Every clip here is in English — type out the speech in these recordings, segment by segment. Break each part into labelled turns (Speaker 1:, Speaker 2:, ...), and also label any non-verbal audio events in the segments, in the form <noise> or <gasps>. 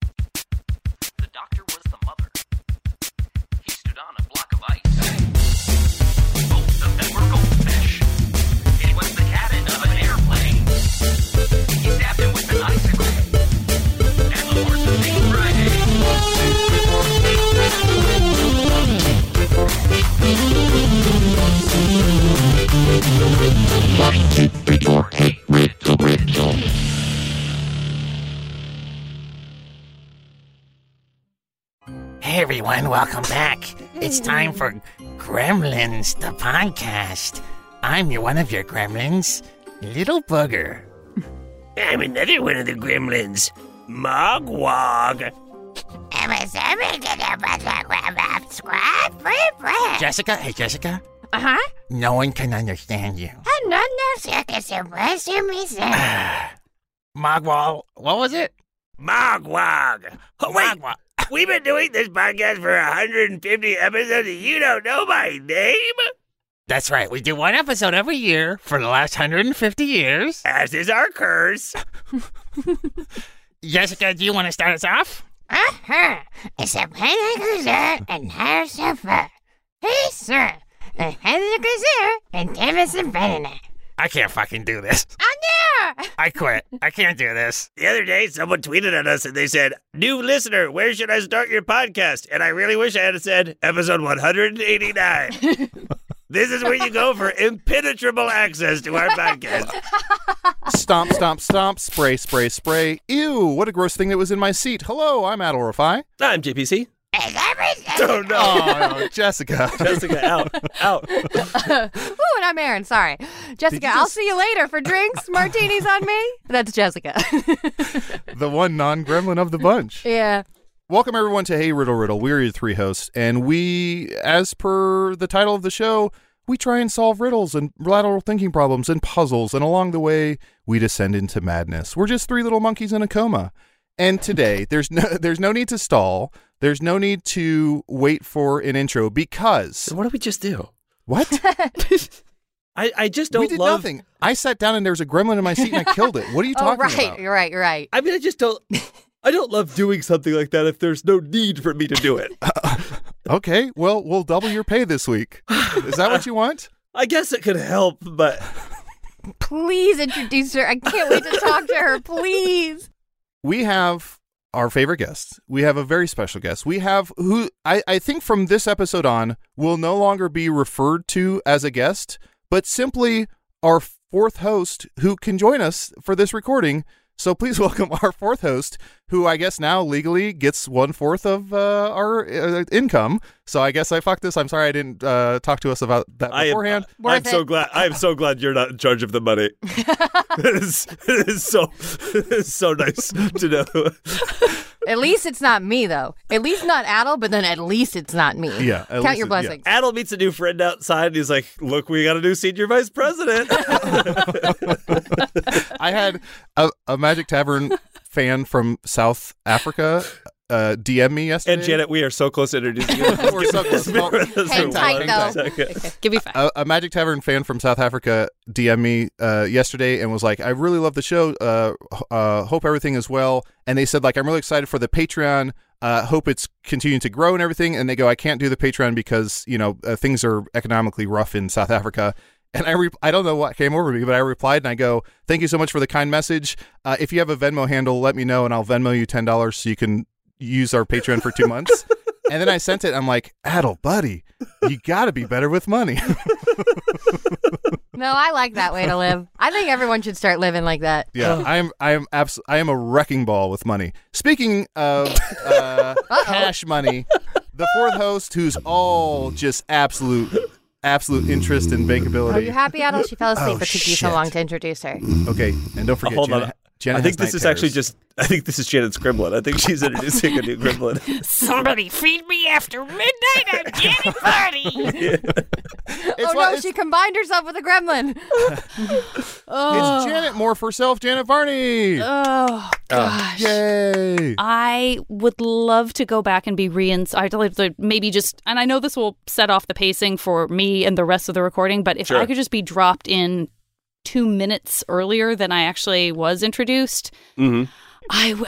Speaker 1: The doctor was the mother. He stood on a block of ice. Both of them were goldfish. It was the cabin of an airplane. He stabbed him with an icicle. And the horse was named Friday.
Speaker 2: Hey everyone, welcome back. It's time for Gremlins, the podcast. I'm your one of your gremlins, Little Booger.
Speaker 3: I'm another one of the gremlins. Mogwog.
Speaker 2: Jessica, hey Jessica,
Speaker 4: Uh
Speaker 5: Uh-huh.
Speaker 4: huh.
Speaker 2: no one can understand you. <sighs>
Speaker 4: And not no circus impressed me, sir.
Speaker 2: Mogwal, what was it?
Speaker 3: Mogwog. Oh, wait.
Speaker 2: <laughs> Mogwal.
Speaker 3: We've been doing this podcast for 150 episodes and you don't know my name?
Speaker 2: That's right, we do one episode every year for the last 150 years.
Speaker 3: As is our curse.
Speaker 2: <laughs> Jessica, do you want to start us off?
Speaker 4: Uh huh. It's a panic cruiser and hire chauffeur. Hey, sir. Uh, The panic cruiser and Davis and Banana.
Speaker 2: I can't fucking do this. <laughs>
Speaker 4: Oh no!
Speaker 2: I quit. I can't do this.
Speaker 3: The other day, someone tweeted at us and they said, New listener, where should I start your podcast? And I really wish I had said, Episode 189. this is where you go for impenetrable access to our podcast.
Speaker 6: Stomp, stomp, stomp, spray, spray, spray. Ew, what a gross thing that was in my seat. Hello, I'm Adol Rafi.
Speaker 7: I'm JPC.
Speaker 4: Is everything?
Speaker 3: Oh, no.
Speaker 6: Oh, Jessica.
Speaker 7: Jessica, out, out.
Speaker 5: <laughs> Ooh, and I'm Aaron. Sorry. Jessica, I'll see you later for drinks, martinis
Speaker 6: <laughs>
Speaker 5: on me. That's Jessica.
Speaker 6: the one non gremlin of the bunch.
Speaker 5: <laughs> yeah.
Speaker 6: Welcome, everyone, to Hey Riddle Riddle. We're your three hosts, and we, as per the title of the show, we try and solve riddles and lateral thinking problems and puzzles, and along the way, we descend into madness. We're just three little monkeys in a coma. And
Speaker 7: <laughs>
Speaker 6: today, there's no, <laughs> there's no need to stall. There's no need to wait for an intro because
Speaker 7: So what did we just do?
Speaker 6: what?
Speaker 7: <laughs> I, I just don't
Speaker 6: we did
Speaker 7: love.
Speaker 6: nothing. I sat down and there was a gremlin in my seat and I killed it.
Speaker 7: <laughs>
Speaker 6: What are you
Speaker 5: Oh,
Speaker 6: talking
Speaker 5: right.
Speaker 6: about?
Speaker 5: You're right. You're right.
Speaker 7: I mean, I just don't. I don't love doing something like that if there's no need for me to do it.
Speaker 6: <laughs> Okay, well, we'll double your pay this week. Is that what you want?
Speaker 7: <laughs> I guess it could help, but
Speaker 5: Please introduce her. I can't wait to talk to her. Please.
Speaker 6: We have our favorite guest. We have a very special guest. We have who I, I think from this episode on will no longer be referred to as a guest, but simply our fourth host who can join us for this recording. So please <laughs> welcome our fourth host, who I guess now legally gets one fourth of uh, our uh, income. So I guess I fucked this. I'm sorry I didn't uh, talk to us about that
Speaker 7: I am. uh,
Speaker 6: beforehand.
Speaker 7: I'm
Speaker 5: Worth
Speaker 7: so
Speaker 5: it.
Speaker 7: glad. I am so glad you're not in charge of the money. <laughs> it, is, it is so. <laughs> It is so nice to know.
Speaker 5: At least it's not me, though. At least not Adel, but then at least it's not me.
Speaker 6: <laughs> Yeah, at least
Speaker 5: Count your
Speaker 6: it- yeah.
Speaker 5: blessings.
Speaker 7: Adel meets a new friend outside, and he's like, "Look, we got a new senior vice
Speaker 6: <laughs>
Speaker 7: president."
Speaker 6: I had a, a Magic Tavern fan from South Africa uh, DM me yesterday.
Speaker 7: and Janet, we are so close to introducing
Speaker 8: <laughs>
Speaker 7: you.
Speaker 6: We're so close. Well,
Speaker 5: Hang
Speaker 6: Hang
Speaker 5: tight, though.
Speaker 7: Okay.
Speaker 5: Okay. Give me five.
Speaker 6: a, a Magic Tavern fan from South Africa DM me uh, yesterday and was like, "I really love the show. Uh, h- uh, hope everything is well." And they said, "Like, I'm really excited for the Patreon. Uh, hope it's continuing to grow and everything." And they go, "I can't do the Patreon because you know uh, things are economically rough in South Africa." <laughs> And I, re- I don't know what came over me, but I replied and I go, "Thank you so much for the kind message. Uh, if you have a Venmo handle, let me know and I'll Venmo you ten dollars so you can use our Patreon for two
Speaker 5: <laughs>
Speaker 6: months." and then I sent it. I'm like, Adel, buddy, you got to be better with money.
Speaker 5: No, I like that way to live. I think everyone should start living like that.
Speaker 6: <laughs> Yeah, I'm I'm abs- I am a wrecking ball with money. Speaking of uh, cash money, the fourth host, who's all just absolute absolute interest in bankability.
Speaker 5: Are you happy, Adel? She fell asleep.
Speaker 6: Oh,
Speaker 5: it took you so
Speaker 6: shit.
Speaker 5: long to introduce her.
Speaker 6: Okay, and don't forget,
Speaker 7: Hold
Speaker 6: Janet,
Speaker 7: on.
Speaker 6: Janet
Speaker 7: I think
Speaker 6: has
Speaker 7: this
Speaker 6: night
Speaker 7: is actually
Speaker 6: terrors.
Speaker 7: just. I think this is Janet's gremlin. I think she's introducing a new gremlin.
Speaker 1: Somebody feed me after midnight.
Speaker 6: <laughs>
Speaker 1: I'm getting party.
Speaker 6: It's
Speaker 5: oh
Speaker 6: why-
Speaker 5: no,
Speaker 6: it's-
Speaker 5: she combined herself with a gremlin.
Speaker 6: <laughs>
Speaker 5: Oh.
Speaker 6: It's Janet Moore for self, Janet Varney.
Speaker 9: Oh, gosh.
Speaker 6: Yay!
Speaker 9: I would love to go back and be reinst. I'd like to maybe just, and I know this will set off the pacing for me and the rest of the recording, but if
Speaker 7: Sure.
Speaker 9: I could just be dropped in two minutes earlier than I actually was introduced,
Speaker 7: Mhm.
Speaker 8: Mm-hmm.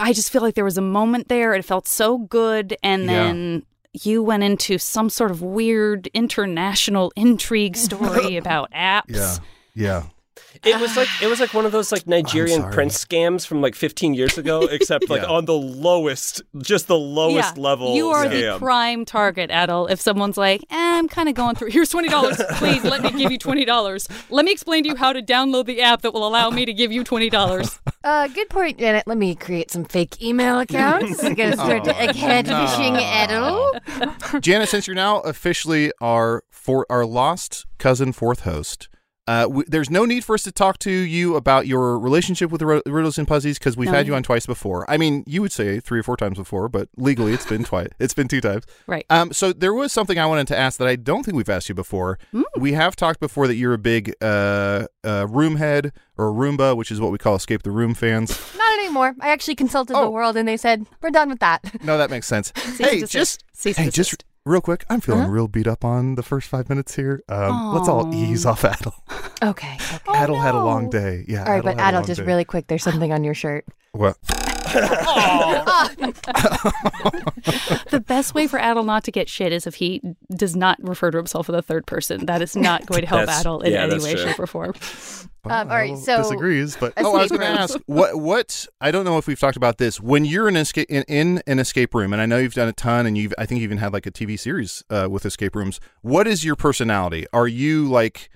Speaker 9: I, I just feel like there was a moment there. It felt so good. And
Speaker 6: Yeah.
Speaker 9: then you went into some sort of weird international
Speaker 6: <laughs>
Speaker 9: intrigue story about apps.
Speaker 6: Yeah, <laughs> yeah.
Speaker 8: It was like it was like one of those like Nigerian
Speaker 6: sorry.
Speaker 8: prince scams from like 15 years ago, except like
Speaker 6: Yeah.
Speaker 8: on the lowest, just the lowest
Speaker 9: Yeah,
Speaker 8: level.
Speaker 9: You are
Speaker 8: scam.
Speaker 9: the prime target, Adel. If someone's like, eh, I'm kind of going through, here's twenty
Speaker 7: <laughs>
Speaker 9: dollars. Please let me give you twenty dollars. Let me explain to you how to download the app that will allow me to give you
Speaker 7: <laughs>
Speaker 9: twenty dollars.
Speaker 5: Uh, good point, Janet. Let me create some
Speaker 6: <laughs>
Speaker 5: fake email accounts. I'm gonna start
Speaker 6: Oh,
Speaker 5: account
Speaker 6: no.
Speaker 5: phishing Adel.
Speaker 6: Janet, since you're now officially our for our lost cousin fourth host, uh, we, there's no need for us to talk to you about your relationship with the Rid- Riddles and Puzzies because we've
Speaker 9: No.
Speaker 6: had you on twice before. I mean, you would say three or four times before, but legally it's been twice. It's been two times.
Speaker 9: Right.
Speaker 6: Um, so there was something I wanted to ask that I don't think we've asked you before.
Speaker 9: Hmm.
Speaker 6: We have talked before that you're a big uh, uh, room head or Roomba, which is what we call escape the room fans.
Speaker 5: Not anymore. I actually consulted
Speaker 6: Oh.
Speaker 5: the world, and they said we're done with that.
Speaker 6: No, that makes
Speaker 9: <laughs>
Speaker 6: sense.
Speaker 9: and
Speaker 6: hey,
Speaker 9: desist.
Speaker 6: just
Speaker 9: Cease and
Speaker 6: hey, just
Speaker 9: desist.
Speaker 6: real quick. I'm feeling
Speaker 5: Uh-huh.
Speaker 6: real beat up on the first five minutes here. Um, let's all
Speaker 9: Aw.
Speaker 6: ease off <laughs> Adel.
Speaker 5: Okay. okay.
Speaker 6: Adel had a long day. Yeah.
Speaker 5: Oh, All right, but
Speaker 6: had a
Speaker 5: Adel,
Speaker 6: long
Speaker 5: just
Speaker 6: day.
Speaker 5: really quick. There's something on
Speaker 6: <coughs>
Speaker 5: your shirt. Uh,
Speaker 6: What?
Speaker 9: The best way for Adel not to get shit is if he does not refer to himself in the third person. That is not going to help
Speaker 7: That's-
Speaker 9: Adel in
Speaker 7: yeah,
Speaker 9: any
Speaker 7: that's
Speaker 9: way,
Speaker 7: true.
Speaker 9: shape, or form.
Speaker 6: Well,
Speaker 5: all right,
Speaker 6: Adel
Speaker 5: so-
Speaker 6: disagrees, but oh, I was
Speaker 5: escape
Speaker 6: going to
Speaker 5: room.
Speaker 6: ask what what I don't know if we've talked about this. When you're in escape in, in an escape room, and I know you've done a ton, and you've I think you even had like a TV series uh, with escape rooms. What is your personality? Are you like?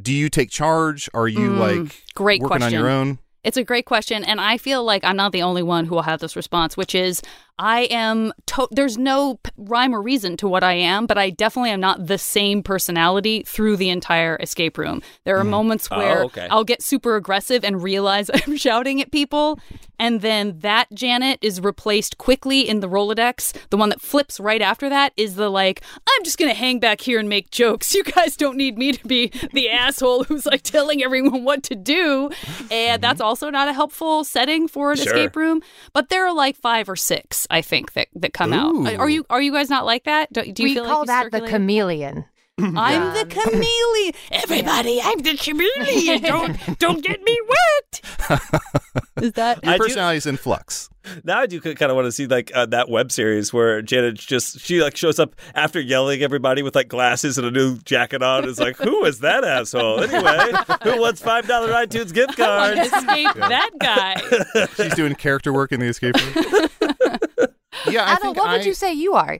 Speaker 6: Do you take charge? Are you
Speaker 5: Hmm,
Speaker 9: Mm,
Speaker 6: like
Speaker 9: great
Speaker 6: working on your
Speaker 9: question.
Speaker 6: own?
Speaker 9: It's a great question, and I feel like I'm not the only one who will have this response, which is I am. To- there's no p- rhyme or reason to what I am, but I definitely am not the same personality through the entire escape room. There are moments
Speaker 8: Oh,
Speaker 9: where
Speaker 8: okay.
Speaker 9: I'll get super aggressive and realize <laughs> I'm shouting at people, and then that Janet is replaced quickly in the Rolodex. The one that flips right after that is the like, I'm just gonna hang back here and make jokes. <laughs> You guys don't need me to be the asshole who's like telling everyone what to do. And that's
Speaker 1: Mm-hmm.
Speaker 9: also not a helpful setting for an
Speaker 7: Sure.
Speaker 9: escape room. But there are like five or six, I think, that, that come out.
Speaker 6: Ooh.
Speaker 9: Are you are you guys not like that? Do, do you
Speaker 5: we
Speaker 9: feel
Speaker 5: call
Speaker 9: like you
Speaker 5: that the
Speaker 6: <laughs>
Speaker 9: circulate?
Speaker 5: chameleon.
Speaker 9: I'm the chameleon.
Speaker 1: <laughs> Everybody, I'm the
Speaker 9: <laughs>
Speaker 1: chameleon. Don't don't get me wet.
Speaker 9: Is that
Speaker 6: Your
Speaker 7: I do-
Speaker 6: personality is in flux.
Speaker 7: Now I do kind of want to see like uh, that web series where Janet just she like shows up after yelling at everybody with like glasses and a new jacket on. Is like, who is that asshole
Speaker 9: <laughs>
Speaker 7: anyway? <laughs> Who wants five dollar iTunes gift
Speaker 9: Oh
Speaker 7: card?
Speaker 9: escape that guy?
Speaker 6: She's doing character work in the
Speaker 5: <laughs>
Speaker 6: escape room. yeah, I
Speaker 5: Adel,
Speaker 6: think
Speaker 5: what
Speaker 6: I,
Speaker 5: would you say you
Speaker 9: <laughs>
Speaker 5: are?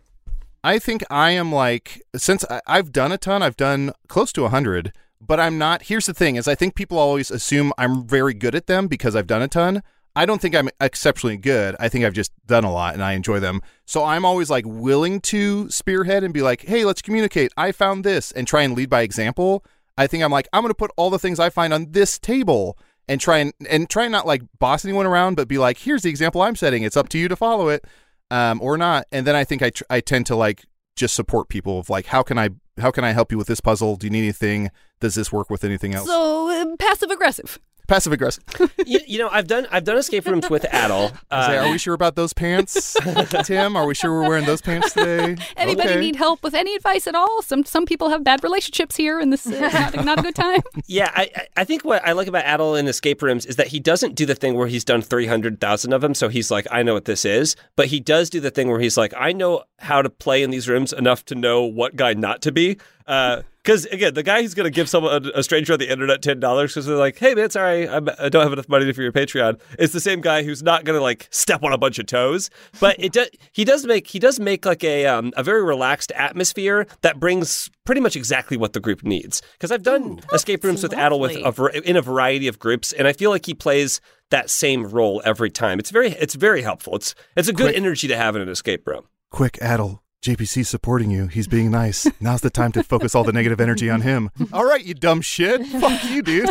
Speaker 6: I think I am like since I, I've done a ton, I've done close to hundred, but I'm not. Here's the thing: is I think people always assume I'm very good at them because I've done a ton. I don't think I'm exceptionally good. I think I've just done a lot and I enjoy them. So I'm always like willing to spearhead and be like, "Hey, let's communicate. I found this," and try and lead by example. I think I'm like, I'm going to put all the things I find on this table and try and and try and not like boss anyone around, but be like, here's the example I'm setting. It's up to you to follow it um, or not. And then I think I tr- I tend to like just support people of like, how can I how can I help you with this puzzle? Do you need anything? Does this work with anything else?
Speaker 9: So uh, passive aggressive.
Speaker 6: Passive aggressive.
Speaker 8: <laughs> you, you know, I've done I've done escape rooms with Adel.
Speaker 6: I say,
Speaker 8: Uh,
Speaker 6: are we sure about those
Speaker 8: <laughs>
Speaker 6: pants, Tim? Are we sure we're wearing those pants today?
Speaker 9: <laughs> Anybody
Speaker 6: Okay.
Speaker 9: need help with any advice at all? Some some people have bad relationships here, and this is not, not a good time.
Speaker 8: yeah, I I- I think what I like about Adel in escape rooms is that he doesn't do the thing where he's done three hundred thousand of them, so he's like, I know what this is. But he does do the thing where he's like, I know how to play in these rooms enough to know what guy not to be. Uh,
Speaker 7: Because again, the guy who's going to give someone a, a stranger on the internet ten dollars because they're like, "Hey man, sorry, I'm, I don't have enough money for your Patreon," is the same guy who's not going to like step on a bunch of toes. But it does. He does make he does make like a um, a very relaxed atmosphere that brings pretty much exactly what the group needs. Because I've done escape rooms with Adel with a, var- in a variety of groups, and I feel like he plays that same role every time. It's very it's very helpful. It's it's a good
Speaker 6: Quick-
Speaker 7: energy to have in an escape room.
Speaker 6: Quick, Adel. JPC's supporting you. He's being nice. Now's the time to focus all the negative energy on him. All right, you dumb shit. Fuck you, dude.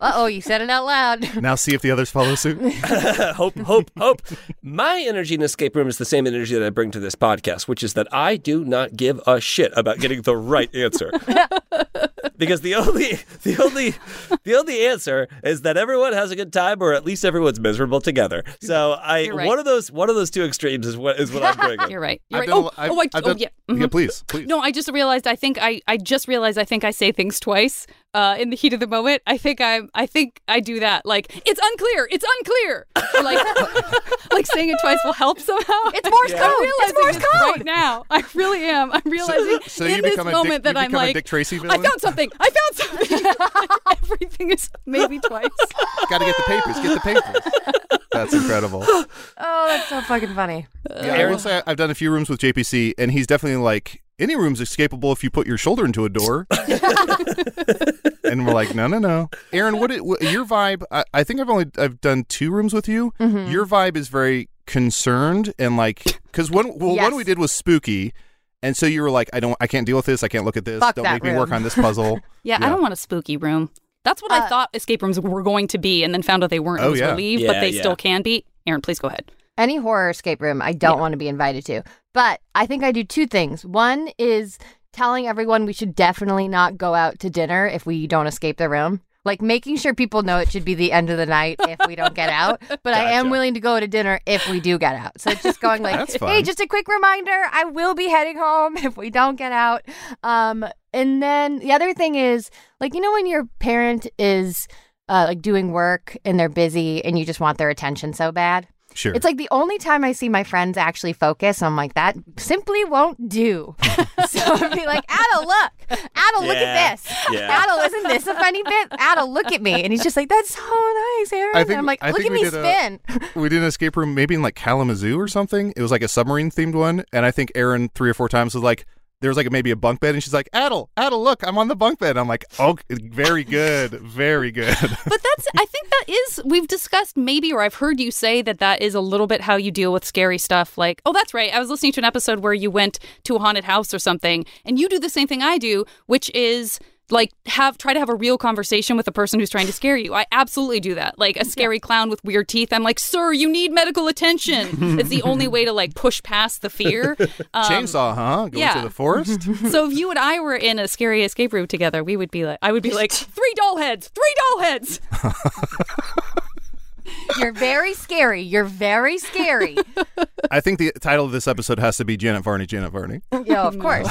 Speaker 5: Uh oh, you said it out loud.
Speaker 9: <laughs>
Speaker 6: Now see if the others follow suit.
Speaker 8: <laughs> hope, hope, hope. My energy in escape room is the same energy that I bring to this podcast, which is that I do not give a shit about getting the right
Speaker 9: <laughs>
Speaker 8: answer. because the only the only the only answer is that everyone has a good time or at least everyone's miserable together. So I
Speaker 9: You're right.
Speaker 8: one of those one of those two extremes is what is what I'm bringing.
Speaker 9: <laughs> You're right. You're
Speaker 8: I've
Speaker 9: right.
Speaker 8: done a
Speaker 9: oh,
Speaker 8: lo- I've-
Speaker 9: oh, I,
Speaker 8: I've
Speaker 9: oh,
Speaker 8: done-
Speaker 9: yeah.
Speaker 6: Yeah, please, please.
Speaker 9: No, I just realized. I think I, I just realized. I think I say things twice uh, in the heat of the moment. I think I'm. I think I do that. Like it's unclear. It's unclear. Or like, <laughs> like saying it twice will help somehow. It's
Speaker 5: Morse code.
Speaker 9: I'm
Speaker 5: It's
Speaker 9: realizing
Speaker 5: Morse
Speaker 9: this right now. I really am. I'm realizing
Speaker 6: so
Speaker 9: in
Speaker 6: you
Speaker 9: this
Speaker 6: become a Dick-
Speaker 9: moment
Speaker 6: you
Speaker 9: that I'm
Speaker 6: become a
Speaker 9: like
Speaker 6: Dick Tracy
Speaker 9: I
Speaker 6: villain?
Speaker 9: found something. I found something. <laughs> Everything is maybe twice.
Speaker 6: Got to get the papers. Get the papers. That's incredible.
Speaker 5: Oh, that's so fucking funny.
Speaker 9: Uh,
Speaker 6: Yeah, I will say I've done a few rooms with JPC, and he's definitely like any room's escapable if you put your shoulder into a door.
Speaker 9: <laughs>
Speaker 6: and we're like, no, no, no, Aaron. What it, what- your vibe? I, I think I've only I've done two rooms with you.
Speaker 9: Mm-hmm.
Speaker 10: Mhm.
Speaker 6: Your vibe is very concerned and like because one well
Speaker 10: Yes.
Speaker 6: one we did was spooky, and so you were like, I don't, I can't deal with this. I can't look at this.
Speaker 9: Fuck
Speaker 6: don't
Speaker 9: that
Speaker 6: make me work
Speaker 9: room."
Speaker 6: on this
Speaker 9: <laughs>
Speaker 6: puzzle.
Speaker 9: Yeah, I don't want a spooky room. Uh, That's what I thought escape rooms were going to be, and then found out they weren't.
Speaker 5: Oh,
Speaker 9: I was
Speaker 5: yeah.
Speaker 9: relieved,
Speaker 5: Yeah,
Speaker 9: but they
Speaker 5: yeah.
Speaker 9: still can be. Aaron, please go ahead.
Speaker 5: Any horror escape room I don't want to be invited to. But I think I do two things. One is telling everyone we should definitely not go out to dinner if we don't escape the room. Like making sure people know it should be the end of the night
Speaker 9: <laughs>
Speaker 5: if we don't get out. But I am willing to go to dinner if we do get out. So it's just going like,
Speaker 4: That's fun.
Speaker 5: hey, just a quick reminder, I will be heading home <laughs> if we don't get out. Um, and then the other thing is like, you know, when your parent is uh, like doing work and they're busy and you just want their attention so bad.
Speaker 4: Sure.
Speaker 5: It's like the only time I see my friends actually focus. I'm like, that simply won't do. <laughs> so I'd be like, Adel, look. Adel, look
Speaker 4: Yeah.
Speaker 5: at this. <laughs>
Speaker 4: Yeah.
Speaker 5: Adel, isn't this a funny bit? Adel, look at me. And he's just like, that's so nice, Aaron.
Speaker 6: I think-
Speaker 5: and I'm like,
Speaker 6: I
Speaker 5: look
Speaker 6: think
Speaker 5: at
Speaker 6: we
Speaker 5: me
Speaker 6: did a- <laughs>
Speaker 5: spin.
Speaker 6: we did an escape room maybe in like Kalamazoo or something. It was like a submarine themed one, and I think Aaron three or four times was like, there was like maybe a bunk bed, and she's like, Adel, Adel, look, I'm on the bunk bed. I'm like, oh, very good, very good.
Speaker 9: I think that is, we've discussed maybe, or I've heard you say that that is a little bit how you deal with scary stuff. Like, oh, that's right. I was listening to an episode where you went to a haunted house or something, and you do the same thing I do, which is like have try to have a real conversation with the person who's trying to scare you. I absolutely do that. Like a scary clown with weird teeth, I'm like, "Sir, you need
Speaker 6: <laughs>
Speaker 9: medical attention." it's the only way to like push past the <laughs> fear. Um,
Speaker 6: Chainsaw, huh? Going
Speaker 9: yeah.
Speaker 6: to the forest.
Speaker 9: <laughs>
Speaker 6: <laughs>
Speaker 9: so if you and I were in a scary escape room together, we would be like, I would be like, three doll heads, three doll heads.
Speaker 5: You're very scary. You're very scary.
Speaker 6: I think the title of this episode has to be Janet Varney, Janet Varney.
Speaker 5: Yeah,
Speaker 6: <laughs>
Speaker 5: of course.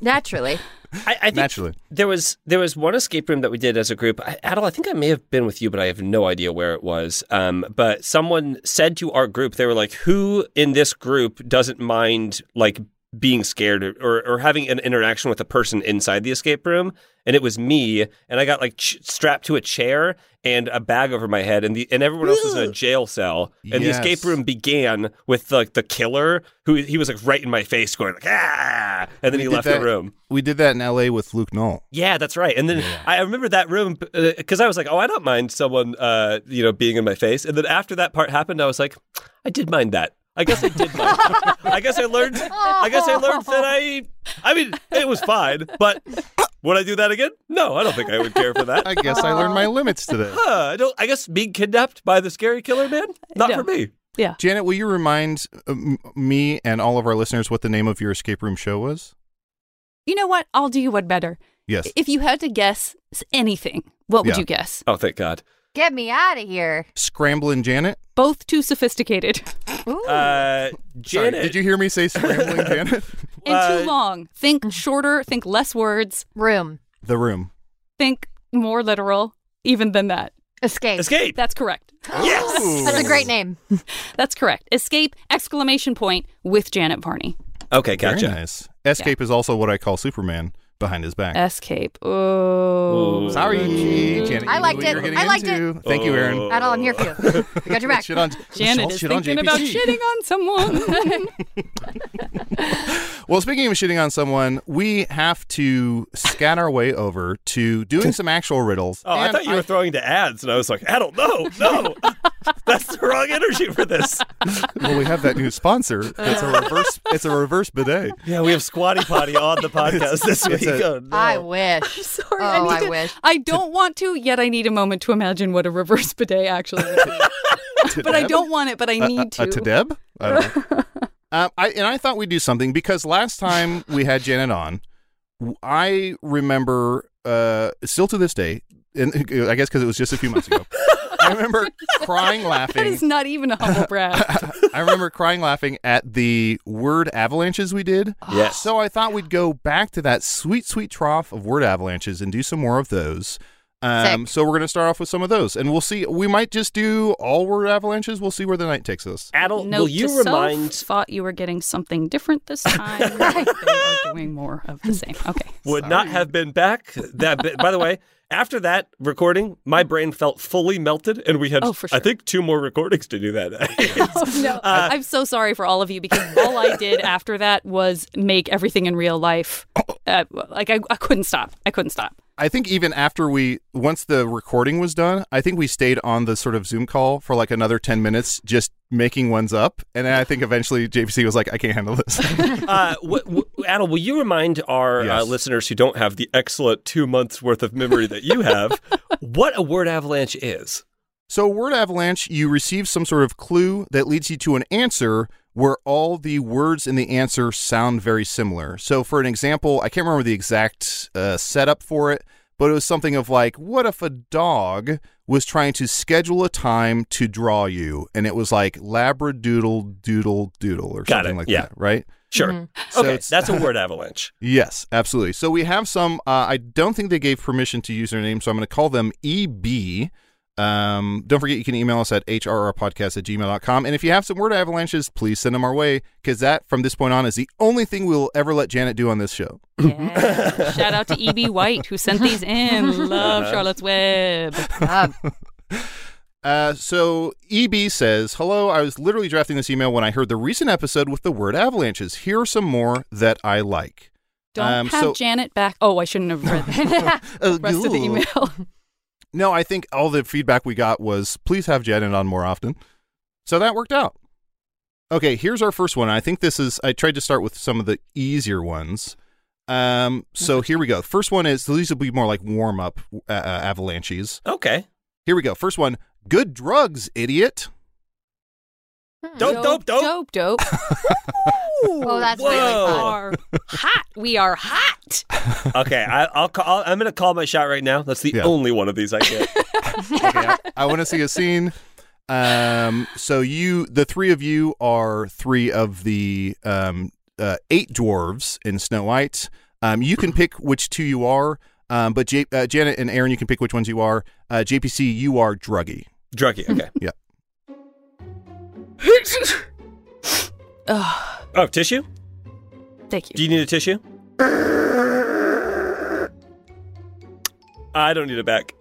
Speaker 5: Naturally.
Speaker 8: I, I think
Speaker 6: Naturally.
Speaker 8: there was there was one escape room that we did as a group. I, Adel, I think I may have been with you, but I have no idea where it was. Um, but someone said to our group, they were like, "Who in this group doesn't mind like being scared or, or, or having an interaction with a person inside the escape room?" And it was me, and I got like ch- strapped to a chair and a bag over my head, and the and everyone else was in a jail cell,
Speaker 7: Yes.
Speaker 8: and the escape room began with like the killer who he was like right in my face, going like ah, and then
Speaker 6: We
Speaker 8: he
Speaker 6: did
Speaker 8: left
Speaker 6: that-
Speaker 8: the room.
Speaker 6: We did that in L.A. with Luke Knoll.
Speaker 8: Yeah, that's right. And then I remember that room because I was like, "Oh, I don't mind someone, uh, you know, being in my face." And then after that part happened, I was like, "I did mind that. I guess I did mind. I guess I learned. I guess I learned that I. I mean, it was fine, but would I do that again? No, I don't think I would care for that.
Speaker 6: I guess I learned my limits today.
Speaker 8: Huh, I don't. I guess being kidnapped by the scary killer man, not for me.
Speaker 9: Yeah.
Speaker 6: Janet, will you remind um, me and all of our listeners what the name of your escape room show was?
Speaker 9: You know what? I'll do you one better.
Speaker 6: Yes.
Speaker 9: If you had to guess s- anything, what would
Speaker 6: Yeah.
Speaker 9: you guess?
Speaker 8: Oh, thank God.
Speaker 5: Get me out of here.
Speaker 6: Scrambling Janet.
Speaker 9: Both
Speaker 5: <laughs>
Speaker 9: too sophisticated
Speaker 8: Uh,
Speaker 6: <laughs> Sorry,
Speaker 8: Janet,
Speaker 6: did you hear me say scrambling Janet?
Speaker 9: and
Speaker 6: Uh,
Speaker 9: too long. Think shorter, think less words.
Speaker 5: Mm. Room.
Speaker 6: The room.
Speaker 9: Think more literal, even than that.
Speaker 5: Escape.
Speaker 8: Escape.
Speaker 9: That's correct.
Speaker 8: <gasps> Yes.
Speaker 5: That's a great name.
Speaker 9: <laughs> That's correct. Escape! Exclamation point with Janet Varney.
Speaker 8: Okay, gotcha.
Speaker 6: Very nice. Escape is also what I call Superman behind his back.
Speaker 9: Escape. Oh.
Speaker 6: Sorry, Janet.
Speaker 5: I liked it. I liked it.
Speaker 6: Thank you, Aaron.
Speaker 4: Oh.
Speaker 5: At all, I'm here for you.
Speaker 6: <laughs>
Speaker 5: I got your back.
Speaker 6: Shit on- <laughs>
Speaker 9: Janet
Speaker 6: Shit
Speaker 9: is
Speaker 6: on
Speaker 9: thinking
Speaker 6: JPG.
Speaker 9: about shitting
Speaker 5: <laughs>
Speaker 9: on someone. <laughs>
Speaker 6: Well, speaking of shitting on someone, we have to scan our way over to doing some actual riddles.
Speaker 7: Oh, I
Speaker 6: And
Speaker 7: thought you were throwing to ads, and I was like, Adult, no,
Speaker 6: <laughs>
Speaker 7: no. That's the wrong energy for this.
Speaker 6: well, we have that new sponsor. It's a reverse. It's a reverse bidet.
Speaker 7: Yeah, we have Squatty Potty on
Speaker 6: <laughs>
Speaker 7: the podcast this
Speaker 6: It's
Speaker 7: week.
Speaker 6: a-
Speaker 7: Oh, no.
Speaker 5: I
Speaker 9: <laughs>
Speaker 5: wish.
Speaker 9: Sorry,
Speaker 5: Oh,
Speaker 9: I,
Speaker 5: I
Speaker 9: need to,
Speaker 5: wish.
Speaker 9: I don't want to, yet I need a moment to imagine what a reverse bidet actually would be. but I don't want it, but I
Speaker 6: A-
Speaker 9: need
Speaker 6: a,
Speaker 9: to.
Speaker 6: a Tadeb? I don't
Speaker 9: <laughs>
Speaker 6: know. um, I, and I thought we'd do something because last time we had Janet on, w- I remember uh, still to this day, and <laughs> I guess because it was just a few months ago, I
Speaker 9: <laughs>
Speaker 6: remember crying
Speaker 9: That
Speaker 6: laughing.
Speaker 9: is not even a humble brag.
Speaker 6: I remember crying laughing at the word avalanches we did.
Speaker 7: Yes.
Speaker 6: So I thought we'd go back to that sweet, sweet trough of word avalanches and do some more of those. Um, so we're going to start off with some of those, and we'll see. We might just do all word avalanches. We'll see where the night takes us.
Speaker 8: Adult,
Speaker 9: Note
Speaker 8: will you
Speaker 9: to
Speaker 8: remind?
Speaker 9: self, thought you were getting something different this time. They are doing more of the same. Okay.
Speaker 7: Would not have been back. That bit. By the way, after that recording, my brain felt fully melted, and we had,
Speaker 9: Oh, for
Speaker 7: I
Speaker 9: sure.
Speaker 7: think, two more recordings to do that.
Speaker 9: <laughs> Oh, no. I'm so sorry for all of you because all I did after that was make everything in real life. Uh, like, I, I couldn't stop. I couldn't stop.
Speaker 6: I think even after we, once the recording was done, I think we stayed on the sort of Zoom call for like another ten minutes, just making ones up, and then I think eventually JPC was like, "I can't handle this." <laughs>
Speaker 8: uh, w- w- Adel, will you remind our uh,
Speaker 6: Yes.
Speaker 8: listeners who don't have the excellent two months worth of memory that you
Speaker 9: <laughs>
Speaker 8: have what a word avalanche is?
Speaker 6: So, word avalanche, you receive some sort of clue that leads you to an answer where all the words in the answer sound very similar. So, for an example, I can't remember the exact uh, setup for it, but it was something of like, what if a dog was trying to schedule a time to draw you? And it was like labradoodle doodle doodle or
Speaker 8: Got
Speaker 6: something
Speaker 8: it.
Speaker 6: like
Speaker 8: Yeah.
Speaker 6: that, right?
Speaker 8: Sure.
Speaker 9: Mm-hmm.
Speaker 6: So
Speaker 8: okay,
Speaker 6: it's-
Speaker 8: that's a
Speaker 6: <laughs>
Speaker 8: word avalanche.
Speaker 6: Yes, absolutely. So we have some. Uh, I don't think they gave permission to use their name, so I'm going to call them EB. Um, don't forget, you can email us at hrrpodcast at gmail.com. And if you have some word avalanches, please send them our way because that, from this point on, is the only thing we'll ever let Janet do on this show.
Speaker 9: Yeah. Shout out to E.B. White who sent these in. Love Charlotte's Web.
Speaker 6: Uh, so EB says, Hello, I was literally drafting this email when I heard the recent episode with the word avalanches. Here are some more that I like.
Speaker 9: Don't
Speaker 6: Um,
Speaker 9: have
Speaker 6: so- Oh,
Speaker 9: Janet back. Oh, I shouldn't
Speaker 6: <laughs>
Speaker 9: have read <laughs> the rest
Speaker 5: <laughs>
Speaker 9: of the email.
Speaker 6: No, I think all the feedback we got was please have Janet on more often. So that worked out. Okay, here's our first one. I think this is I tried to start with some of the easier ones. Um, so here we go. First one is so these will be more like warm up uh, uh, avalanches.
Speaker 8: Okay.
Speaker 6: Here we go. First one, good drugs, idiot.
Speaker 7: Dope, dope, dope.
Speaker 9: Dope, dope.
Speaker 5: <laughs> Oh, that's
Speaker 9: We
Speaker 5: really fun.
Speaker 9: are hot. We are hot.
Speaker 8: Okay, I, I'll call, I'll, I'm going to call my shot right now. That's the
Speaker 6: Yeah.
Speaker 8: only one of these I get.
Speaker 6: Okay, I, I want to see a scene. Um, so you, the three of you, are three of the um, uh, eight dwarves in Snow White. Um, you can pick which two you are, um, but J- uh, Janet and Aaron, you can pick which ones you are. Uh, JPC, you are druggy.
Speaker 8: Druggy. Okay.
Speaker 6: <laughs> Yeah.
Speaker 9: <laughs> Oh,
Speaker 8: Oh, tissue?
Speaker 9: thank
Speaker 8: Do
Speaker 9: you.
Speaker 8: you need a tissue? I don't need it back.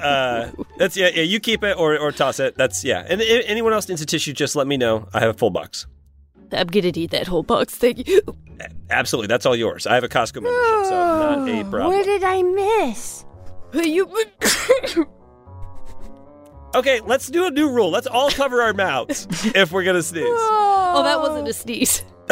Speaker 8: uh, that's yeah, yeah. You keep it or, or toss it. That's yeah. And if anyone else needs a tissue, just let me know. I have a full box.
Speaker 9: I'm going to eat that whole box. Thank you.
Speaker 8: Absolutely, that's all yours. I have a Costco membership, so not a problem.
Speaker 4: What did I miss?
Speaker 9: you
Speaker 8: okay, let's do a new rule. Let's all cover our mouths <laughs> if we're gonna sneeze.
Speaker 9: Oh, that wasn't a sneeze. <laughs>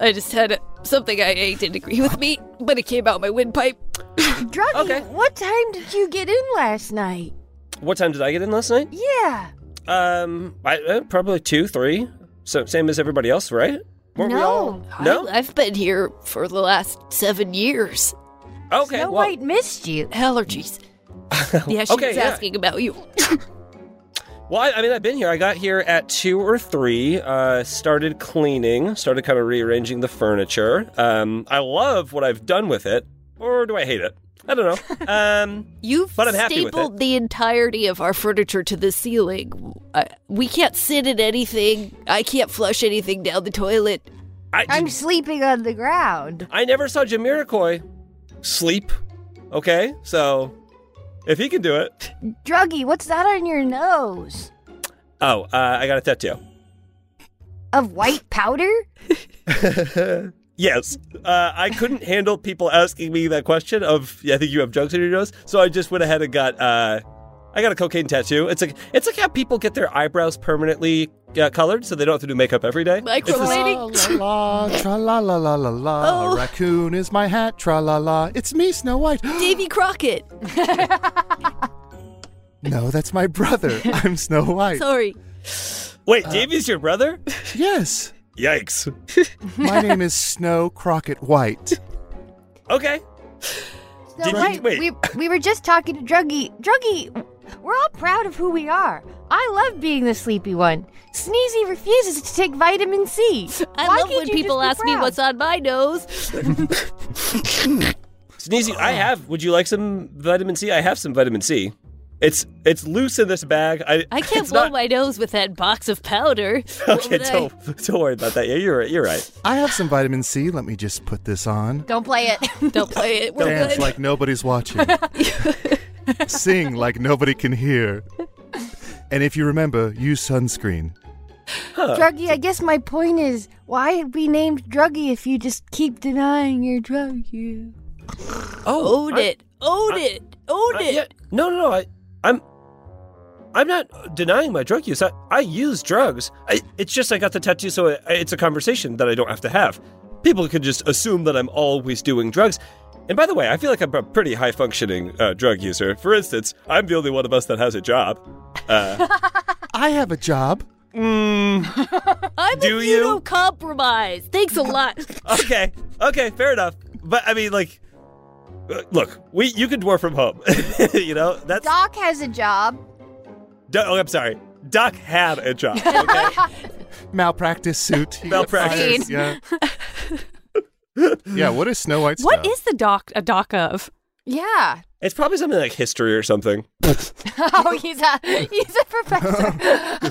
Speaker 9: I just had something I ate didn't agree with me, but it came out
Speaker 4: <laughs>
Speaker 9: my windpipe.
Speaker 4: Druggy, what time did you get in last night?
Speaker 8: What time did I get in last night?
Speaker 4: Yeah.
Speaker 8: Um, I, uh, probably two, three. So same as everybody else, right? Weren't we all- No.
Speaker 9: I, have been here for the last seven years.
Speaker 8: Okay.
Speaker 4: Snow
Speaker 8: well,
Speaker 4: White missed you.
Speaker 8: <laughs>
Speaker 9: Allergies. yeah, she
Speaker 8: Okay,
Speaker 9: was
Speaker 8: yeah.
Speaker 9: asking about you.
Speaker 8: Well, I, I mean, I've been here. I got here at two or three. Uh, started cleaning. Started kind of rearranging the furniture. Um, I love what I've done with it, or do I hate it? I
Speaker 9: <laughs>
Speaker 8: don't know. Um,
Speaker 9: You've
Speaker 8: But I'm happy with
Speaker 9: stapled
Speaker 8: it.
Speaker 9: the entirety of our furniture to the Uh, ceiling. I, we can't sit in anything. I can't flush anything down the toilet.
Speaker 8: I,
Speaker 5: I'm sleeping on the ground.
Speaker 8: I never saw Jamiroquai sleep. Okay, so if he can do it,
Speaker 5: Druggy, what's that on your nose?
Speaker 8: oh, uh, I got a tattoo.
Speaker 5: Of white powder?
Speaker 8: Yes, uh, I couldn't handle people asking me that question of yeah, I think you have drugs in your nose, so I just went ahead and got uh, I got a cocaine tattoo. It's like it's like how people get their eyebrows permanently uh, colored so they don't have to do makeup every day.
Speaker 9: Like
Speaker 8: It's the-
Speaker 9: relating.
Speaker 6: La Ah, tra la la la la la. A raccoon is my hat. Tra la la. It's me, Snow White. <gasps>
Speaker 9: Davy Crockett.
Speaker 6: no, that's my brother. I'm Snow White.
Speaker 9: Sorry.
Speaker 8: Wait, Davey's your brother?
Speaker 6: Yes.
Speaker 8: Yikes.
Speaker 6: My name is Snow Crockett White.
Speaker 8: Okay.
Speaker 5: So
Speaker 8: Did you-
Speaker 5: right,
Speaker 8: wait.
Speaker 5: We, we were just talking to Druggy. Druggy, we're all proud of who we are. I love being the sleepy one. Sneezy refuses to take vitamin C.
Speaker 9: I
Speaker 5: Why
Speaker 9: love
Speaker 5: can't
Speaker 9: when
Speaker 5: you
Speaker 9: people
Speaker 5: just
Speaker 9: ask
Speaker 5: be
Speaker 9: me what's
Speaker 5: proud?
Speaker 9: on my
Speaker 8: <laughs>
Speaker 9: nose.
Speaker 8: Sneezy, I have. Would you like some vitamin C? I have some vitamin C. It's it's loose in this bag. I
Speaker 9: I can't
Speaker 8: it's
Speaker 9: blow
Speaker 8: not-
Speaker 9: my nose with that box of powder. What
Speaker 8: <laughs> Okay,
Speaker 9: would
Speaker 8: <laughs>
Speaker 9: I-
Speaker 8: don't don't worry <laughs> about that. Yeah, you're right. You're right.
Speaker 6: I have some vitamin C. Let me just put this on.
Speaker 5: Don't play <laughs> it.
Speaker 9: Don't play it. We're
Speaker 6: Dance
Speaker 9: good.
Speaker 6: like nobody's
Speaker 9: <laughs>
Speaker 6: watching. Sing like nobody can hear. And if you remember, use sunscreen.
Speaker 5: Druggy, I guess my point is why be named Druggy if you just keep denying your drug use?
Speaker 8: Oh,
Speaker 9: Own it. Own it. Own
Speaker 8: I-
Speaker 9: it.
Speaker 8: yeah, no, no, no. I, I'm, I'm not denying my drug use. I, I use drugs. I, it's just I got the tattoo, so I, it's a conversation that I don't have to have. People can just assume that I'm always doing drugs. And by the way, I feel like I'm a pretty high functioning uh, drug user. For instance, I'm the only one of us that has a job.
Speaker 9: <laughs>
Speaker 8: Uh,
Speaker 6: <laughs> I have a job.
Speaker 8: Hmm.
Speaker 9: I'm
Speaker 8: Do you? <laughs>
Speaker 9: immunocompromised. Thanks a lot.
Speaker 8: okay, okay, fair enough. But I mean, like, uh, look, we you can dwarf from home. <laughs> you know, that's.
Speaker 5: Doc has a job.
Speaker 8: Do- oh, I'm sorry. Doc had a job. Okay?
Speaker 6: Malpractice
Speaker 8: <laughs>
Speaker 6: suit. You get
Speaker 8: Malpractice.
Speaker 6: fired, Yeah. yeah, what is Snow White's
Speaker 9: What
Speaker 6: job?
Speaker 9: is the doc a doc of?
Speaker 5: Yeah. <laughs>
Speaker 8: it's probably something like history or something.
Speaker 5: Oh, he's a he's a professor. <laughs>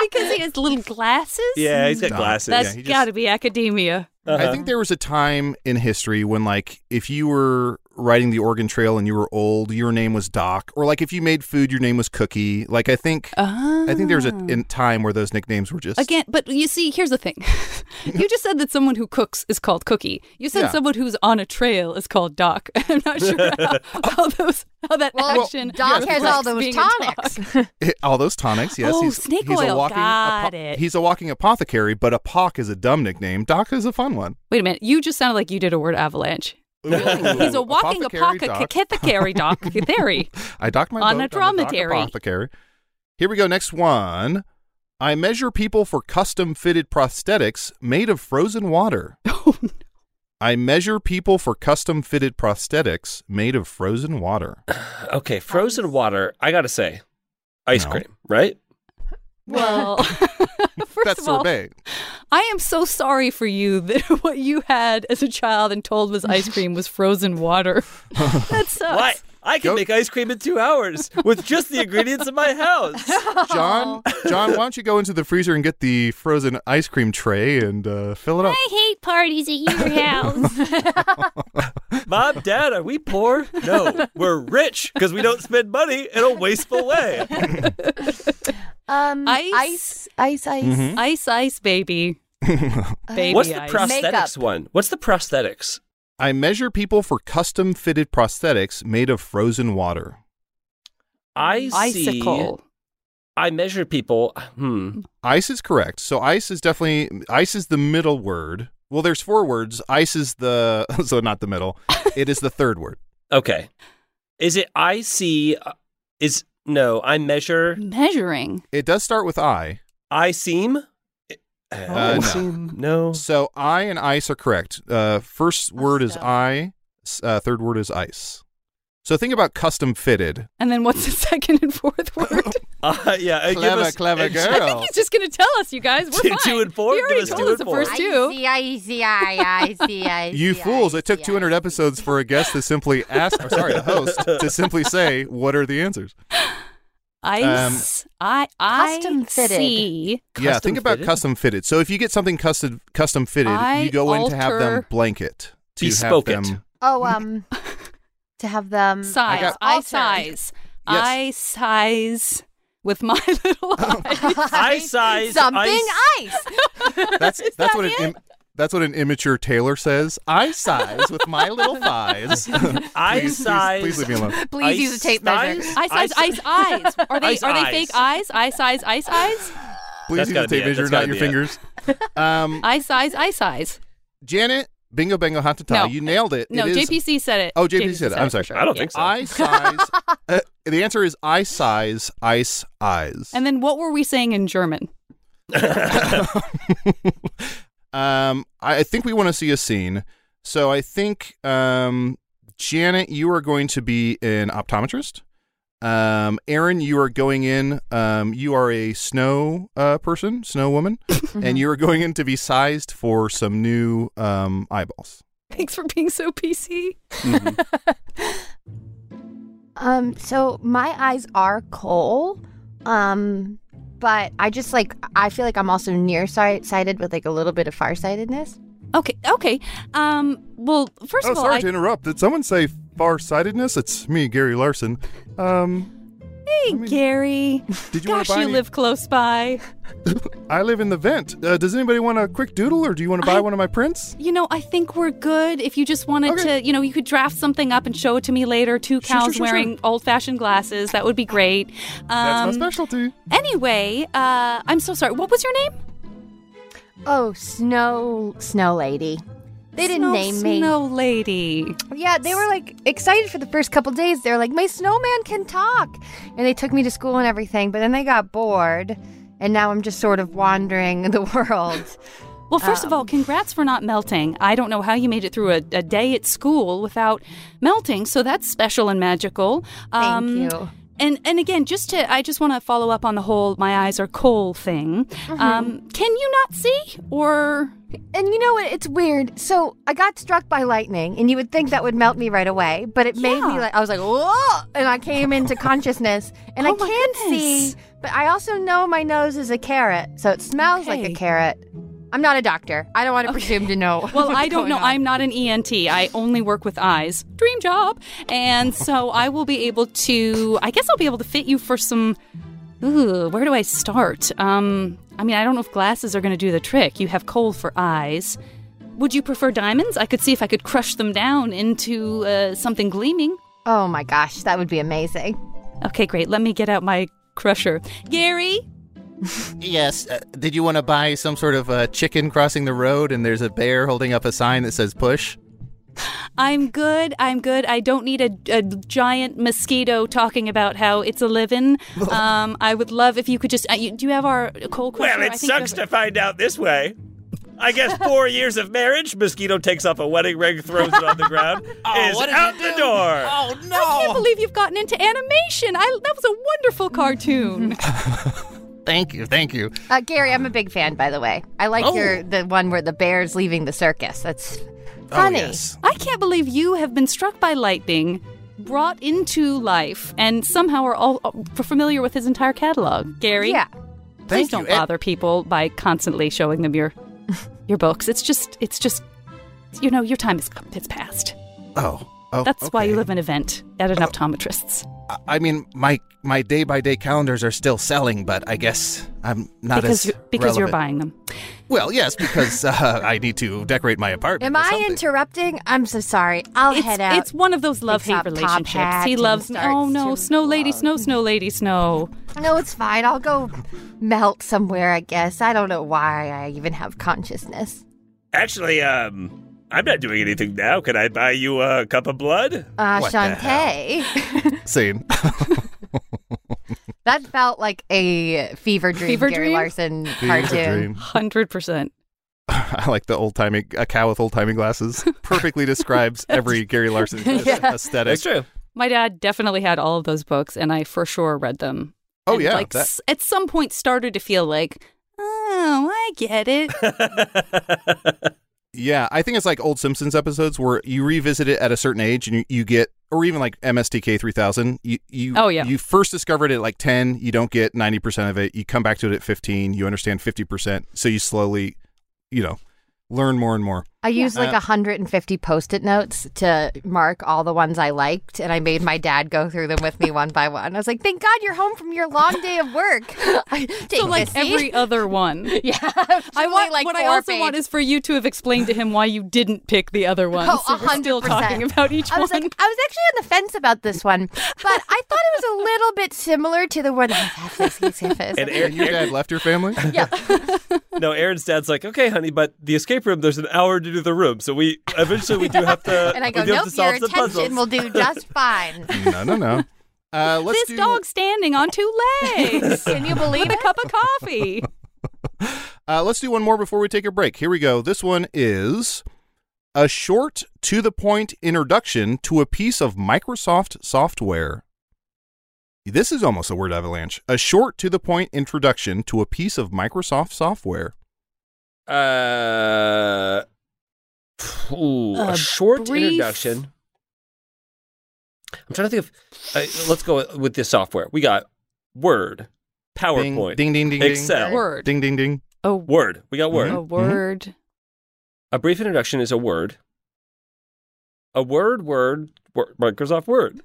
Speaker 9: Because he has little glasses.
Speaker 8: Yeah, uh-huh. he's got
Speaker 6: No.
Speaker 8: glasses.
Speaker 9: That's
Speaker 6: he just-
Speaker 9: got to be academia.
Speaker 6: I think there was a time in history when, like, if you were riding the Oregon Trail and you were old, your name was Doc, or like if you made food, your name was Cookie. Like, I think,
Speaker 9: Ah.
Speaker 6: I think there was a in time where those nicknames were just
Speaker 9: Oh. Again, but you see, here's the thing. <laughs> you just said that someone who cooks is called Cookie. You said
Speaker 6: Yeah.
Speaker 9: someone who's on a trail is called Doc. <laughs> I'm not sure
Speaker 6: <laughs>
Speaker 9: how, how those how that
Speaker 5: Well,
Speaker 9: action.
Speaker 5: Doc has all
Speaker 9: reflects
Speaker 5: those
Speaker 9: being a doc.
Speaker 5: tonics.
Speaker 6: <laughs> all those tonics. Yes,
Speaker 9: Oh,
Speaker 6: he's,
Speaker 9: snake
Speaker 6: he's a
Speaker 9: oil.
Speaker 6: walking,
Speaker 9: Got
Speaker 6: apo-
Speaker 9: it.
Speaker 6: he's a walking apothecary, but apoc is a dumb nickname. Doc is a fun one.
Speaker 9: Wait a minute. You just sounded like you did a word avalanche. He's a walking
Speaker 6: Apothecary
Speaker 9: apoca-
Speaker 6: doc. <laughs>
Speaker 9: cathecary doc. Theory.
Speaker 6: I docked my
Speaker 9: On
Speaker 6: boat
Speaker 9: a
Speaker 6: the dock
Speaker 9: dromedary.
Speaker 6: apothecary. Here we go. Next one. I measure people for custom fitted prosthetics made of frozen water.
Speaker 9: <laughs> Oh,
Speaker 6: I measure people for custom fitted prosthetics made of frozen water.
Speaker 8: <sighs> okay, frozen water. I gotta say, ice
Speaker 6: No.
Speaker 8: cream, right?
Speaker 9: Well, <laughs> first
Speaker 6: That's
Speaker 9: of all,
Speaker 6: sorbet.
Speaker 9: I am so sorry for you that <laughs> what you had as a child and told
Speaker 6: <laughs>
Speaker 9: was ice cream was frozen water. that sucks.
Speaker 8: Why? I can
Speaker 6: Go-
Speaker 8: make ice cream in two hours with just the ingredients in my
Speaker 9: <laughs>
Speaker 8: house.
Speaker 6: John, John, why don't you go into the freezer and get the frozen ice cream tray and uh, fill it up?
Speaker 9: hate parties at
Speaker 8: <laughs>
Speaker 9: your house.
Speaker 8: Mom, <laughs> Dad, are we poor? No, we're rich because we don't spend money in a wasteful way.
Speaker 5: Um,
Speaker 9: Ice.
Speaker 5: ice, ice, ice.
Speaker 6: Mm-hmm.
Speaker 9: ice,
Speaker 6: <laughs>
Speaker 9: ice, baby. baby
Speaker 8: What's the
Speaker 9: ice.
Speaker 8: prosthetics
Speaker 5: Makeup.
Speaker 8: one? What's the prosthetics?
Speaker 6: I measure people for custom fitted prosthetics made of frozen water.
Speaker 8: I see.
Speaker 9: Icicle.
Speaker 8: I measure people. Hmm.
Speaker 6: Ice is correct. So ice is definitely ice is the middle word. Well, there's four words. Ice is the <laughs> so not the middle. It is the third word.
Speaker 8: Okay. Is it I see? uh, Is no? I measure.
Speaker 9: Measuring.
Speaker 6: It does start with I.
Speaker 8: I Oh. seem.
Speaker 9: Oh.
Speaker 6: Uh, no.
Speaker 8: no.
Speaker 6: So I and ice are correct. Uh, first word is I. s- Uh, third word is ice. So think about custom fitted.
Speaker 9: And then
Speaker 5: <laughs>
Speaker 9: what's the second and fourth word?
Speaker 8: Uh, <laughs> yeah. uh, give
Speaker 6: Clever,
Speaker 8: us-
Speaker 6: clever
Speaker 8: <laughs> uh,
Speaker 6: girl.
Speaker 9: I think he's just going to tell us, you guys. We're
Speaker 8: Too-
Speaker 9: fine.
Speaker 8: too informed
Speaker 9: He already
Speaker 8: us,
Speaker 9: told
Speaker 8: too
Speaker 9: us the first two.
Speaker 4: Icy, icy, I, icy, icy,
Speaker 6: You fools! It took
Speaker 4: icy,
Speaker 6: 200 episodes
Speaker 8: <laughs>
Speaker 6: for a guest to simply ask, or sorry, the host to simply say, "What are the answers?"
Speaker 9: Ice. I I
Speaker 5: Custom fitted.
Speaker 9: see.
Speaker 6: Um, yeah, think about
Speaker 9: Custom-fitted?
Speaker 6: custom fitted. So if you get something custom custom fitted,
Speaker 9: I
Speaker 6: you go in to have them
Speaker 9: alter-
Speaker 6: blanket to
Speaker 8: Bespoke
Speaker 6: have
Speaker 8: it.
Speaker 6: them.
Speaker 5: Oh, um, to have them
Speaker 9: size. I,
Speaker 5: altered.
Speaker 9: size.
Speaker 6: Yes.
Speaker 9: I size with my <laughs>
Speaker 6: <laughs>
Speaker 9: little eyes.
Speaker 8: I size
Speaker 5: something
Speaker 8: I,
Speaker 5: ice.
Speaker 6: That's that's what an Im- that's what an immature tailor says. I size with my little
Speaker 8: <laughs>
Speaker 6: thighs. please,
Speaker 8: I
Speaker 6: please-
Speaker 8: size.
Speaker 6: Please, leave me alone.
Speaker 5: Please
Speaker 8: I
Speaker 5: use a tape measure.
Speaker 8: size-
Speaker 9: I size ice eyes. Are they
Speaker 8: Ice
Speaker 9: are they
Speaker 8: eyes.
Speaker 9: fake eyes? I size ice eyes.
Speaker 6: Please
Speaker 8: That's
Speaker 6: use a
Speaker 8: gotta be
Speaker 6: tape
Speaker 8: it.
Speaker 6: measure,
Speaker 8: That's
Speaker 6: not
Speaker 8: gotta
Speaker 6: your
Speaker 8: be it.
Speaker 6: fingers.
Speaker 8: <laughs>
Speaker 6: Um,
Speaker 9: I size ice eyes.
Speaker 6: Janet, bingo, bango, hot
Speaker 9: No.
Speaker 6: You nailed it.
Speaker 9: No,
Speaker 6: It is-
Speaker 9: JPC said it.
Speaker 6: Oh, JPC said it. I'm
Speaker 9: for
Speaker 6: sorry.
Speaker 9: sure.
Speaker 8: I don't
Speaker 9: Yeah.
Speaker 8: think so.
Speaker 6: I size. uh, the answer is I size ice eyes.
Speaker 9: And then what were we saying in German?
Speaker 6: um, I, I think we want to see a scene. So I think um, Janet, you are going to be an optometrist. Um, Aaron, you are going in. Um, you are a snow uh, person, snow
Speaker 9: <laughs>
Speaker 6: woman,
Speaker 9: Mm-hmm.
Speaker 6: and you are going in to be sized for some new um, eyeballs.
Speaker 9: Thanks for being so PC.
Speaker 6: Mm-hmm.
Speaker 5: Um, so my eyes are coal. Um, but I just like I feel like I'm also nearsighted with like a little bit of farsightedness.
Speaker 9: Okay, okay. Um, well, first
Speaker 6: oh,
Speaker 9: of all,
Speaker 6: sorry
Speaker 9: I-
Speaker 6: to interrupt. Did someone say farsightedness? It's me, Gary Larson. Um,
Speaker 9: hey, Gary.
Speaker 6: did you want
Speaker 9: Gosh,
Speaker 6: to buy
Speaker 9: you
Speaker 6: any-
Speaker 9: live close by.
Speaker 6: I live in the vent. Uh, does anybody want a quick doodle, or do you want to buy
Speaker 9: I-
Speaker 6: one of my prints?
Speaker 9: You know, I think we're good. If you just wanted
Speaker 6: Okay.
Speaker 9: to, you know, you could draft something up and show it to me later. Two
Speaker 6: Sure,
Speaker 9: cows
Speaker 6: sure, sure,
Speaker 9: wearing old fashioned glasses. That would be great. Um,
Speaker 6: That's my specialty.
Speaker 9: Anyway, uh, I'm so sorry. What was your name?
Speaker 5: Oh, snow, snow lady. They didn't
Speaker 9: Snow-
Speaker 5: name me.
Speaker 9: Snow Lady.
Speaker 5: Yeah, they were like excited for the first couple days. They're like, my snowman can talk, and they took me to school and everything. But then they got bored, and now I'm just sort of wandering <laughs> the world.
Speaker 9: Well, first of all,
Speaker 5: Um,
Speaker 9: congrats for not melting. I don't know how you made it through a, a day at school without melting, so that's special and magical. Um,
Speaker 5: Thank you.
Speaker 9: And and again, just to I just want to follow up on the whole my eyes are coal thing.
Speaker 5: Mm-hmm.
Speaker 9: Um, can you not see or
Speaker 5: And you know what? It's weird. So I got struck by lightning, and you would think that would melt me right away, but it made me
Speaker 9: Yeah.
Speaker 5: like I was like, whoa, and I came
Speaker 9: <laughs>
Speaker 5: into consciousness, and I
Speaker 9: Oh my
Speaker 5: can
Speaker 9: goodness.
Speaker 5: see, but I also know my nose is a carrot, so it smells like
Speaker 9: Okay.
Speaker 5: a carrot. I'm not a doctor. I don't want to presume to know. <laughs>
Speaker 9: Well,
Speaker 5: what's
Speaker 9: I don't
Speaker 5: going
Speaker 9: know.
Speaker 5: on.
Speaker 9: I'm not an ENT. I only work with eyes. Dream job. And so I will be able to, I guess I'll be able to fit you for some. Ooh, where do I start? Um, I mean, I don't know if glasses are going to do the trick. You have coal for eyes. Would you prefer diamonds? I could see if I could crush them down into uh, something gleaming.
Speaker 5: Oh my gosh, that would be amazing.
Speaker 9: Okay, great. Let me get out my crusher. Gary?
Speaker 6: Yes. Uh, did you want to buy some sort of uh, chicken crossing the road and there's a bear holding up a sign that says push?
Speaker 9: I'm good. I'm good. I don't need a, a giant mosquito talking about how it's a living. Um, I would love if you could just. Uh, you, do you have our coal crusher?
Speaker 7: Well,
Speaker 9: I
Speaker 7: it
Speaker 9: think you
Speaker 7: sucks to
Speaker 9: have-
Speaker 7: find out this way. I guess
Speaker 9: <laughs>
Speaker 7: four years of marriage, mosquito takes off a wedding ring, throws it on the
Speaker 8: <laughs>
Speaker 9: <laughs>
Speaker 7: ground,
Speaker 9: Oh,
Speaker 8: Oh,
Speaker 7: is out the door.
Speaker 9: I can't believe you've gotten into animation. I, that was a wonderful cartoon.
Speaker 2: Thank you, thank you.
Speaker 5: <laughs> Uh, Gary, I'm a big fan, by the way. I like
Speaker 9: Oh.
Speaker 5: your the one where the bear's leaving the circus. That's
Speaker 6: Oh,
Speaker 5: funny.
Speaker 9: I can't believe you have been struck by lightning, brought into life, and somehow are all uh, familiar with his entire catalog. Gary,
Speaker 5: Yeah.
Speaker 9: please don't bother people by constantly showing them your your books. It's just, it's just, you know, your time is it's past.
Speaker 6: Oh. Oh,
Speaker 9: That's why you
Speaker 6: okay. Oh.
Speaker 9: live in a vent at an optometrist's.
Speaker 6: I- I mean, my my day by day calendars are still selling, but I guess I'm not
Speaker 9: because
Speaker 6: as
Speaker 9: you're, because you're
Speaker 6: relevant.
Speaker 9: buying them.
Speaker 6: Well, yes,
Speaker 9: <laughs>
Speaker 6: because uh, I need to decorate my apartment.
Speaker 5: Am
Speaker 6: or
Speaker 5: I
Speaker 6: something.
Speaker 5: interrupting? I'm so sorry. I'll
Speaker 9: It's,
Speaker 5: head out.
Speaker 9: it's one of those love hate
Speaker 5: Takes off top
Speaker 9: relationships.
Speaker 5: hat
Speaker 9: He
Speaker 5: and
Speaker 9: loves.
Speaker 5: starts
Speaker 9: Oh no,
Speaker 5: to
Speaker 9: snow lady,
Speaker 5: love.
Speaker 9: snow, snow lady, snow.
Speaker 5: no, it's fine. I'll go melt somewhere. I guess I don't know why I even have consciousness.
Speaker 7: Actually, um, I'm not doing anything now. Can I buy you a cup of blood?
Speaker 5: Uh,
Speaker 6: What the
Speaker 5: Shantae,
Speaker 9: <laughs>
Speaker 6: Scene.
Speaker 5: <laughs> that felt like a fever dream.
Speaker 9: Fever
Speaker 5: Gary
Speaker 9: dream?
Speaker 5: Larson
Speaker 6: Fever
Speaker 5: cartoon.
Speaker 6: dream.
Speaker 9: Hundred percent.
Speaker 6: <laughs> I like the old timey a cow with old timey
Speaker 9: <laughs>
Speaker 6: glasses. Perfectly describes every Gary Larson aesthetic.
Speaker 8: That's true.
Speaker 9: My dad definitely had all of those books, and I for sure read them.
Speaker 6: Oh,
Speaker 9: And,
Speaker 6: yeah,
Speaker 9: like
Speaker 6: that-
Speaker 9: s- at some point started to feel like, oh, I get it.
Speaker 6: Yeah, I think it's like old Simpsons episodes where you revisit it at a certain age and you, you get, or even like MSTK 3000. You, you,
Speaker 9: Oh, yeah.
Speaker 6: You first discover it at like 10, you don't get 90% of it. You come back to it at 15, you understand 50%. So you slowly, you know, learn more and more.
Speaker 5: I used like
Speaker 6: Uh,
Speaker 5: 150 post it notes to mark all the ones I liked, and I made my dad go through them with me one by one. I was like, thank God you're home from your long day of work. I take
Speaker 9: So like
Speaker 5: this seat.
Speaker 9: every
Speaker 5: <laughs>
Speaker 9: other one. <laughs>
Speaker 5: Yeah.
Speaker 9: I want
Speaker 5: like
Speaker 9: what I
Speaker 5: four
Speaker 9: also want
Speaker 5: pages.
Speaker 9: is for you to have explained to him why you didn't pick the other ones.
Speaker 5: Oh,
Speaker 9: so we're still
Speaker 5: 100%.
Speaker 9: talking about each
Speaker 5: I was
Speaker 9: one.
Speaker 5: like, I was actually on the fence about this one, but I thought it was a little bit similar to the one.
Speaker 8: And Aaron,
Speaker 6: your dad left your
Speaker 9: <laughs>
Speaker 6: family?
Speaker 8: no, Aaron's dad's like, okay, honey, but the escape room, there's an hour to do the room. So we eventually we do have
Speaker 9: <laughs>
Speaker 8: to.
Speaker 5: And I
Speaker 8: we
Speaker 5: go,
Speaker 8: do have
Speaker 5: nope,
Speaker 8: to solve
Speaker 5: your
Speaker 8: some puzzles.
Speaker 5: <laughs> attention will do just fine.
Speaker 6: No, no, <laughs> no. Uh, let's
Speaker 9: this
Speaker 6: do,
Speaker 9: dog standing on two
Speaker 8: <laughs>
Speaker 9: legs.
Speaker 5: Can you believe
Speaker 9: With a cup of coffee.
Speaker 6: Uh, let's do one more before we take a break. Here we go. This one is a short, to the point introduction to a piece of Microsoft software. This is almost a word avalanche. A short, to the point introduction to a piece of Microsoft software.
Speaker 8: Uh, ooh, a,
Speaker 9: A
Speaker 8: short
Speaker 9: brief-
Speaker 8: introduction. I'm trying to think of. Uh, let's go with this software. We got Word, PowerPoint,
Speaker 6: ding, ding, ding, ding.
Speaker 8: Excel,
Speaker 9: Word.
Speaker 6: Ding, ding, ding. Mm-hmm.
Speaker 9: A
Speaker 8: Word. We got Word.
Speaker 9: A word.
Speaker 8: A brief introduction is a word. A word, word, word
Speaker 6: <laughs>
Speaker 8: Microsoft Word.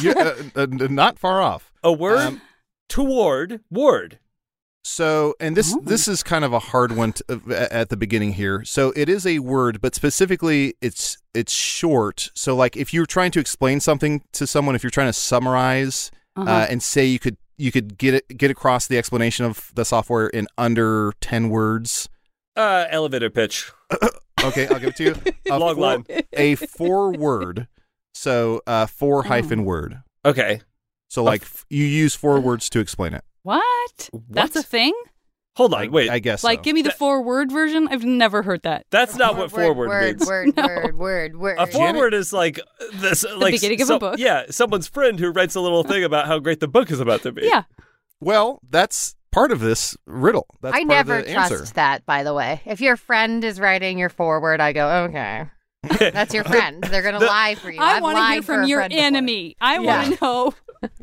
Speaker 6: you uh, uh, not far off.
Speaker 8: A word
Speaker 6: Um,
Speaker 8: toward word.
Speaker 6: So, and this
Speaker 9: Oh.
Speaker 6: this is kind of a hard one to, uh, at the beginning here. So, it is a word, but specifically, it's it's short. So, like if you're trying to explain something to someone, if you're trying to summarize uh
Speaker 9: Uh-huh.
Speaker 6: and say you could you could get it, get across the explanation of the software in under ten words.
Speaker 8: Uh, elevator pitch.
Speaker 6: <coughs> Okay, I'll give
Speaker 8: <laughs>
Speaker 6: it to you. A
Speaker 8: Log
Speaker 6: four-
Speaker 8: line.
Speaker 6: <laughs> a four word. So, uh, four
Speaker 9: Oh.
Speaker 6: hyphen word.
Speaker 8: Okay.
Speaker 6: So, like f- you use four words to explain it.
Speaker 9: What? That's a
Speaker 8: What?
Speaker 9: thing?
Speaker 8: Hold on. Wait.
Speaker 6: I guess
Speaker 9: Like,
Speaker 6: so.
Speaker 9: give me the
Speaker 8: That-
Speaker 9: four word version. I've never heard that.
Speaker 8: That's not what forward
Speaker 5: word,
Speaker 8: means.
Speaker 9: <laughs>
Speaker 5: word, word, word, word.
Speaker 8: A forward is like this, like
Speaker 9: beginning of a
Speaker 8: some-
Speaker 9: book.
Speaker 8: Yeah, someone's friend who writes a little thing about how great the book is about to be.
Speaker 9: Yeah.
Speaker 6: Well, that's part of this riddle. That's
Speaker 5: I
Speaker 6: part
Speaker 5: never
Speaker 6: of the
Speaker 5: trust
Speaker 6: answer.
Speaker 5: that, by the way. If your friend is writing your forward, I go,
Speaker 6: <laughs>
Speaker 5: okay. That's your friend. They're going to lie for you.
Speaker 9: I
Speaker 5: I've
Speaker 9: want to hear
Speaker 5: lied for
Speaker 9: from
Speaker 5: a
Speaker 9: your
Speaker 5: friend before.
Speaker 9: enemy. I
Speaker 5: Yeah.
Speaker 9: want to know.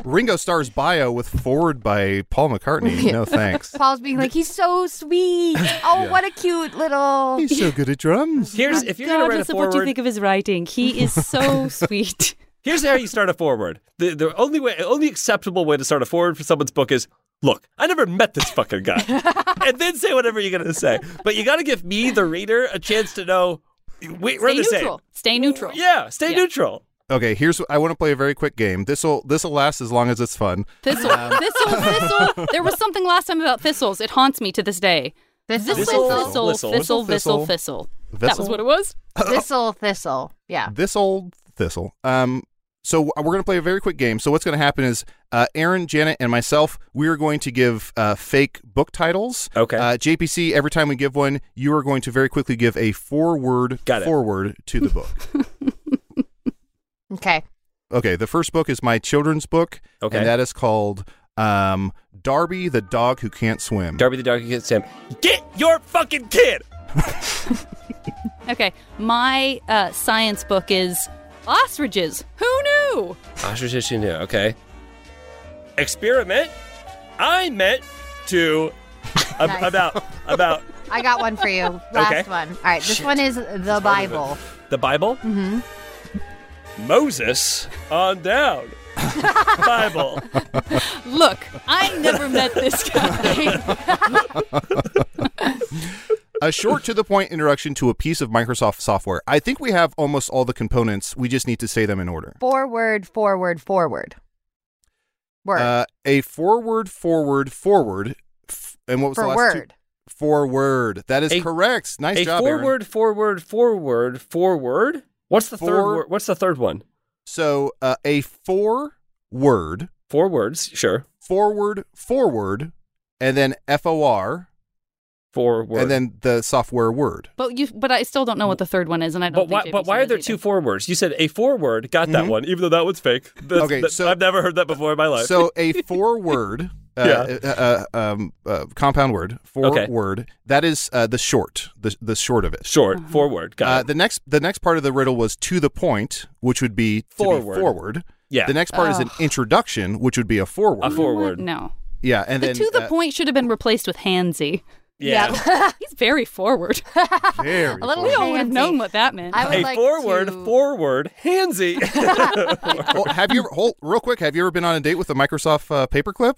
Speaker 6: Ringo Starr's bio with forward by Paul McCartney.
Speaker 5: <laughs>
Speaker 6: No thanks.
Speaker 5: Paul's being like, he's so
Speaker 6: <laughs>
Speaker 5: sweet. Oh, what a cute little.
Speaker 6: He's so good at drums.
Speaker 8: Here's
Speaker 9: Oh
Speaker 8: if you're gonna write a
Speaker 9: Regardless of what you
Speaker 8: forward.
Speaker 9: think of his writing, he is
Speaker 8: <laughs>
Speaker 9: so Oh, sweet.
Speaker 8: Here's how you start a forward. The the only way, only acceptable way to start a forward for someone's book is. Look, I never met this fucking
Speaker 9: <laughs>
Speaker 8: guy. and then say whatever you're going to say. But you got to give me, the reader, a chance to know we, we're
Speaker 9: Stay
Speaker 8: the
Speaker 9: neutral. Stay neutral.
Speaker 8: same. Yeah, stay
Speaker 9: Yeah.
Speaker 8: neutral.
Speaker 6: Okay, here's I want to play a very quick game. This'll this'll last as long as it's fun.
Speaker 9: Thistle,
Speaker 8: Um, <laughs>
Speaker 9: thistle, thistle. There was something last time about thistles. It haunts me to this day.
Speaker 5: Thistle,
Speaker 9: Thistle,
Speaker 5: thistle,
Speaker 9: thistle,
Speaker 8: Whistle.
Speaker 9: thistle,
Speaker 6: Whistle,
Speaker 9: thistle, thistle. That
Speaker 6: Thistle?
Speaker 9: was what it was.
Speaker 5: <laughs> thistle, thistle. Yeah.
Speaker 6: This old thistle. Um so we're going to play a very quick game. So what's going to happen is uh, Aaron, Janet, and myself, we are going to give uh, fake book titles.
Speaker 8: Okay.
Speaker 6: Uh, JPC, every time we give one, you are going to very quickly give a four-word
Speaker 8: Got it.
Speaker 6: forward to the
Speaker 8: <laughs>
Speaker 6: book.
Speaker 5: Okay.
Speaker 6: Okay, the first book is my children's book,
Speaker 8: Okay.
Speaker 6: and that is called um, Darby the Dog Who Can't Swim.
Speaker 8: Darby the dog gets Sam. Get your fucking kid.
Speaker 9: Okay, my uh, science book is ostriches. Who knew?
Speaker 8: Ostrich knew. Okay. Experiment. I meant to. I'm,
Speaker 5: Nice.
Speaker 8: I'm out. I'm out.
Speaker 5: I got one for you. Last
Speaker 8: Okay.
Speaker 5: one. All right. This one is the <laughs> Bible. Mm-hmm.
Speaker 8: The Bible. Mm-hmm. Moses on
Speaker 5: <laughs>
Speaker 8: down. Bible.
Speaker 9: Look, I never met this <laughs> guy.
Speaker 6: A short to the point introduction to a piece of Microsoft software. I think we have almost all the components. We just need to say them in order.
Speaker 5: Forward, forward, forward. Word.
Speaker 6: Uh, a forward, forward, forward, f- and what was the
Speaker 5: for
Speaker 6: last
Speaker 5: word.
Speaker 6: Two? Forward. That is
Speaker 8: A-
Speaker 6: correct. Nice
Speaker 8: a
Speaker 6: job, Aaron.
Speaker 8: forward, forward, forward, forward. What's the third?
Speaker 6: Four-
Speaker 8: Word? What's the third one?
Speaker 6: So uh, a four word,
Speaker 8: Four words. Sure.
Speaker 6: forward, forward, and then F O R,
Speaker 8: Four words.
Speaker 6: and then the software word.
Speaker 9: but you, but I still don't know what the third one is, and I
Speaker 8: But
Speaker 9: don't.
Speaker 8: why,
Speaker 9: think
Speaker 8: but
Speaker 9: JPC
Speaker 8: why are
Speaker 9: knows
Speaker 8: there
Speaker 9: either.
Speaker 8: two forwards? You said a forward got that one, even though that one's fake. That's,
Speaker 6: Mm-hmm. Okay,
Speaker 8: that-
Speaker 6: so-
Speaker 8: I've never heard that before in my life.
Speaker 6: So a four word uh, uh, uh, um, uh, compound word for
Speaker 8: Okay.
Speaker 6: word. That is uh, the short, the the short of it.
Speaker 8: Short,
Speaker 9: Uh-huh.
Speaker 8: forward. Got
Speaker 6: Uh,
Speaker 8: it.
Speaker 6: the next, the next part of the riddle was to the point, which would be to be
Speaker 8: Forward.
Speaker 6: forward.
Speaker 8: Yeah.
Speaker 6: The next part is an introduction, which would be a forward.
Speaker 8: A forward.
Speaker 9: No.
Speaker 6: Yeah, and
Speaker 9: the
Speaker 6: then
Speaker 9: to the
Speaker 6: uh,
Speaker 9: point should have been replaced with handsy.
Speaker 6: Yeah.
Speaker 9: <laughs> He's very forward.
Speaker 6: Very
Speaker 9: A little we all would have known what that meant.
Speaker 8: I would Hey, like forward, forward, handsy.
Speaker 6: Well, have you ever, hold, real quick? Have you ever been on a date with a Microsoft uh, paperclip?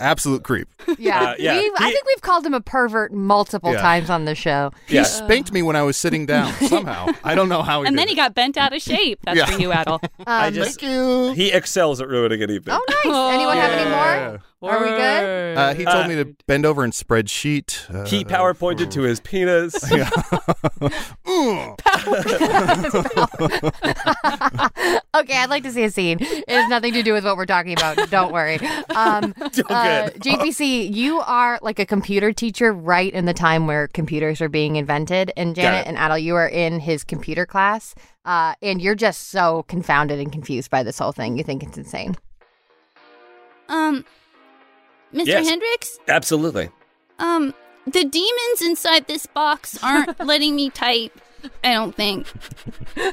Speaker 6: Absolute creep.
Speaker 5: Yeah.
Speaker 6: Uh, yeah.
Speaker 5: We've, I think we've called him a pervert multiple
Speaker 6: Yeah.
Speaker 5: times on the show. <laughs>
Speaker 6: He spanked me when I was sitting down. Somehow, I don't know how Oh, he
Speaker 9: and
Speaker 6: did.
Speaker 9: then he got bent out of shape. That's
Speaker 6: Yeah.
Speaker 9: for you,
Speaker 6: <laughs>
Speaker 9: Adel.
Speaker 11: Um,
Speaker 8: I just, He excels at ruining an evening.
Speaker 5: Oh, nice. Anyone have any
Speaker 6: Yeah.
Speaker 5: more? Are we good?
Speaker 6: Uh, he told me to bend over and spreadsheet. Uh,
Speaker 8: He power pointed to
Speaker 6: <laughs>
Speaker 8: his penis.
Speaker 5: okay, I'd like to see a scene. It has nothing to do with what we're talking about. Don't worry. Um, uh, JPC, you are like a computer teacher right in the time where computers are being invented. And
Speaker 10: Got
Speaker 5: Janet
Speaker 10: it.
Speaker 5: and Adel, you are in his computer class. Uh, and you're just so confounded and confused by this whole thing. You think it's insane.
Speaker 11: Um, Mr.
Speaker 8: Yes.
Speaker 11: Hendricks,
Speaker 8: <laughs> Absolutely.
Speaker 11: um, the demons inside this box
Speaker 8: <laughs>
Speaker 11: aren't letting me type. I don't think.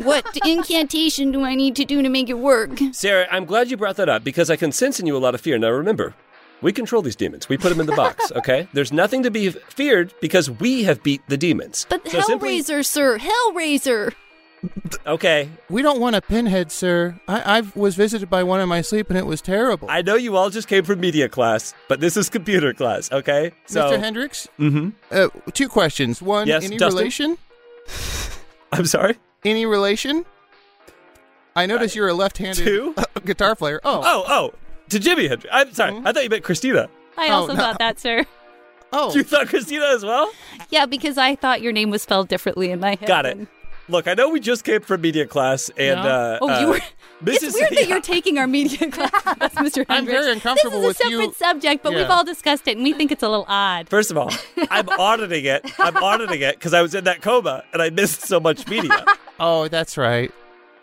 Speaker 11: What
Speaker 8: <laughs>
Speaker 11: incantation do I need to do to make it work?
Speaker 8: Sarah, I'm glad you brought that up because I can sense in you a lot of fear. Now remember, we control these demons. We put them in the
Speaker 9: <laughs>
Speaker 8: box, okay? There's nothing to be feared because we have beat the demons.
Speaker 11: But
Speaker 8: so
Speaker 11: Hellraiser,
Speaker 8: simply,
Speaker 11: sir, Hellraiser.
Speaker 8: <laughs> okay.
Speaker 6: We don't want a pinhead, sir. I, I was visited by one in my sleep and it was terrible.
Speaker 8: I know you all just came from media class, but this is computer class, okay? So
Speaker 6: Mr. Hendricks,
Speaker 8: Mm-hmm.
Speaker 6: uh, two questions. One,
Speaker 8: Yes,
Speaker 6: any
Speaker 8: Dustin?
Speaker 6: relation?
Speaker 8: I'm sorry? Uh,
Speaker 6: Any relation? I notice you're a left-handed
Speaker 8: two?
Speaker 6: <laughs> guitar player. Oh,
Speaker 8: Oh, oh. To Jimmy Hendrix. I'm sorry. I thought you meant Christina.
Speaker 9: <laughs> I
Speaker 6: Mm-hmm. Oh,
Speaker 9: also
Speaker 6: no.
Speaker 9: thought that, sir.
Speaker 6: Oh.
Speaker 8: You thought Christina as well?
Speaker 9: Yeah, because I thought your name was spelled differently in my head.
Speaker 8: Got it. Look, I know we just came from media class and
Speaker 9: No?
Speaker 8: uh
Speaker 9: Oh, you
Speaker 8: uh,
Speaker 9: were- <laughs>
Speaker 8: Mrs. <laughs>
Speaker 9: It's weird that you're taking our media
Speaker 11: <laughs>
Speaker 9: <laughs> class, That's Mr. Hendricks. I'm very
Speaker 6: uncomfortable
Speaker 9: This is
Speaker 6: with
Speaker 9: a separate
Speaker 6: you-
Speaker 9: subject, but
Speaker 8: Yeah.
Speaker 9: we've all discussed it, and we think it's a little odd.
Speaker 8: First of all,
Speaker 6: <laughs>
Speaker 8: I'm auditing it. I'm auditing it because I was in that coma and I missed so much media.
Speaker 6: <laughs> Oh, that's right.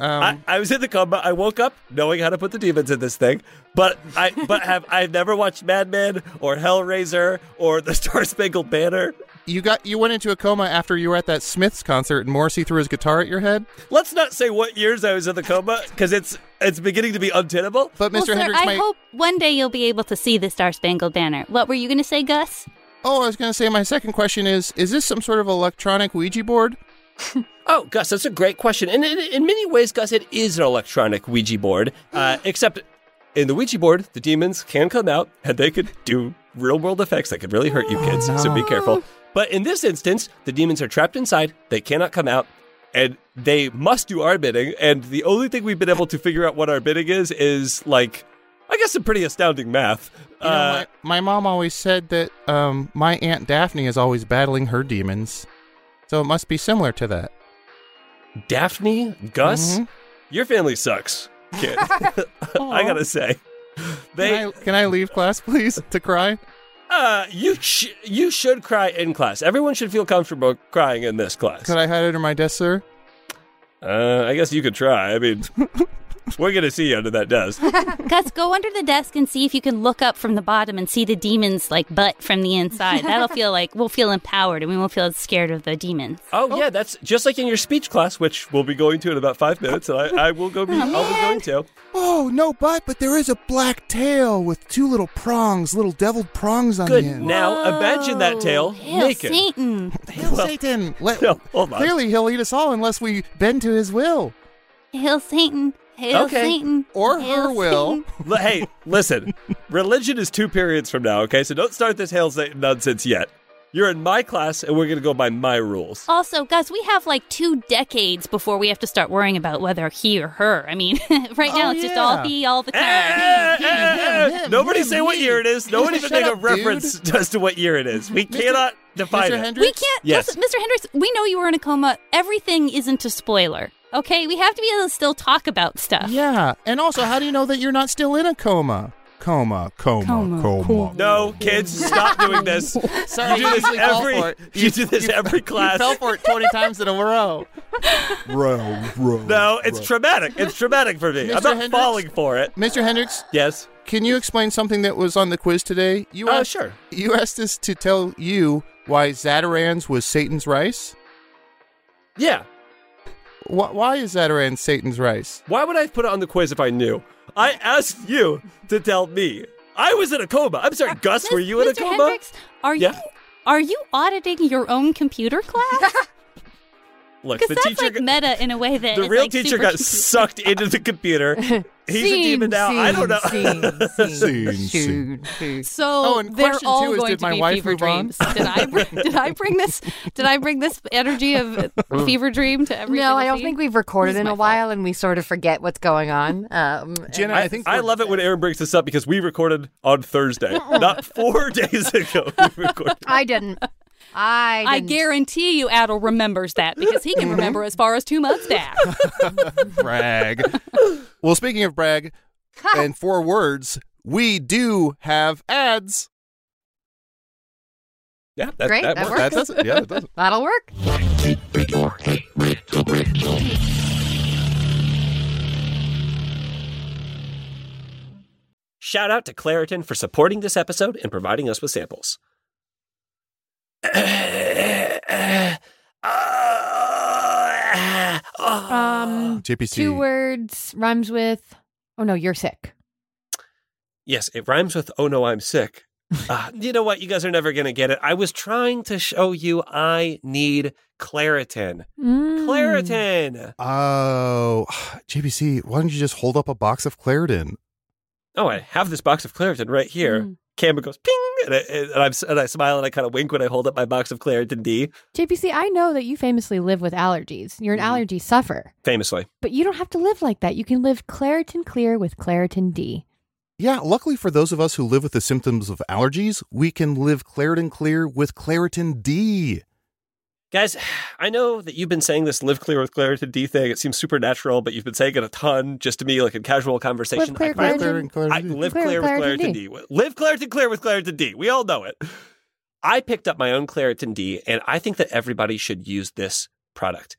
Speaker 6: Um,
Speaker 8: I, I was in the coma. I woke up knowing how to put the demons in this thing, but I but have I've never watched Mad Men or Hellraiser or The <laughs> Star Spangled Banner.
Speaker 6: You got you went into a coma after you were at that Smiths concert and Morrissey threw his guitar at your head.
Speaker 8: Let's not say what years I was in the coma because it's it's beginning to be untenable.
Speaker 6: But
Speaker 11: well, sir, I hope one day you'll be able to see the Star Spangled Banner. What were you going to say, Gus?
Speaker 6: Oh, I was going to say my second question is is this some sort of electronic Ouija board?
Speaker 8: Oh, Gus, that's a great question. And in, in many ways, Gus, it is an electronic Ouija board,
Speaker 6: Mm.
Speaker 8: uh, except in the Ouija board, the demons can come out and they could do real world effects that could really hurt you kids.
Speaker 6: Oh,
Speaker 8: So be careful. But in this instance, the demons are trapped inside, they cannot come out. And they must do our bidding. And the only thing we've been able to figure out what our bidding is is like, I guess, some pretty astounding math.
Speaker 6: You know,
Speaker 8: Uh,
Speaker 6: my, my mom always said that um, my aunt Daphne is always battling her demons. So it must be similar to that.
Speaker 8: Daphne, Gus,
Speaker 6: Mhm.
Speaker 8: your family sucks,
Speaker 6: <laughs>
Speaker 8: kid. <laughs> I gotta say. They,
Speaker 6: Can I, can I leave class please to cry?
Speaker 8: Uh, you sh- you should cry in class. Everyone should feel comfortable crying in this class.
Speaker 6: Could I hide under my desk, sir?
Speaker 8: Uh, I guess you could try.
Speaker 6: <laughs>
Speaker 8: I mean, we're gonna see you under that desk.
Speaker 11: Gus, go under the desk and see if you can look up from the bottom and see the demons like butt from the inside. That'll
Speaker 8: <laughs>
Speaker 11: feel like we'll feel empowered and we won't feel as scared of the demons.
Speaker 8: Oh, yeah, that's just like in your speech class, which we'll be going to in about five minutes, and I, I will go. Be, I'll be going to.
Speaker 6: Oh, no butt, but there is a black tail with two little prongs, little deviled prongs on
Speaker 8: Good.
Speaker 6: the end.
Speaker 8: Now imagine that tail naked.
Speaker 11: Oh, Satan.
Speaker 6: Hail Oh, Satan! Let,
Speaker 8: <laughs> No, hold on.
Speaker 6: Clearly, he'll eat us all unless we bend to his will.
Speaker 11: Hail Satan. Hail
Speaker 8: Okay.
Speaker 11: Satan. Or
Speaker 6: her
Speaker 8: <laughs>
Speaker 6: will.
Speaker 8: L- hey, listen. Religion is two periods from now. Okay, so don't start this hail Satan nonsense yet. You're in my class, and we're gonna go by my rules.
Speaker 11: Also, Gus, we have like two decades before we have to start worrying about whether he or her. I mean, <laughs> right now
Speaker 8: Oh,
Speaker 11: it's just
Speaker 8: yeah.
Speaker 11: all he all the
Speaker 8: Eh,
Speaker 11: time. <laughs>
Speaker 8: Nobody say what year it is. Nobody even
Speaker 11: Shut
Speaker 8: make a
Speaker 11: up,
Speaker 8: reference <laughs> as to what year it is. We cannot define it.
Speaker 11: We can't.
Speaker 8: Yes.
Speaker 11: listen, Mr. Hendricks, we know you were in a coma. Everything isn't a spoiler. Okay, we have to be able to still talk about stuff.
Speaker 6: Yeah, and also, how do you know that you're not still in a coma? Coma, coma, coma.
Speaker 8: No, kids, stop doing this.
Speaker 6: <laughs> Sorry,
Speaker 8: you do
Speaker 6: I
Speaker 8: this
Speaker 6: usually fall
Speaker 8: every.
Speaker 6: for it.
Speaker 8: You, do this every
Speaker 6: <laughs>
Speaker 8: class.
Speaker 6: You fell for it twenty times in a row.
Speaker 8: no, it's traumatic. It's traumatic for me.
Speaker 6: Mr.
Speaker 8: I'm not
Speaker 6: Hendricks?
Speaker 8: falling for it.
Speaker 6: Mr. Hendricks,
Speaker 8: Yes.
Speaker 6: Can you explain something that was on the quiz today? You
Speaker 8: Oh,
Speaker 6: asked,
Speaker 8: sure.
Speaker 6: You asked us to tell you why Zatarans was Satan's rice.
Speaker 8: Yeah.
Speaker 6: Why, why is Zatarans Satan's rice?
Speaker 8: Why would I put it on the quiz if I knew? I asked you to tell me. I was in a coma. I'm
Speaker 11: Uh,
Speaker 8: sorry, Gus, were you in a
Speaker 11: Mr.
Speaker 8: coma?
Speaker 11: Hendricks, are
Speaker 8: yeah.
Speaker 11: you are you auditing your own computer
Speaker 8: <laughs>
Speaker 11: class?
Speaker 8: Look,
Speaker 11: Because
Speaker 8: the
Speaker 11: that's
Speaker 8: teacher
Speaker 11: like meta in a way
Speaker 9: <laughs>
Speaker 11: that
Speaker 8: the
Speaker 11: is,
Speaker 8: real
Speaker 11: like,
Speaker 8: teacher
Speaker 11: super
Speaker 8: got
Speaker 11: confusing.
Speaker 8: sucked into the computer. He's a demon now. I don't know. <laughs>
Speaker 6: Scene,
Speaker 5: scene,
Speaker 6: scene.
Speaker 5: So
Speaker 9: So they're all going to be fever dreams. Did
Speaker 5: <laughs>
Speaker 9: I br- did I bring this did I bring this
Speaker 10: <laughs>
Speaker 9: energy of
Speaker 10: Mm.
Speaker 9: fever dream to every
Speaker 5: no,
Speaker 9: single
Speaker 5: I don't
Speaker 9: scene?
Speaker 5: think we've recorded in a while, and we sort of forget what's going on. Um, and-
Speaker 8: I, I love it when Aaron brings this up because we recorded on Thursday, not four <laughs> days ago. We recorded.
Speaker 5: I didn't. I didn't.
Speaker 9: I
Speaker 5: Mm-hmm.
Speaker 9: guarantee you Adel remembers that because he can remember as far as two
Speaker 5: <laughs>
Speaker 9: months back.
Speaker 6: <laughs> brag. well, speaking of brag, and four words, we do have ads.
Speaker 8: Yeah,
Speaker 5: Great, that, works.
Speaker 6: does it. Yeah, that does it.
Speaker 5: That'll work.
Speaker 8: Shout out to Claritin for supporting this episode and providing us with samples. <clears throat>
Speaker 7: Ah,
Speaker 10: <sighs>
Speaker 5: Um,
Speaker 6: JPC.
Speaker 5: Two words rhymes with. Oh no, you're sick.
Speaker 8: Yes, it rhymes with "Oh no, I'm sick." Ah, you know what? You guys are never gonna get it. I was trying to show you I need Claritin. Claritin.
Speaker 6: Oh, <sighs> JBC, why don't you just hold up a box of Claritin?
Speaker 8: Oh, I have this box of Claritin right here. Camera goes ping, and I, and, I'm, and I smile and I kind of wink when I hold up my box of Claritin D.
Speaker 5: JPC, I know that you famously live with allergies.
Speaker 10: Mm-hmm.
Speaker 5: You're an allergy sufferer,
Speaker 8: Famously,
Speaker 5: but you don't have to live like that. You can live Claritin Clear with Claritin D.
Speaker 6: Yeah, luckily for those of us who live with the symptoms of allergies, we can live Claritin clear with Claritin D.
Speaker 8: guys, <sighs> I know that you've been saying this "Live Clear with Claritin D" thing. It seems supernatural, but you've been saying it a ton, just to me, like in casual conversation.
Speaker 5: clear,
Speaker 8: I find-
Speaker 6: Claritin, Claritin,
Speaker 8: I live clear, with Claritin, D. Live Claritin clear with Claritin D. We all know it. I picked up my own Claritin D, and I think that everybody should use this product.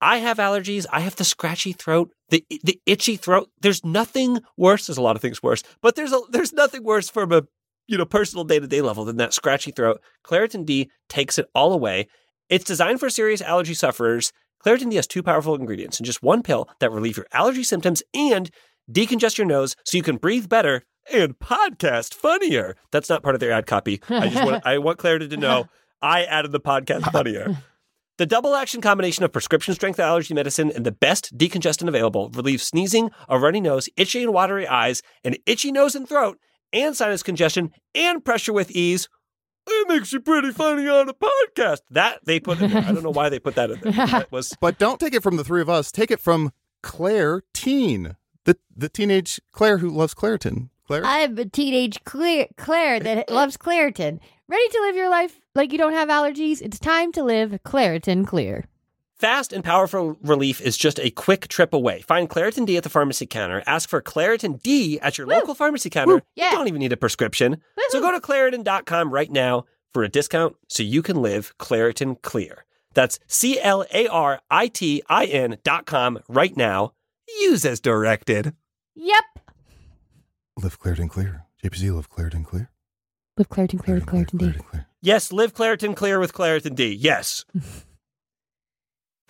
Speaker 8: I have allergies. I have the scratchy throat, the the itchy throat. There's nothing worse. There's a lot of things worse, but there's a there's nothing worse from a you know personal day to day level than that scratchy throat. Claritin D takes it all away. It's designed for serious allergy sufferers. Claritin D has two powerful ingredients in just one pill that relieve your allergy symptoms and decongest your nose so you can breathe better and podcast funnier. That's not part of their ad copy. I just want I want Claritin to know I added the podcast funnier. The double action combination of prescription strength allergy medicine and the best decongestant available relieves sneezing, a runny nose, itchy and watery eyes, an itchy nose and throat, and sinus congestion and pressure with ease. It makes you pretty funny on a podcast. That they put in there. I don't know why they put that in there. That was
Speaker 6: But don't take it from the three of us. Take it from Claire Teen, the, the teenage Claire who loves Claritin. Claire?
Speaker 5: I'm a teenage Claire, Claire <laughs> that loves Claritin. Ready to live your life like you don't have allergies? It's time to live Claritin Clear.
Speaker 8: Fast and powerful relief is just a quick trip away. Find Claritin D at the pharmacy counter. Ask for Claritin D at your local pharmacy counter.
Speaker 5: Yeah.
Speaker 8: You don't even need a prescription. So go to Claritin.com right now for a discount so you can live Claritin clear. That's C L A R I T I N.com right now. Use as directed.
Speaker 5: Yep.
Speaker 6: Live Claritin clear. JPC, live Claritin clear.
Speaker 5: Live Claritin Clear with Claritin D.
Speaker 8: Yes, live Claritin clear with Claritin D. Yes.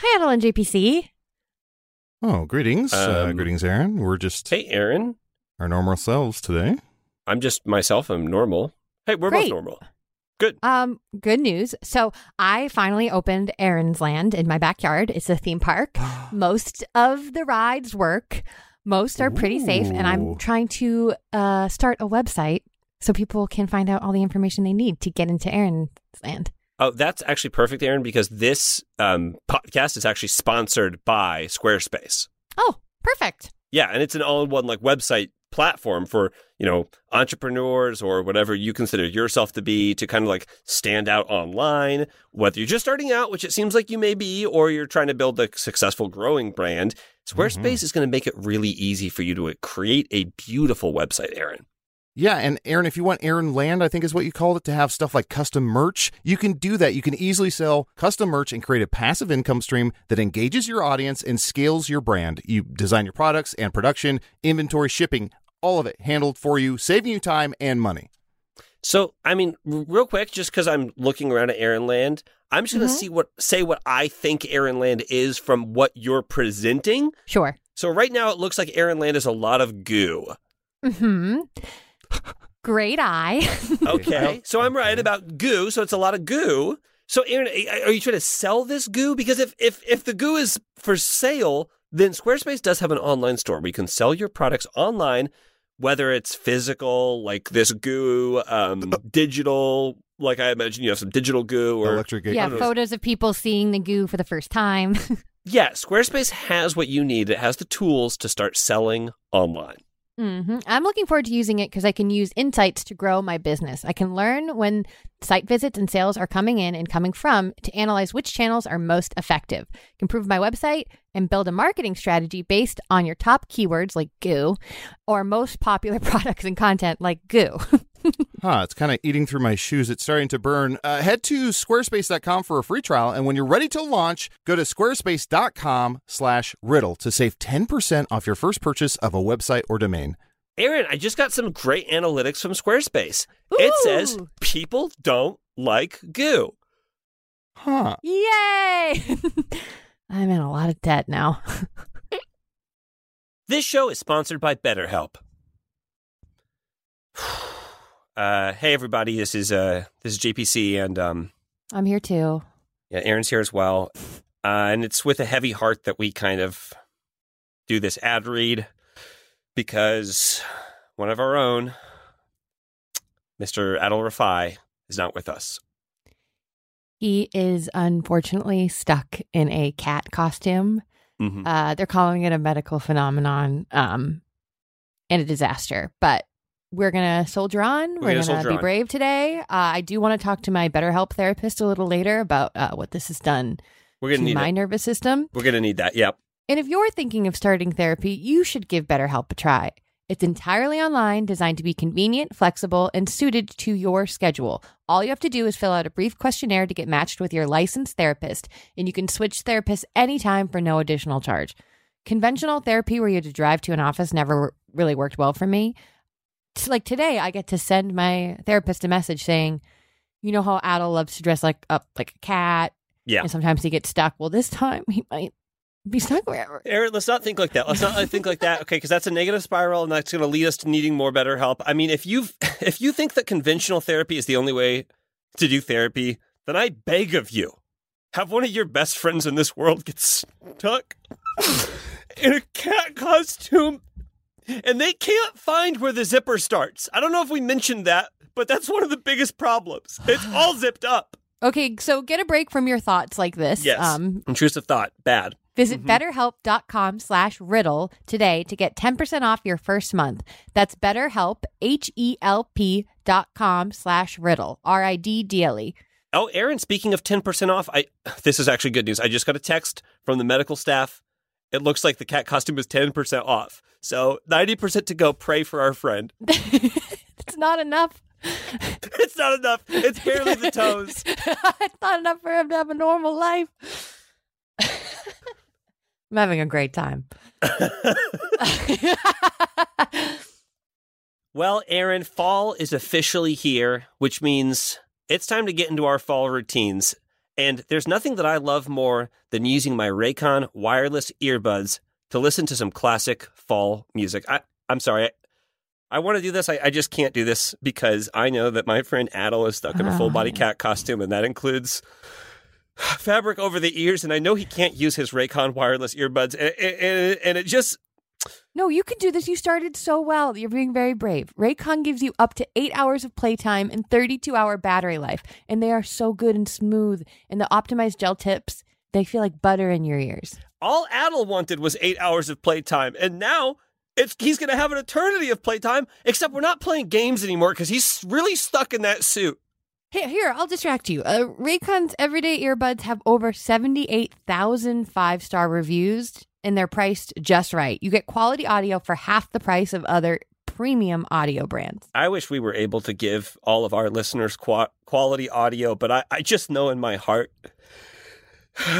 Speaker 5: Hi, Adel and JPC.
Speaker 6: Oh, greetings. uh,
Speaker 8: Um,
Speaker 6: greetings, Aaron. We're just
Speaker 8: Hey, Aaron.
Speaker 6: our normal selves today.
Speaker 8: I'm just myself. I'm normal. Hey, we're both
Speaker 5: Great.
Speaker 8: normal.
Speaker 5: Um, good news. So I finally opened Aaron's Land in my backyard. It's a theme park. Most of the rides work. Most are pretty safe, and I'm trying to uh, start a website so people can find out all the information they need to get into Aaron's Land.
Speaker 8: Oh, that's actually perfect, Aaron, because this um, podcast is actually sponsored by Squarespace.
Speaker 5: Oh, perfect.
Speaker 8: Yeah, and it's an all-in-one like website platform for you know entrepreneurs or whatever you consider yourself to be to kind of like stand out online whether you're just starting out which it seems like you may be or you're trying to build a successful growing brand squarespace is going to make it really easy for you to uh, create a beautiful website aaron
Speaker 6: Yeah, and Aaron, if you want Aaron Land, I think is what you called it, to have stuff like custom merch, you can do that. You can easily sell custom merch and create a passive income stream that engages your audience and scales your brand. You design your products and production, inventory, shipping, all of it handled for you, saving you time and money.
Speaker 8: So, I mean, r- real quick, just because I'm looking around at Aaron Land, I'm just going to see what say what I think Aaron Land is from what you're presenting.
Speaker 5: Sure.
Speaker 8: So right now it looks like Aaron Land is a lot of goo.
Speaker 5: Hmm. Great eye.
Speaker 8: Okay, so I'm right about goo. So it's a lot of goo. So Aaron, a- are you trying to sell this goo? Because if if if the goo is for sale, then Squarespace does have an online store where you can sell your products online, whether it's physical like this goo, um, digital. Like I imagine you have some digital goo or electric
Speaker 5: yeah, photos of people seeing the goo for the first time. <laughs>
Speaker 8: Yeah, Squarespace has what you need. It has the tools to start selling online.
Speaker 5: hmm I'm looking forward to using it because I can use insights to grow my business. I can learn when site visits and sales are coming in and coming from to analyze which channels are most effective, improve my website, and build a marketing strategy based on your top keywords like goo or most popular <laughs> products and content like goo. <laughs>
Speaker 6: Huh, it's kind of eating through my shoes. It's starting to burn. Uh, head to squarespace.com for a free trial, and when you're ready to launch, go to squarespace.com slash riddle to save 10% off your first purchase of a website or domain.
Speaker 8: Aaron, I just got some great analytics from Squarespace. It says people don't like goo.
Speaker 6: Huh.
Speaker 5: Yay! <laughs> I'm in a lot of debt now. <laughs>
Speaker 8: This show is sponsored by BetterHelp. <sighs> Uh, hey everybody, this is uh this is JPC and um
Speaker 5: I'm here too.
Speaker 8: yeah, Aaron's here as well. Uh, and it's with a heavy heart that we kind of do this ad read because one of our own, Mr. Adel Rafai, is not with us.
Speaker 5: He is unfortunately stuck in a cat costume.
Speaker 8: Mhm.
Speaker 5: Uh, they're calling it a medical phenomenon um, and a disaster, but we're going to soldier
Speaker 8: We're
Speaker 5: on. We're,
Speaker 8: gonna
Speaker 5: going to
Speaker 8: soldier
Speaker 5: be
Speaker 8: on.
Speaker 5: brave today. Uh, I do want to talk to my BetterHelp therapist a little later about uh, what this has done
Speaker 8: We're gonna
Speaker 5: to
Speaker 8: need
Speaker 5: my
Speaker 8: it.
Speaker 5: nervous system.
Speaker 8: We're going to need that. Yep.
Speaker 5: And if you're thinking of starting therapy, you should give BetterHelp a try. It's entirely online, designed to be convenient, flexible, and suited to your schedule. All you have to do is fill out a brief questionnaire to get matched with your licensed therapist, and you can switch therapists anytime for no additional charge. Conventional therapy where you had to drive to an office never really worked well for me. It's like today, I get to send my therapist a message saying, you know how Adel loves to dress like up like a cat?
Speaker 8: Yeah.
Speaker 5: And sometimes he gets stuck. Well, this time he might be stuck wherever.
Speaker 8: Aaron, let's not think like that. Let's not uh, think like that. Okay, because that's a negative spiral, and that's going to lead us to needing more better help. I mean, if you <laughs> if you think that conventional therapy is the only way to do therapy, then I beg of you, have one of your best friends in this world get stuck in a cat costume, and they can't find where the zipper starts. I don't know if we mentioned that, but that's one of the biggest problems. It's all zipped up.
Speaker 5: Okay, so get a break from your thoughts like this. Um,
Speaker 8: Yes, Mm-hmm. intrusive thought, bad.
Speaker 5: visit betterhelp.com slash riddle today to get 10% off your first month. That's betterhelp, H-E-L-P dot com slash riddle, R-I-D-D-L-E.
Speaker 8: Oh, Aaron, speaking of 10% off, I <sighs> this is actually good news. I just got a text from the medical staff. It looks like the cat costume is 10% off. So 90% to go. Pray for our friend.
Speaker 5: It's not enough.
Speaker 8: It's not enough. It's barely
Speaker 5: <laughs>
Speaker 8: the toes.
Speaker 5: it's not enough for him to have a normal life. <laughs> I'm having a
Speaker 8: <laughs>
Speaker 5: great time. <laughs>
Speaker 8: Well, Aaron, fall is officially here, which means it's time to get into our fall routines. And there's nothing that I love more than using my Raycon wireless earbuds to listen to some classic fall music. I, I'm sorry. I, I want to do this. I, I just can't do this because I know that my friend Adel is stuck in a full body cat costume, and that includes fabric over the ears. And I know he can't use his Raycon wireless earbuds. And, and, and it just,
Speaker 5: No, you can do this. You started so well. You're being very brave. Raycon gives you up to eight hours of playtime and 32 hour battery life. And they are so good and smooth. And the optimized gel tips, they feel like butter in your ears.
Speaker 8: all Adel wanted was eight hours of playtime, and now It's, he's going to have an eternity of playtime, except we're not playing games anymore because he's really stuck in that suit.
Speaker 5: Here, here, I'll distract you. Uh, Raycon's everyday earbuds have over 78,000 five star reviews, and they're priced just right. You get quality audio for half the price of other premium audio brands.
Speaker 8: I wish we were able to give all of our listeners qua- quality audio, but I, I just know in my heart <sighs>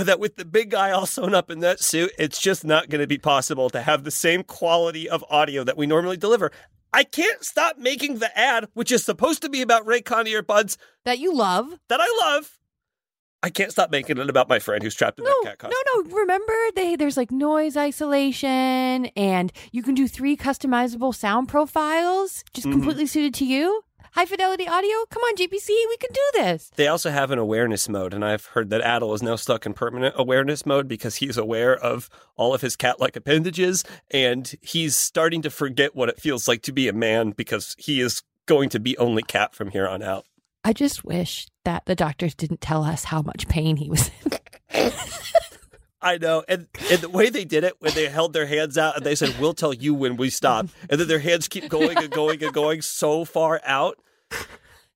Speaker 8: that with the big guy all sewn up in that suit, it's just not going to be possible to have the same quality of audio that we normally deliver. I can't stop making the ad, which is supposed to be about Raycon earbuds
Speaker 5: that you love,
Speaker 8: that I love. I can't stop making it about my friend who's trapped in
Speaker 5: No,
Speaker 8: that cat costume.
Speaker 5: no, no. Remember, they there's like noise isolation, and you can do three customizable sound profiles, just
Speaker 8: Mhm.
Speaker 5: completely suited to you. High fidelity audio. Come on, GPC, we can do this.
Speaker 8: They also have an awareness mode, and I've heard that Adel is now stuck in permanent awareness mode because he's aware of all of his cat like appendages, and he's starting to forget what it feels like to be a man because he is going to be only cat from here on out.
Speaker 5: I just wish that the doctors didn't tell us how much pain he was in.
Speaker 8: I know. And, and the way they did it, when they held their hands out and they said, We'll tell you when we <laughs> stop, and then their hands keep going and going and going so far out.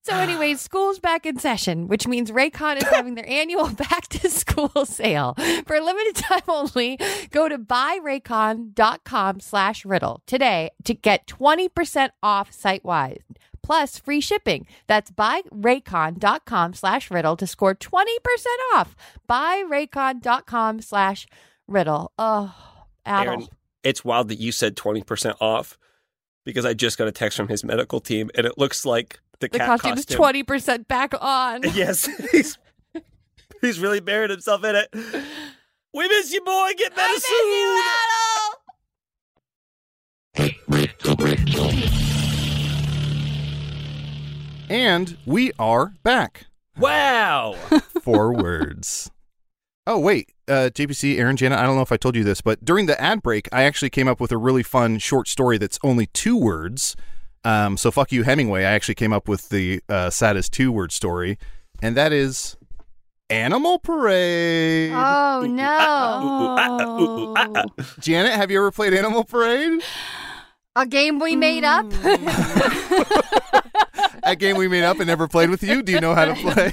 Speaker 5: So, anyways, school's back in session, which means Raycon is having their annual <laughs> back to school sale for a limited time only. Go to buyraycon.com slash riddle today to get 20% off site wide plus free shipping. That's buyraycon.com slash riddle to score 20% off. Buyraycon.com slash riddle. Oh, Adel.
Speaker 8: Aaron, it's wild that you said 20% off because I just got a text from his medical team, and it looks like the,
Speaker 5: the
Speaker 8: cat
Speaker 5: costume is
Speaker 8: costume
Speaker 5: 20% back on.
Speaker 8: <laughs> Yes. He's, he's really buried himself in it. We miss you, boy. Get better
Speaker 6: And we are back.
Speaker 8: Wow.
Speaker 6: <laughs> Four words. Oh, wait. Uh, JPC, Aaron, Jana, I don't know if I told you this, but during the ad break, I actually came up with a really fun short story that's only two words. Um, so fuck you, Hemingway. I actually came up with the uh, saddest two word story, and that is Animal Parade.
Speaker 5: Oh,
Speaker 6: ah, no. Janet, have you ever played Animal Parade?
Speaker 5: A game we made up?
Speaker 9: Mm.
Speaker 6: A game we made up and never played with you. Do you know
Speaker 8: <laughs>
Speaker 6: how to play?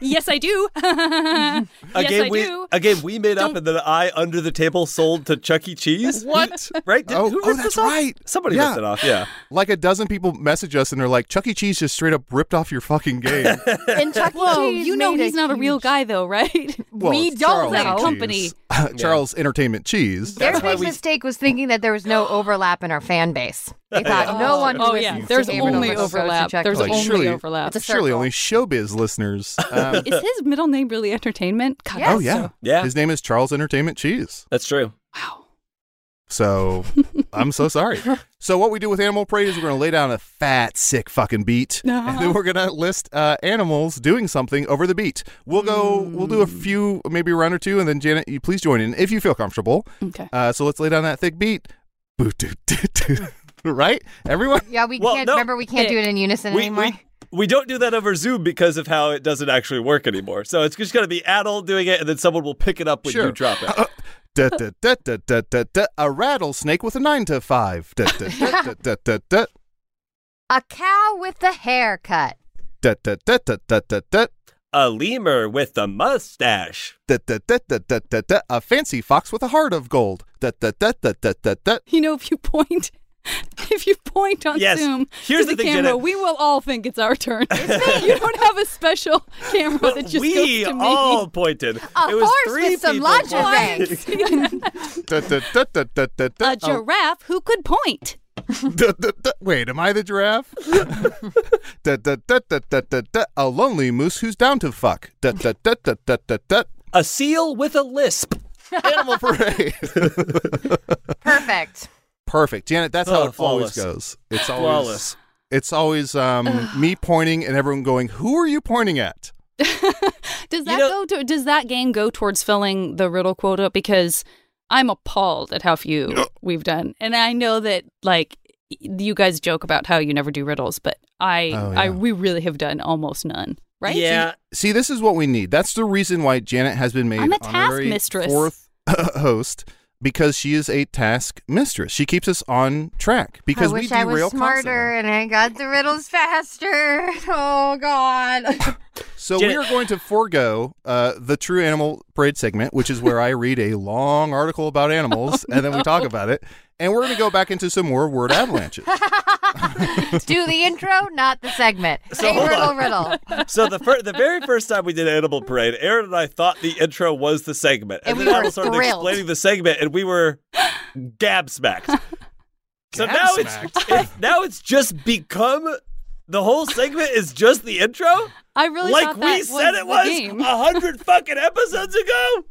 Speaker 9: yes, I do. <laughs> yes,
Speaker 8: game
Speaker 9: I
Speaker 8: Mm-hmm. we
Speaker 9: do.
Speaker 8: <laughs> a game we made up and then I under the table sold to Chuck E. Cheese. What? Right? Did, <laughs>
Speaker 6: oh,
Speaker 8: who
Speaker 6: oh,
Speaker 8: ripped
Speaker 6: that's
Speaker 8: this off?
Speaker 6: right.
Speaker 8: Somebody ripped it off.
Speaker 6: <laughs>
Speaker 8: Yeah.
Speaker 6: Like a dozen people message us and they're like, Chuck E. Cheese just straight up ripped off your fucking
Speaker 8: <laughs>
Speaker 6: game.
Speaker 5: And Chuck E.
Speaker 9: Whoa,
Speaker 5: Cheese
Speaker 9: you know
Speaker 5: made a
Speaker 9: he's not a real guy
Speaker 6: <laughs>
Speaker 9: though, right?
Speaker 6: Well,
Speaker 5: we
Speaker 6: it's
Speaker 5: don't
Speaker 6: Charles
Speaker 5: know.
Speaker 6: Cheese. <laughs> Charles Entertainment Cheese.
Speaker 5: Their big mistake was thinking that there
Speaker 6: <gasps>
Speaker 5: was no overlap in our fan base.
Speaker 6: <laughs>
Speaker 5: They thought
Speaker 9: Yeah.
Speaker 5: no one. who
Speaker 9: Oh,
Speaker 5: listens
Speaker 9: yeah.
Speaker 5: to
Speaker 9: There's
Speaker 5: Game It
Speaker 9: only
Speaker 5: Over goes to
Speaker 9: overlap.
Speaker 5: Chuck
Speaker 9: There's
Speaker 5: E.
Speaker 6: Like,
Speaker 5: Cheese.
Speaker 6: surely,
Speaker 9: overlap. It's a
Speaker 6: surely only showbiz
Speaker 8: <laughs>
Speaker 6: listeners. Um,
Speaker 9: is his middle name really entertainment? God,
Speaker 6: oh
Speaker 9: that's
Speaker 6: yeah,
Speaker 9: so-
Speaker 8: yeah.
Speaker 6: His name is Charles Entertainment Cheese.
Speaker 8: That's true.
Speaker 6: So I'm so sorry. So what we do with Animal Parade is we're going to lay down a fat, sick fucking beat, and then we're going to list uh, animals doing something over the beat. We'll go. We'll do a few, maybe a round or two, and then Janet, you please join in if you feel comfortable.
Speaker 9: Okay.
Speaker 6: Uh, so let's lay down that thick beat. <laughs> right, everyone.
Speaker 5: Yeah, we
Speaker 8: Well,
Speaker 5: can't.
Speaker 8: no.
Speaker 5: remember, we can't do it in unison
Speaker 8: We,
Speaker 5: anymore.
Speaker 8: we we don't do that over Zoom because of how it doesn't actually work anymore. So it's just going to be adult doing it, and then someone will pick it up when you drop
Speaker 6: Uh,
Speaker 8: it.
Speaker 6: da, da, da, da, da, da, da, a rattlesnake with a nine to five. Da, da, da, da, da, da, da,
Speaker 5: a cow with a haircut.
Speaker 6: da, da, da, da, da, da, da.
Speaker 8: A lemur with a mustache.
Speaker 6: Da, da, da, da, da, da, da. A fancy fox with a heart of gold. Da, da, da, da, da, da, da.
Speaker 9: You know, if you point, <laughs> if you point on
Speaker 6: Yes.
Speaker 9: Zoom
Speaker 6: Here's
Speaker 9: to
Speaker 6: the
Speaker 9: the,
Speaker 6: thing,
Speaker 9: camera,
Speaker 6: Jenna.
Speaker 9: we will all think it's our
Speaker 8: <laughs>
Speaker 9: turn. <laughs> you don't have a special camera that just
Speaker 8: we
Speaker 9: goes to me.
Speaker 8: all pointed.
Speaker 9: <laughs>
Speaker 6: <laughs>
Speaker 9: A
Speaker 8: it was
Speaker 9: horse
Speaker 8: three
Speaker 9: with some
Speaker 8: people
Speaker 9: lingerie.
Speaker 8: pointing. <laughs>
Speaker 6: Da, da, da, da, da, da, da.
Speaker 9: <laughs> a giraffe who could point.
Speaker 6: Oh, da, da, Oh, da. Wait, am I the
Speaker 9: <laughs>
Speaker 6: giraffe? da, da, da, da, da, da, da. A lonely moose who's down to fuck. Da, da, da, da, da, da, da.
Speaker 8: A seal with a lisp.
Speaker 5: <laughs>
Speaker 6: Animal parade.
Speaker 5: Perfect.
Speaker 6: Perfect, Janet. That's how
Speaker 8: Oh,
Speaker 6: it
Speaker 8: flawless.
Speaker 6: always goes. It's always
Speaker 8: Flawless.
Speaker 6: It's always um, me pointing and everyone going, "Who are you pointing at?"
Speaker 9: Does that go to, does that game go towards filling the riddle quota? Because I'm appalled at how few we've done, and I know that like y- you guys joke about how you never do riddles, but I,
Speaker 6: Oh,
Speaker 9: I
Speaker 6: yeah.
Speaker 9: we really have done almost none, right?
Speaker 6: See, this is what we need. That's the reason why Janet has been made
Speaker 9: I'm a
Speaker 6: honorary
Speaker 9: taskmistress.
Speaker 6: fourth <laughs> host because she is a task mistress. She keeps us on track because
Speaker 5: I
Speaker 6: we
Speaker 5: wish
Speaker 6: derail
Speaker 5: I was
Speaker 6: constantly.
Speaker 5: smarter and I got the riddles faster. <laughs> Oh
Speaker 6: <laughs>
Speaker 5: God.
Speaker 6: So we are going to forego uh, the true animal parade segment, which is where I read a long article about animals and then we talk about it. And we're going to go back into some more word avalanches.
Speaker 5: Do the intro, not the segment.
Speaker 7: So
Speaker 5: Hey,
Speaker 7: hold
Speaker 5: riddle,
Speaker 7: on.
Speaker 5: riddle.
Speaker 7: So the fir- the very first time we did Animal Parade, Aaron and I thought the intro was the segment, and,
Speaker 5: And we
Speaker 7: then
Speaker 5: were
Speaker 7: Apple started
Speaker 5: thrilled.
Speaker 7: explaining the segment, and we were gabsmacked. So now it's, it's now it's just become the whole segment is just the intro.
Speaker 5: I really
Speaker 7: like
Speaker 5: thought
Speaker 7: we
Speaker 5: that
Speaker 7: said
Speaker 5: was
Speaker 7: it
Speaker 5: the
Speaker 7: was
Speaker 5: game.
Speaker 7: a hundred fucking episodes ago.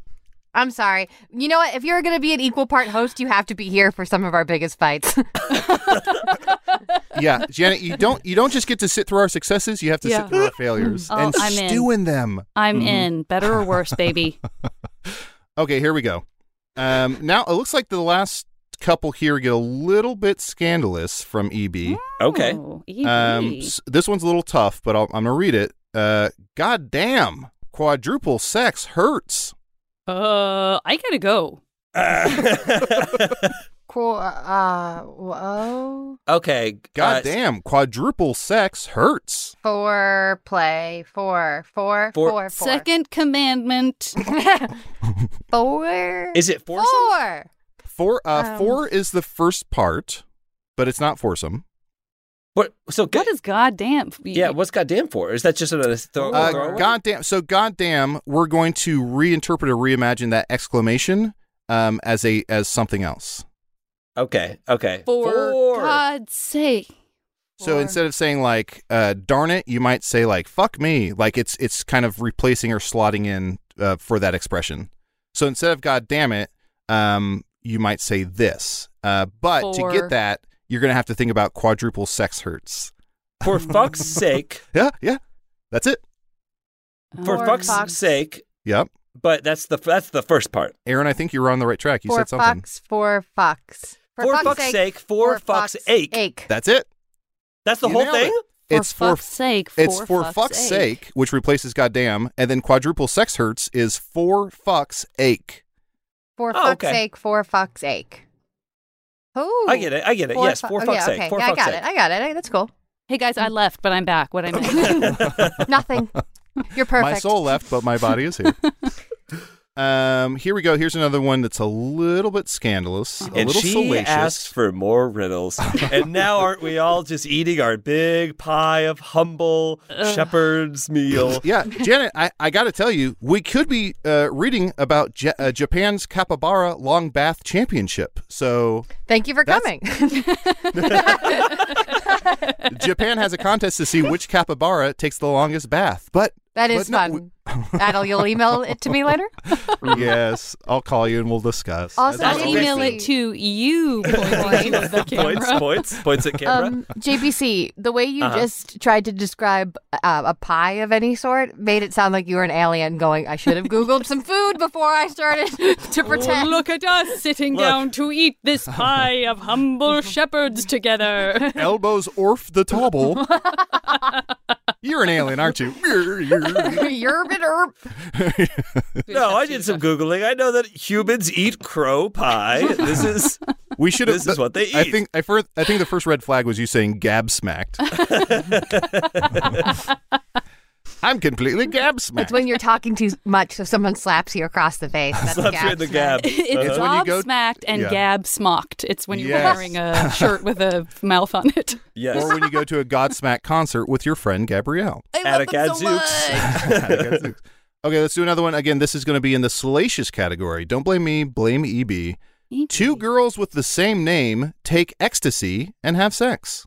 Speaker 5: I'm sorry. You know what? If you're going to be an equal part host, you have to be here for some of our biggest fights. <laughs>
Speaker 6: yeah, Janet, you don't you don't just get to sit through our successes; you have to
Speaker 9: Yeah.
Speaker 6: sit through our failures
Speaker 9: Oh,
Speaker 6: and
Speaker 9: I'm in.
Speaker 6: stew in them.
Speaker 9: I'm
Speaker 8: Mm-hmm.
Speaker 9: in. Better or worse,
Speaker 6: <laughs>
Speaker 9: baby.
Speaker 6: Okay, here we go. Um, now it looks like the last couple here get a little bit scandalous from EB.
Speaker 7: Okay.
Speaker 9: EB.
Speaker 6: Um, s- this one's a little tough, but I'll, I'm gonna read it. Uh, God damn, quadruple sex hurts.
Speaker 9: Uh, I gotta go.
Speaker 5: cool. Uh, whoa.
Speaker 8: Okay.
Speaker 6: God
Speaker 8: uh,
Speaker 6: damn, quadruple sex hurts.
Speaker 5: Four play. Four. Four.
Speaker 6: Four-
Speaker 5: Four. Four.
Speaker 9: Second commandment.
Speaker 5: <laughs> Four.
Speaker 8: Is it
Speaker 5: Four.
Speaker 8: foursome?
Speaker 6: Four. Uh,
Speaker 9: Um.
Speaker 6: four is the first part, but it's not foursome.
Speaker 8: What? So
Speaker 9: What is goddamn?
Speaker 8: yeah, what's goddamn for? Is that just another throw?
Speaker 6: Uh, <laughs>
Speaker 8: throwaway?
Speaker 6: goddamn. So goddamn, we're going to reinterpret or reimagine that exclamation um, as a as something else.
Speaker 8: Okay. Okay.
Speaker 9: For God's sake. <laughs>
Speaker 6: So instead of saying like uh, "darn it," you might say like "fuck me." Like it's it's kind of replacing or slotting in uh, for that expression. So instead of "god damn it," um, you might say this. Uh, but to
Speaker 9: For-
Speaker 6: get that, you're gonna have to think about quadruple sex hertz.
Speaker 8: For fuck's
Speaker 5: <laughs>
Speaker 8: sake.
Speaker 6: <laughs> Yeah, yeah, that's it.
Speaker 8: For
Speaker 5: Four
Speaker 8: fuck's
Speaker 5: fucks.
Speaker 8: sake.
Speaker 6: Yep.
Speaker 8: But that's the that's the first part.
Speaker 6: Aaron, I think you were on the right track. You
Speaker 5: Four
Speaker 6: said something.
Speaker 5: fucks. Four fucks.
Speaker 8: For fuck's sake, for fuck's ache.
Speaker 5: Ache.
Speaker 6: That's it.
Speaker 8: That's the
Speaker 6: You
Speaker 8: whole
Speaker 6: nailed
Speaker 8: thing?
Speaker 6: it.
Speaker 9: For
Speaker 6: it's for
Speaker 9: fuck's sake,
Speaker 6: It's
Speaker 9: for
Speaker 6: for
Speaker 9: fuck's
Speaker 6: fuck's,
Speaker 9: sake.
Speaker 6: sake, which replaces goddamn, and then quadruple sex hertz is for fuck's ache.
Speaker 5: For
Speaker 8: Oh,
Speaker 5: fuck's
Speaker 8: okay.
Speaker 5: sake, for fuck's sake. Oh,
Speaker 8: I get it. I get it.
Speaker 5: For
Speaker 8: Yes,
Speaker 5: fu-
Speaker 8: for
Speaker 5: oh,
Speaker 8: fuck's
Speaker 5: yeah,
Speaker 8: sake.
Speaker 5: Okay.
Speaker 8: For
Speaker 5: yeah,
Speaker 8: fuck's
Speaker 5: I got
Speaker 8: sake.
Speaker 5: it. I got it. I- That's cool.
Speaker 9: Hey guys, I left, but I'm back. What I
Speaker 5: <laughs>
Speaker 9: meant. <laughs>
Speaker 5: Nothing. You're perfect.
Speaker 6: My soul left, but my body is
Speaker 9: <laughs>
Speaker 6: here. um, here we go. Here's another one that's a little bit scandalous, a
Speaker 8: and
Speaker 6: little
Speaker 8: she
Speaker 6: salacious.
Speaker 8: asked for
Speaker 6: <laughs>
Speaker 8: more riddles. and now aren't we all just eating our big pie of humble shepherd's meal?
Speaker 6: <laughs> yeah, Janet, I, I got to tell you, we could be uh, reading about ja- uh, Japan's Kapabara Long Bath Championship. So
Speaker 5: Thank you for
Speaker 6: That's-
Speaker 5: coming.
Speaker 6: Japan has a contest to see which capybara takes the longest bath. But
Speaker 5: That is
Speaker 6: but no,
Speaker 5: fun. That'll you'll email it to me later.
Speaker 6: <laughs> yes, I'll call you and we'll discuss.
Speaker 5: Also,
Speaker 9: <laughs> I'll email
Speaker 5: JBC.
Speaker 9: it to you. Pointing to the
Speaker 8: points,
Speaker 9: camera.
Speaker 8: points, points at camera.
Speaker 5: Um, JBC, the way you
Speaker 8: Uh-huh.
Speaker 5: just tried to describe uh, a pie of any sort made it sound like you were an alien going, I should have Googled some food before I <laughs> started to
Speaker 9: Oh,
Speaker 5: pretend.
Speaker 9: Look at us sitting down to eat
Speaker 6: <laughs>
Speaker 9: this pie of
Speaker 5: <laughs>
Speaker 9: humble shepherds together.
Speaker 6: <laughs>
Speaker 9: <laughs>
Speaker 6: Elbows orf the tobble. You're an alien, aren't
Speaker 9: <laughs>
Speaker 6: you?
Speaker 5: Yerb it erb.
Speaker 8: no, I did some googling. I know that humans eat crow pie. This is
Speaker 6: We should have.
Speaker 8: This is what they
Speaker 6: I
Speaker 8: eat.
Speaker 6: think. I, fir- I think the first red flag was you saying "gab
Speaker 8: <laughs>
Speaker 6: smacked." <laughs> I'm completely gab smacked.
Speaker 5: It's when you're talking too much, so someone slaps you across the
Speaker 9: <laughs>
Speaker 5: face. That's
Speaker 8: slaps you in the gab. uh-huh.
Speaker 9: It's
Speaker 6: It's Uh-huh. when you
Speaker 9: gob
Speaker 6: go-
Speaker 9: smacked and
Speaker 6: Yeah.
Speaker 9: gab smocked. It's when you're
Speaker 6: Yes.
Speaker 9: wearing a shirt with a mouth on it.
Speaker 8: yes.
Speaker 6: or when you go to a Godsmack concert with your friend Gabrielle.
Speaker 9: <laughs> I
Speaker 8: At
Speaker 9: love
Speaker 8: a
Speaker 9: them so
Speaker 8: gadzooks.
Speaker 9: much.
Speaker 8: <laughs>
Speaker 6: okay, let's do another one. Again, this is going to be in the salacious category. Don't blame me, blame EB.
Speaker 9: E
Speaker 6: Two girls with the same name take ecstasy and have sex.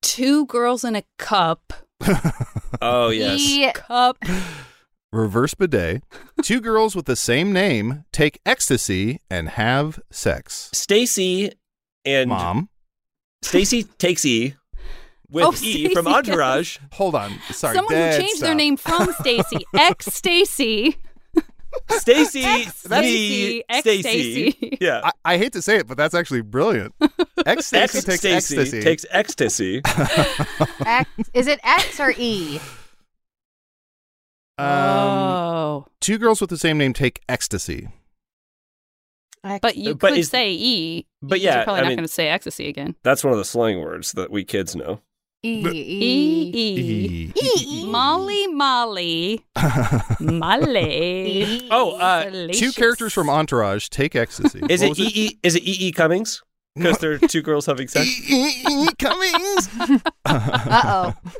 Speaker 9: Two girls in a cup.
Speaker 8: Oh yes.
Speaker 5: Ye-
Speaker 9: Cup.
Speaker 6: Reverse bidet. Two girls with the same name take ecstasy and have sex.
Speaker 8: Stacy and
Speaker 6: Mom,
Speaker 8: Stacy takes
Speaker 9: <laughs>
Speaker 8: E with
Speaker 9: Oh,
Speaker 8: E
Speaker 9: Stacey
Speaker 8: from Entourage.
Speaker 6: hold on. Sorry,
Speaker 9: Someone who
Speaker 6: dead
Speaker 9: changed their
Speaker 6: stop. <laughs>
Speaker 8: <laughs>
Speaker 9: name from Stacy. Ex Stacy. <laughs>
Speaker 8: Stacy,
Speaker 9: Stacey,
Speaker 8: me,
Speaker 9: ex Stacey.
Speaker 8: Stacy. <laughs> Yeah.
Speaker 6: I, I hate to say it, but that's actually brilliant. Ecstasy
Speaker 8: Ex
Speaker 6: takes
Speaker 8: Stacy
Speaker 6: ecstasy.
Speaker 8: takes
Speaker 6: <laughs>
Speaker 8: ecstasy.
Speaker 5: X, is it X or E?
Speaker 6: um,
Speaker 9: oh.
Speaker 6: two girls with the same name take ecstasy.
Speaker 9: But you
Speaker 8: But
Speaker 9: could
Speaker 8: is-
Speaker 9: say E.
Speaker 8: but
Speaker 9: you're
Speaker 8: yeah,
Speaker 9: probably
Speaker 8: I
Speaker 9: not
Speaker 8: mean-
Speaker 9: going to say ecstasy again.
Speaker 8: That's one of the slang words that we kids know.
Speaker 9: E E E Molly Molly <laughs> Molly.
Speaker 8: Oh, uh,
Speaker 6: Two characters from Entourage take ecstasy.
Speaker 8: Is
Speaker 6: What
Speaker 8: it
Speaker 6: was
Speaker 8: E E? Is it E E Cummings? Because they're two girls
Speaker 6: <laughs>
Speaker 8: having sex.
Speaker 6: E Cummings.
Speaker 5: Uh oh.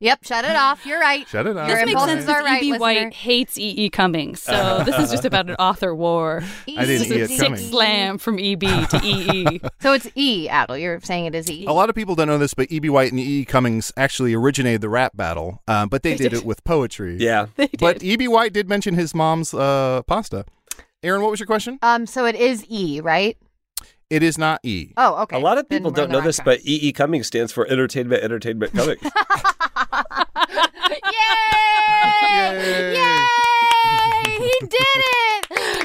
Speaker 5: Yep, shut it off. You're right.
Speaker 8: Shut it off.
Speaker 5: Your
Speaker 8: This makes
Speaker 5: impulses
Speaker 8: sense
Speaker 5: are right.
Speaker 9: E.B.
Speaker 5: listener.
Speaker 9: E White hates E.E. Cummings, so
Speaker 8: Uh-huh.
Speaker 9: this is just about an author war.
Speaker 6: I didn't
Speaker 9: This is
Speaker 8: E.
Speaker 6: E.E.
Speaker 9: a
Speaker 6: Cummings.
Speaker 9: Six slam from E.B. to E
Speaker 8: <laughs>
Speaker 9: E.E.
Speaker 5: So it's E, Adel. You're saying it is E.
Speaker 6: A lot of people don't know this, but E.B. White and E.E. Cummings actually originated the rap battle, um, but they,
Speaker 5: They
Speaker 6: did,
Speaker 5: did.
Speaker 6: it with poetry.
Speaker 8: Yeah.
Speaker 6: But E.B. White did mention his mom's uh, pasta. Aaron, what was your question?
Speaker 5: Um, so it is E, right?
Speaker 6: It is not E.
Speaker 5: Oh, okay.
Speaker 8: A lot of
Speaker 5: Then
Speaker 8: people
Speaker 5: we're
Speaker 8: don't
Speaker 5: on
Speaker 8: know
Speaker 5: the
Speaker 8: this, but E E Cummings stands for Entertainment Entertainment Cummings.
Speaker 6: Oh,
Speaker 5: Yay! He did it!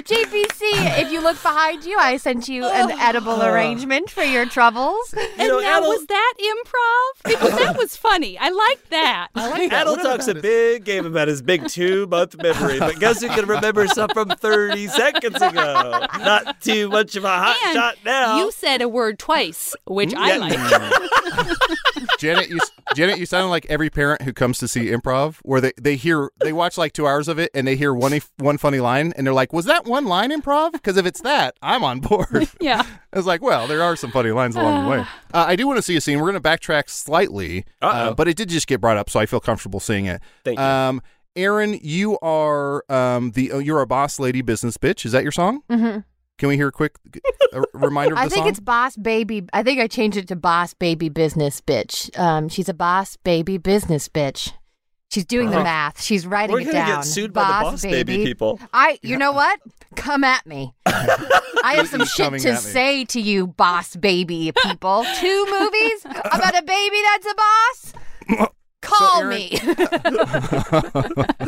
Speaker 5: JPC, if you look behind you, I sent you an edible arrangement for your troubles.
Speaker 9: Oh. And that was that
Speaker 5: <laughs>
Speaker 9: improv. Because that was funny. I liked that. I
Speaker 8: Adel talks a big game about his big two month memory, but guess who can remember stuff from 30 seconds ago? Not too much of a hot
Speaker 9: And
Speaker 8: shot now.
Speaker 9: you said a word twice, which I
Speaker 6: Yeah.
Speaker 9: like.
Speaker 6: Janet, you Janet, you sound like every parent who comes to see improv, where they, they hear they watch like two hours of it and they hear one one funny line and they're like, "Was that one line improv?" Because if it's that, I'm on
Speaker 5: <laughs>
Speaker 6: board. <laughs>
Speaker 9: yeah.
Speaker 6: I was like, well, there are some funny lines along the way.
Speaker 5: Ah.
Speaker 6: Uh, I do want to see a scene. We're going to backtrack slightly, uh, but it did just get brought up, so I feel comfortable seeing it.
Speaker 8: Thank
Speaker 6: you. Um, Aaron, you are um, the oh, you're a boss lady business bitch. Is that your song?
Speaker 5: Mm-hmm.
Speaker 6: Can we hear a quick a reminder of the
Speaker 5: <laughs> I think
Speaker 6: song?
Speaker 5: it's boss baby. I think I changed it to boss baby business bitch. Um, she's a boss baby business bitch. She's doing the
Speaker 8: Perfect.
Speaker 5: math. She's writing
Speaker 8: Uh-huh. We're
Speaker 5: it
Speaker 8: gonna get
Speaker 5: down.
Speaker 8: sued by the boss baby people. <laughs>
Speaker 5: I. You know what? Come at me. I have some
Speaker 6: He's
Speaker 5: shit
Speaker 6: coming
Speaker 5: to
Speaker 6: at me.
Speaker 5: say to you, boss baby
Speaker 8: <laughs>
Speaker 5: people. Two movies about a baby that's a boss. Call me. <laughs>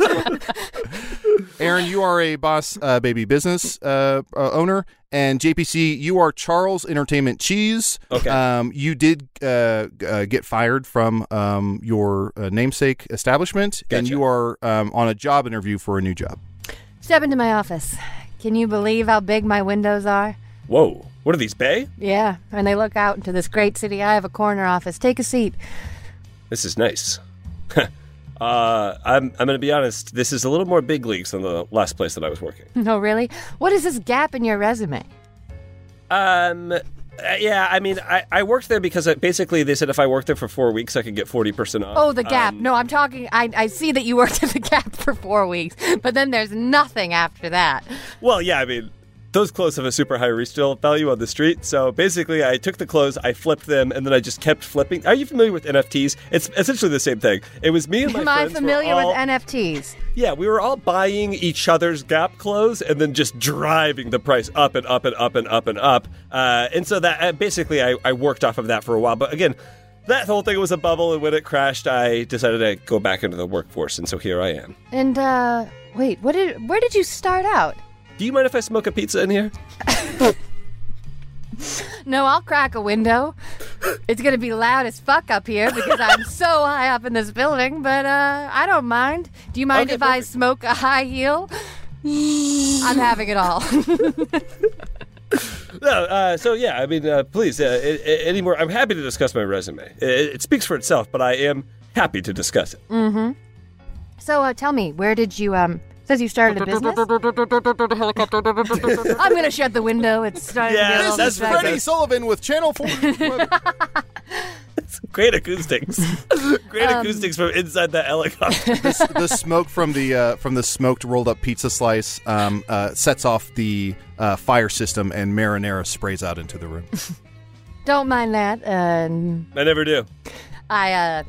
Speaker 6: Aaron, you are a boss uh, baby business uh, uh, owner, and JPC, you are Charles Entertainment Cheese.
Speaker 8: Okay.
Speaker 6: Um, you did uh, g- uh, get fired from um, your uh, namesake establishment, and you are um, on a job interview for a new job.
Speaker 5: Step into my office. Can you believe how big my windows are?
Speaker 8: Whoa, what are these, Bay?
Speaker 5: Yeah, and they look out into this great city. I have a corner office. Take a seat.
Speaker 8: This is nice. <laughs> uh, I'm, I'm going to be honest. This is a little more big leagues than the last place that I was working.
Speaker 5: <laughs> No, really? What is this gap in your resume?
Speaker 8: Um, uh, yeah, I mean, I, I worked there because I, basically they said if I worked there for four weeks, I could get 40% off.
Speaker 5: Oh, the gap.
Speaker 8: Um,
Speaker 5: no, I'm talking. I, I see that you worked at the <laughs> gap for four weeks, but then there's nothing after that.
Speaker 8: Well, yeah, I mean, those clothes have a super high resale value on the street. So basically, I took the clothes, I flipped them, and then I just kept flipping. Are you familiar with NFTs? It's essentially the same thing. It was me and my
Speaker 5: Am I
Speaker 8: friends were
Speaker 5: familiar
Speaker 8: all-
Speaker 5: with NFTs?
Speaker 8: Yeah, we were all buying each other's Gap clothes and then just driving the price up and up and up and up and up. Uh, and so that uh, basically, I, I worked off of that for a while. But again, that whole thing was a bubble, and when it crashed, I decided to go back into the workforce, and so here I am.
Speaker 5: And uh, wait, what did? Where did you start out?
Speaker 8: Do you mind if I smoke a pizza in here?
Speaker 5: No, I'll crack a window.
Speaker 8: <laughs>
Speaker 5: It's gonna be loud as fuck up here because I'm so high up in this building. But uh, I don't mind. Do you mind
Speaker 8: Okay,
Speaker 5: if I smoke a
Speaker 8: <laughs>
Speaker 5: high heel? I'm having it all. <laughs>
Speaker 8: No, uh, so yeah, I mean, uh, please, uh, a- a- any more? I'm happy to discuss my resume. It, it speaks for itself, but I am happy to discuss it.
Speaker 5: Mm-hmm. So uh, tell me, where did you um? Says you started
Speaker 8: <laughs>
Speaker 5: a business. I'm gonna shut the window. It's starting to get a
Speaker 8: Yeah,
Speaker 5: little
Speaker 8: that's
Speaker 5: distracting.
Speaker 8: Freddie
Speaker 6: Sullivan with Channel
Speaker 5: <laughs>
Speaker 6: Four.
Speaker 8: Great acoustics, <laughs> great
Speaker 5: Um,
Speaker 8: acoustics from inside the
Speaker 5: <laughs>
Speaker 8: helicopter.
Speaker 6: the, s- the smoke from the uh, from the smoked rolled up pizza slice um, uh, sets off the uh, fire system, and marinara sprays out into the room.
Speaker 5: Don't mind that. Um,
Speaker 8: I never do.
Speaker 5: I uh,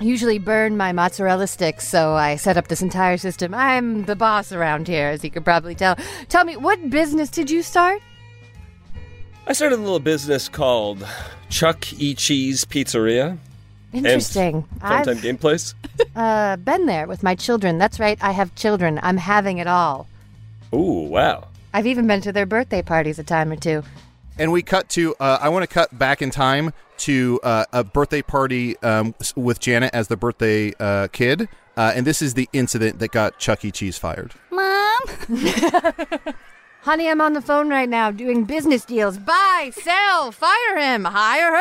Speaker 5: usually burn my mozzarella sticks, so I set up this entire system. I'm the boss around here, as you could probably tell. Tell me, what business did
Speaker 11: <laughs>
Speaker 5: you start?
Speaker 8: I started a little business called Chuck E. Cheese Pizzeria.
Speaker 5: Interesting.
Speaker 8: And
Speaker 5: I've-
Speaker 8: Funtime Game Place.
Speaker 5: Uh, been there with my children. That's right. I have children. I'm having it all.
Speaker 8: Ooh, wow.
Speaker 5: I've even been to their birthday parties a time or two.
Speaker 6: And we cut to, uh, I want to cut back in time to uh, a birthday party um, s- with Janet as the birthday uh, kid. Uh, and this is the incident that got Chuck E. Cheese fired.
Speaker 11: Mom?
Speaker 5: <laughs> Honey, I'm on the phone right now doing business deals. Buy, sell, fire him, hire her.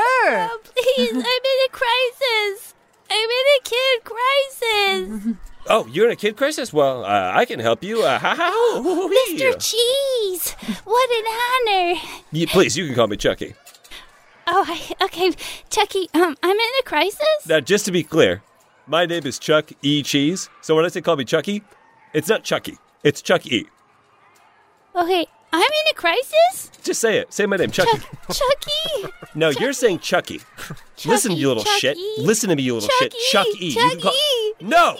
Speaker 11: Oh, Please, I'm in a crisis. I'm in a kid crisis.
Speaker 8: Oh, you're in a kid crisis? Well, uh, I can help you. Uh, ha ha ho, ho, ho, hee.
Speaker 11: Mr. Cheese, what an honor.
Speaker 8: You- please, you can call me Chucky.
Speaker 11: Oh, I, okay, Chucky. Um, I'm in a crisis.
Speaker 8: Now, just to be clear, my name is Chuck E. Cheese. So when I say call me Chucky, it's not Chucky. It's Chuck E.
Speaker 11: Okay, I'm in a crisis.
Speaker 8: Just say it. Say my name, Chucky.
Speaker 11: Chucky,
Speaker 8: no, you're saying Chucky. Listen, you little shit. Listen to me, you little shit. Chuck E. You can call- no,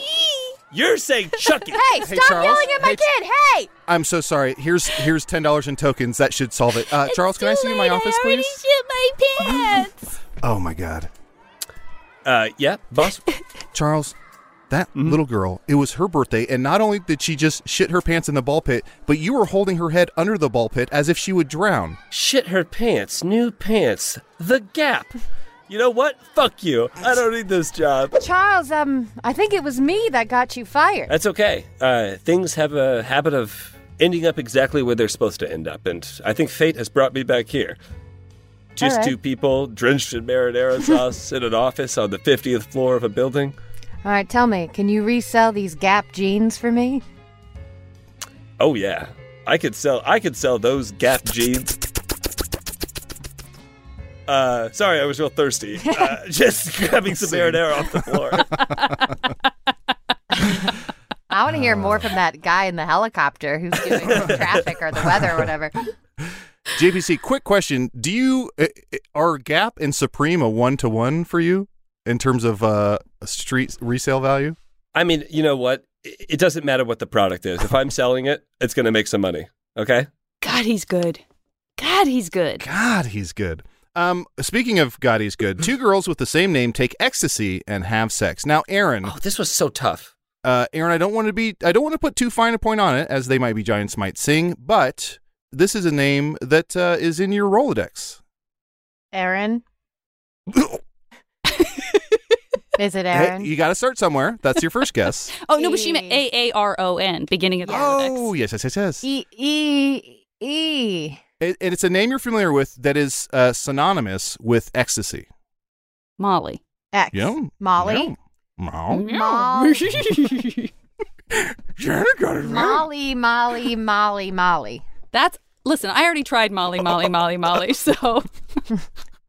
Speaker 8: you're saying Chucky.
Speaker 5: <laughs> Hey,
Speaker 6: <laughs> Hey,
Speaker 5: stop
Speaker 6: Charles.
Speaker 5: yelling at my kid. Hey,
Speaker 6: I'm so sorry. Here's here's ten dollars in tokens. That should solve it. Uh, Charles, can I see you in my office, please?
Speaker 11: shit my
Speaker 6: <laughs>
Speaker 11: pants.
Speaker 6: Oh my god,
Speaker 8: Uh, yeah, boss.
Speaker 6: <laughs>
Speaker 8: Mm-hmm.
Speaker 6: Charles, that little girl. It was her birthday, and not only did she just shit her pants in the ball pit, but you were holding her head under the ball pit as if she would drown.
Speaker 8: Shit her pants. New pants. The Gap. You know what? Fuck you. I don't need this job.
Speaker 5: Charles. Um, I think it was me that got you fired.
Speaker 8: That's okay. Uh, things have a habit of ending up exactly where they're supposed to end up, and I think fate has brought me back here. Just
Speaker 5: All right.
Speaker 8: two people drenched in marinara sauce in an office on the 50th floor of a building.
Speaker 5: All right, tell me, can you resell these Gap jeans for me?
Speaker 8: Oh yeah, I could sell. I could sell those Gap jeans. Uh, sorry, I was real thirsty. Uh, just grabbing some marinara off the floor.
Speaker 5: <laughs> I want to hear more from that guy in the helicopter who's
Speaker 8: <laughs>
Speaker 5: doing traffic or the weather or whatever.
Speaker 6: JBC, quick question: Do you uh, uh, are Gap and Supreme a one to one for you in terms of uh, street resale value?
Speaker 8: I mean, you know what? It it doesn't matter what the product is. If I'm selling it, it's going to make some money. Okay.
Speaker 9: God, he's good. God, he's good.
Speaker 6: God, he's good. Um, speaking of God, he's good. Two girls with the same name take ecstasy and have sex. Now, Aaron. Oh,
Speaker 8: this was so tough.
Speaker 6: Uh, Aaron, I don't want to be. I don't want to put too fine a point on it, as they might be giants might sing. But this is a name that uh, is in your Rolodex.
Speaker 5: Aaron? Is it
Speaker 6: Hey,
Speaker 9: Aaron?
Speaker 6: you got to start somewhere. That's your first
Speaker 5: <laughs>
Speaker 6: guess.
Speaker 9: Oh no, but she meant A A R O N, beginning of the Rolodex.
Speaker 6: Oh yes, yes, yes, yes.
Speaker 5: E E E.
Speaker 6: It, and it's a name you're familiar with that is uh, synonymous with ecstasy.
Speaker 9: Molly.
Speaker 5: X.
Speaker 6: Yeah.
Speaker 5: Molly. Mm-hmm.
Speaker 6: Mom.
Speaker 9: <laughs>
Speaker 5: Molly.
Speaker 6: Janet got it
Speaker 5: Molly, Molly, Molly, Molly.
Speaker 9: That's listen. I already tried Molly, Molly, Molly, Molly. <laughs> So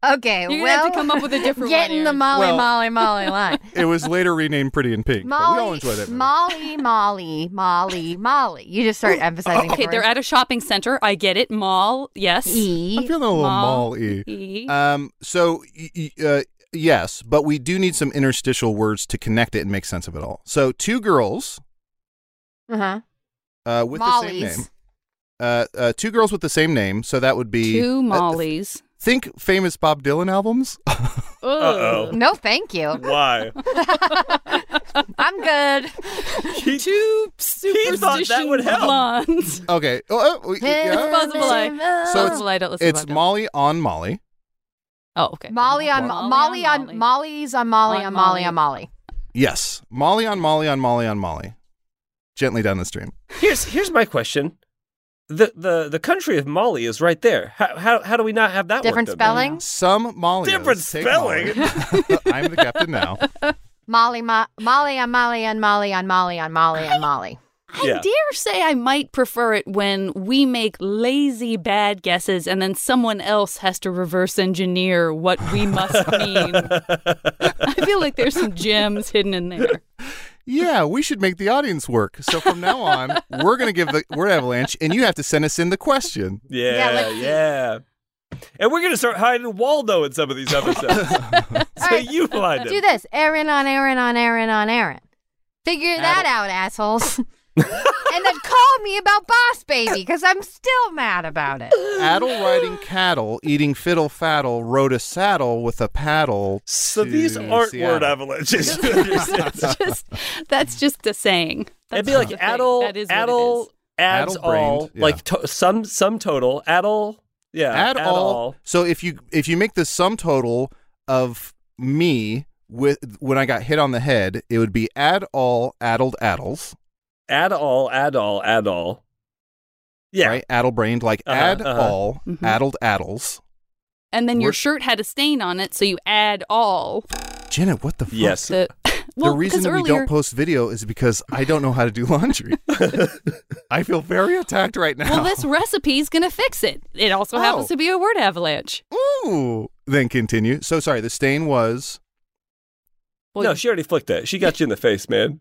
Speaker 5: Okay, well,
Speaker 9: You're gonna have to come up with a different
Speaker 5: Getting
Speaker 9: one,
Speaker 5: the
Speaker 9: Aaron.
Speaker 5: Molly,
Speaker 6: Well-
Speaker 5: Molly, Molly
Speaker 9: <laughs>
Speaker 5: line.
Speaker 6: It was later renamed Pretty in Pink. but
Speaker 5: Molly,
Speaker 6: we all enjoy that. movie.
Speaker 5: Molly, Molly, Molly, Molly. You just start emphasizing.
Speaker 9: okay, they're at a shopping center. I get it. Mall. Yes.
Speaker 5: E.
Speaker 6: I'm feeling a little
Speaker 9: Mall.
Speaker 6: mall e.
Speaker 9: E.
Speaker 6: Um, so y- y- uh, yes, but we do need some interstitial words to connect it and make sense of it all. So two girls
Speaker 5: Uh huh.
Speaker 6: uh, with the
Speaker 5: Mollies.
Speaker 6: same name. Uh, uh, two girls with the same name. So that would be
Speaker 9: Two
Speaker 6: uh,
Speaker 9: Mollies.
Speaker 6: think famous Bob Dylan albums. <laughs>
Speaker 9: Uh-oh.
Speaker 5: No, thank you.
Speaker 8: Why?
Speaker 5: I'm good.
Speaker 9: <laughs> Two
Speaker 8: He thought that would help.
Speaker 9: blondes.
Speaker 6: okay. Oh, oh, yeah.
Speaker 9: It's possible I.
Speaker 6: So
Speaker 9: possible Oh, I don't
Speaker 6: it's,
Speaker 9: listen
Speaker 6: it's
Speaker 9: to
Speaker 6: Molly on Molly.
Speaker 9: Oh, okay.
Speaker 5: Molly on Molly, on, Molly's on Molly on Molly on Molly.
Speaker 6: Yes, Molly on Molly on Molly on Molly. Gently down the stream.
Speaker 8: Here's here's my question. The the the country of Molly is right there. How how, how do we not have that
Speaker 5: Different
Speaker 8: worked in there?
Speaker 5: spelling.
Speaker 6: Some Molly.
Speaker 8: Different spelling?
Speaker 6: <laughs> I'm the captain now.
Speaker 5: Molly Mo- Molly on Molly on Molly on Molly on Molly on Molly.
Speaker 9: I dare say I might prefer it when we make lazy bad guesses and then someone else has to reverse engineer what we must
Speaker 8: <laughs>
Speaker 9: mean. I feel like there's some gems hidden in there.
Speaker 6: yeah, we should make the audience work. So from <laughs> now
Speaker 8: <laughs>
Speaker 6: on, we're gonna give the word avalanche, and you have to send us in the question.
Speaker 5: Yeah,
Speaker 8: Yeah,
Speaker 5: let's see.
Speaker 8: yeah. And we're gonna start hiding Waldo in some of these
Speaker 6: <laughs>
Speaker 8: episodes. so you find
Speaker 5: Do
Speaker 8: him.
Speaker 5: this. Aaron on Aaron on Aaron on Aaron. Figure that
Speaker 6: <laughs>
Speaker 5: out, assholes. and then call me about Boss Baby because I'm still mad about it.
Speaker 6: Addle riding cattle, eating fiddle faddle, rode a saddle with a paddle. So
Speaker 8: these aren't word avalanches.
Speaker 9: That's just <laughs> that's just a saying. That's
Speaker 8: It'd be like
Speaker 9: just a thing.
Speaker 8: adult,
Speaker 9: That is what it is.
Speaker 8: adult adds
Speaker 6: Addle-brained,
Speaker 8: all
Speaker 6: yeah.
Speaker 8: like to, some sum total adult. Yeah,
Speaker 6: Add
Speaker 8: add
Speaker 6: all. So if you if you make the sum total of me with when I got hit on the head, it would be add all addled addles.
Speaker 8: add all, add all, add all.
Speaker 6: Yeah. Right? Addle brained, like
Speaker 9: Uh-huh,
Speaker 6: add
Speaker 9: uh-huh.
Speaker 6: all,
Speaker 9: Mhm.
Speaker 6: addled addles.
Speaker 9: And then your
Speaker 6: We're-
Speaker 9: shirt had a stain on it, so you add all.
Speaker 6: Jenna, what the fuck?
Speaker 9: Yes. The- <laughs> well,
Speaker 6: the reason
Speaker 9: 'cause
Speaker 6: that we
Speaker 9: earlier-
Speaker 6: don't post video is because I don't know how to do <laughs> laundry. I feel very attacked right now.
Speaker 9: Well, this recipe's going to fix it. It also
Speaker 6: Oh.
Speaker 9: happens to be a word avalanche.
Speaker 6: Ooh. Then continue. So sorry, the stain was
Speaker 8: no, she already flicked it. She got you in the face, man.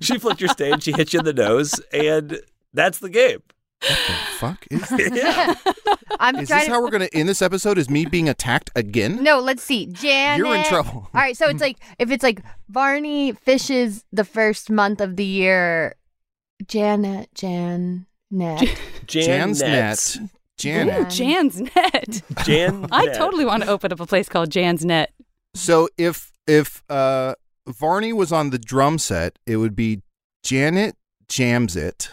Speaker 8: she flicked your stain. She hit you in the nose, and that's the game.
Speaker 6: fuck <laughs> is
Speaker 5: <laughs> I'm
Speaker 6: Is
Speaker 5: trying
Speaker 6: this
Speaker 5: to. Mm-hmm.
Speaker 6: how we're gonna end this episode? Is me being attacked again?
Speaker 5: No, let's see. Janet.
Speaker 6: trouble.
Speaker 5: All right, so it's like if it's like Barney fishes the first month of the year, Janet, Jan, net.
Speaker 6: Jan's net.
Speaker 9: Ooh,
Speaker 6: Janet.
Speaker 9: Jan's net.
Speaker 8: Jan.
Speaker 9: <laughs> I
Speaker 6: net.
Speaker 9: totally want to open up a place called Jan's net.
Speaker 6: So if if uh Varney was on the drum set, it would be Janet jams it.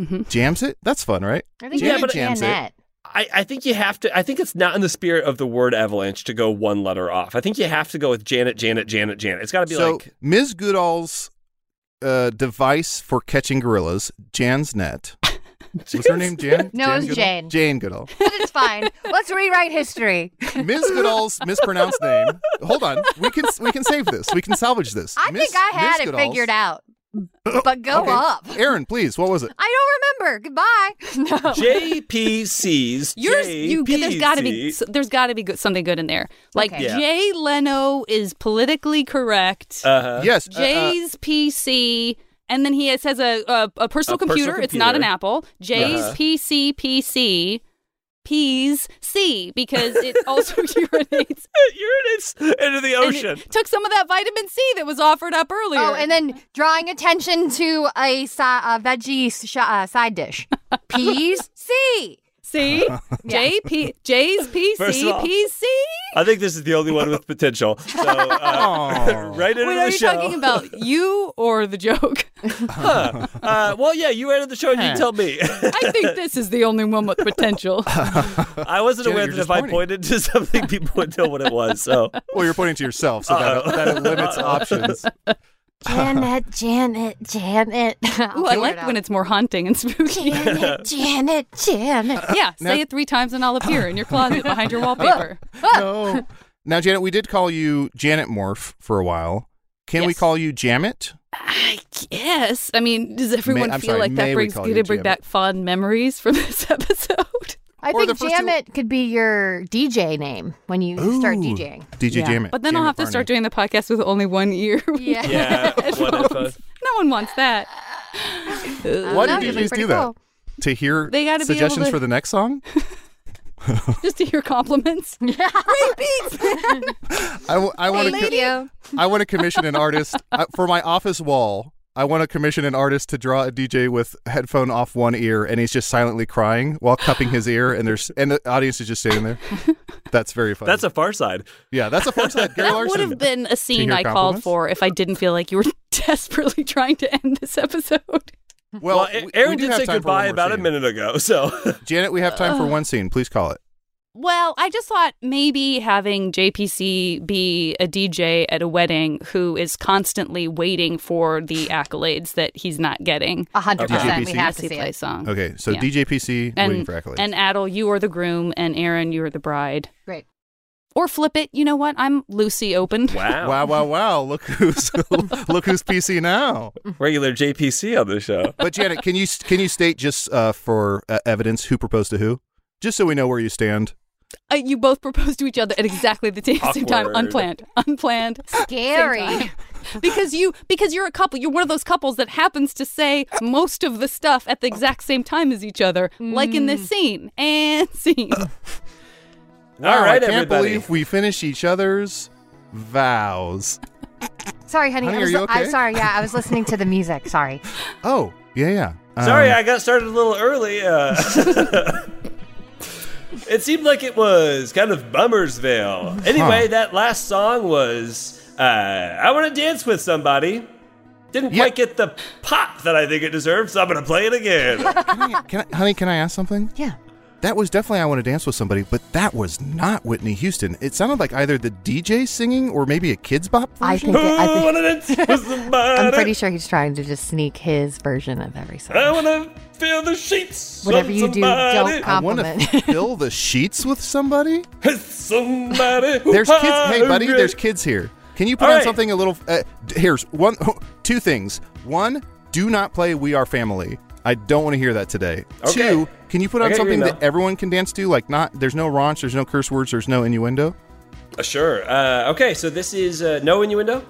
Speaker 5: Mm-hmm.
Speaker 6: Jams it? That's fun, right? Janet jams it.
Speaker 8: I, I think you have to. I think it's not in the spirit of the word avalanche to go one letter off. I think you have to go with Janet, Janet, Janet, Janet. It's got to be
Speaker 6: so
Speaker 8: like <laughs>
Speaker 6: Ms. Goodall's uh, device for catching gorillas, Jan's
Speaker 5: <laughs>
Speaker 6: net. Was her name Jan?
Speaker 5: No, it was
Speaker 6: Goodall?
Speaker 5: Jane.
Speaker 6: Jane Goodall.
Speaker 5: But it's fine. Let's rewrite history.
Speaker 6: Ms. Goodall's mispronounced name. Hold on, we can we can save this. We can salvage this.
Speaker 5: I think I had it
Speaker 6: <laughs>
Speaker 5: figured out. But go up.
Speaker 6: Aaron, please. What was it?
Speaker 5: I don't remember. Goodbye. no.
Speaker 8: JPC's.
Speaker 9: Yours, you get. There's got to be.
Speaker 8: JPC.
Speaker 9: so- There's got to be good, something good in there. Like
Speaker 8: Okay. Yeah.
Speaker 9: Jay Leno is politically correct.
Speaker 8: Uh-huh. Yes, uh, uh,
Speaker 9: Jay's PC, and then he says a a, a personal
Speaker 8: A personal
Speaker 9: computer. It's not an
Speaker 8: computer.
Speaker 9: Apple. Jay's
Speaker 8: Uh-huh.
Speaker 9: PC PC. P's C
Speaker 8: <laughs>
Speaker 9: because it also <laughs> urinates.
Speaker 8: urinates into the
Speaker 9: And it
Speaker 8: ocean.
Speaker 9: <laughs> took some of that vitamin C that was offered up earlier.
Speaker 5: Oh, and then drawing attention to a, si- a veggie sh- uh, side dish.
Speaker 9: <laughs>
Speaker 5: Peas, C.
Speaker 8: <laughs>
Speaker 9: C, J, P, J's P,
Speaker 8: First
Speaker 9: C,
Speaker 8: of all,
Speaker 9: P, C.
Speaker 8: I think this is the only one with potential.
Speaker 6: <laughs>
Speaker 8: So uh, right into
Speaker 9: Wait,
Speaker 8: the
Speaker 9: are you
Speaker 8: show.
Speaker 9: talking
Speaker 8: <laughs>
Speaker 9: about you or the joke?
Speaker 8: Huh. Uh, well, yeah, you edited the show and you tell me.
Speaker 9: <laughs> I think this is the only one
Speaker 8: <laughs>
Speaker 9: with potential.
Speaker 8: I wasn't
Speaker 9: Jenna,
Speaker 8: aware
Speaker 9: you're
Speaker 8: that
Speaker 9: just
Speaker 8: if I
Speaker 9: pointing.
Speaker 8: pointed to <laughs> something, people would know what it was. So,
Speaker 6: well, you're pointing to yourself, so that- that <laughs> limits options.
Speaker 5: Janet, Janet, Janet.
Speaker 9: <laughs> Ooh, I like when it's more haunting and
Speaker 8: <laughs>
Speaker 9: spooky.
Speaker 5: Janet, Janet, Janet.
Speaker 9: Yeah,
Speaker 6: <laughs> Now-
Speaker 9: say it three times and I'll appear in your closet behind your
Speaker 6: <laughs>
Speaker 9: wallpaper.
Speaker 6: no. Now, Janet, we did call you Janet Morph for a while. Can we call you Jamet?
Speaker 9: Yes, I mean, does everyone
Speaker 6: I'm
Speaker 9: feel
Speaker 6: sorry,
Speaker 9: like
Speaker 6: may
Speaker 9: that
Speaker 6: we
Speaker 9: brings
Speaker 6: call
Speaker 9: going
Speaker 6: you
Speaker 9: to bring
Speaker 6: Janet?
Speaker 9: back fond memories from this <laughs> episode?
Speaker 5: I
Speaker 9: Or the
Speaker 5: think
Speaker 9: first two-
Speaker 5: Jamet could be your DJ name when you start DJing.
Speaker 6: DJ Jamet.
Speaker 9: But then I'll
Speaker 6: Janet
Speaker 9: have to start doing the podcast with only one ear.
Speaker 5: Yeah.
Speaker 9: <laughs>
Speaker 6: Yeah, what if, uh,
Speaker 9: no one wants that. <laughs>
Speaker 6: Why do DJs do that? To hear
Speaker 9: They gotta be able
Speaker 6: suggestions
Speaker 9: to-
Speaker 6: for the next song?
Speaker 9: Just to hear compliments. <laughs> Yeah. Great beats.
Speaker 6: I, w- I want to. I want to commission an
Speaker 9: <laughs>
Speaker 6: artist uh, for my office wall. I want to commission an artist to draw a DJ with headphone off one ear, and he's just silently crying while cupping his ear, and there's and the audience is just standing
Speaker 9: <laughs>
Speaker 6: there. That's very funny. That's
Speaker 8: a far side.
Speaker 6: Yeah, that's a far
Speaker 9: <laughs>
Speaker 6: side. Gary
Speaker 9: That would
Speaker 6: Larson.
Speaker 9: have been a scene
Speaker 6: hear
Speaker 9: I called
Speaker 6: compliments?
Speaker 9: for if I didn't feel like you were <laughs> desperately trying to end this episode.
Speaker 6: Well,
Speaker 8: Aaron
Speaker 6: we do
Speaker 8: did
Speaker 6: have
Speaker 8: say
Speaker 6: time for one
Speaker 8: goodbye
Speaker 6: more
Speaker 8: about a
Speaker 6: scene.
Speaker 8: minute ago. So,
Speaker 6: Janet, we have time
Speaker 9: Uh,
Speaker 6: for one scene. Please call it.
Speaker 9: Well, I just thought maybe having JPC be a DJ at a wedding who is constantly waiting for the accolades that he's not getting.
Speaker 5: A hundred
Speaker 6: Okay.
Speaker 5: percent. We
Speaker 6: DJPC?
Speaker 5: have to see
Speaker 9: play
Speaker 5: it.
Speaker 9: song.
Speaker 6: Okay, so
Speaker 9: uh, Yeah.
Speaker 6: DJPC waiting
Speaker 9: And,
Speaker 6: for accolades.
Speaker 9: and Adel, you are the groom, and Aaron, you are the bride.
Speaker 5: Great.
Speaker 9: Or flip it. You know what? I'm Lucy open.
Speaker 6: wow, wow, wow! Look who's <laughs> look who's PC now.
Speaker 8: regular JPC on the show.
Speaker 6: But Janet, can you can you state just uh, for uh, evidence who proposed to who, just so we know where you stand?
Speaker 9: Uh, you both proposed to each other at exactly the same same time,
Speaker 6: Awkward.
Speaker 9: unplanned, unplanned, <laughs>
Speaker 5: Scary.
Speaker 9: same time. because you because you're a couple. You're one of those couples that happens to say most of the stuff at the exact same time as each other, like in
Speaker 5: Mm.
Speaker 9: this scene and <laughs> scene.
Speaker 6: Wow,
Speaker 8: right,
Speaker 6: I can't
Speaker 8: everybody.
Speaker 6: believe we finish each other's vows.
Speaker 5: Sorry, honey.
Speaker 6: Honey,
Speaker 5: I was,
Speaker 6: are you
Speaker 5: I'm
Speaker 6: okay?
Speaker 5: sorry. Yeah, I was listening to the music. Sorry.
Speaker 6: <laughs> Oh, yeah, yeah. Um,
Speaker 8: Sorry, I got started a little early. Uh, <laughs> it seemed like it was kind of Bummersville. Anyway,
Speaker 6: Huh.
Speaker 8: that last song was uh, I Want to Dance with Somebody. Didn't quite get the
Speaker 6: <laughs>
Speaker 8: pop that I think it deserved, so I'm going to play it again.
Speaker 6: can I, honey, can I ask something?
Speaker 5: Yeah.
Speaker 6: That was definitely I Want to Dance with Somebody, but that was not Whitney Houston. It sounded like either the DJ singing or maybe a kids bop version.
Speaker 5: I think it- I think- <laughs> I'm
Speaker 6: But
Speaker 5: pretty
Speaker 6: it-
Speaker 5: sure he's trying to just sneak his version of every song.
Speaker 9: Oh,
Speaker 7: I want to feel the sheets.
Speaker 5: Whatever you do, don't
Speaker 6: I want
Speaker 5: compliment. <laughs>
Speaker 6: to fill the sheets with somebody.
Speaker 7: somebody. who
Speaker 6: There's kids. Hey, buddy,
Speaker 7: pirated-
Speaker 6: there's kids here. Can you put
Speaker 7: All
Speaker 6: on
Speaker 7: right.
Speaker 6: something a little? Uh, d- here's one, oh, two things. One, do not play "We Are Family." I don't want to hear that today.
Speaker 7: Okay.
Speaker 6: Two, can you put
Speaker 7: I
Speaker 6: on
Speaker 7: got your
Speaker 6: something
Speaker 7: email.
Speaker 6: that everyone can dance to? Like, not there's no raunch, there's no curse words, there's no innuendo.
Speaker 8: Uh, sure. Uh, okay, so this is uh, no innuendo.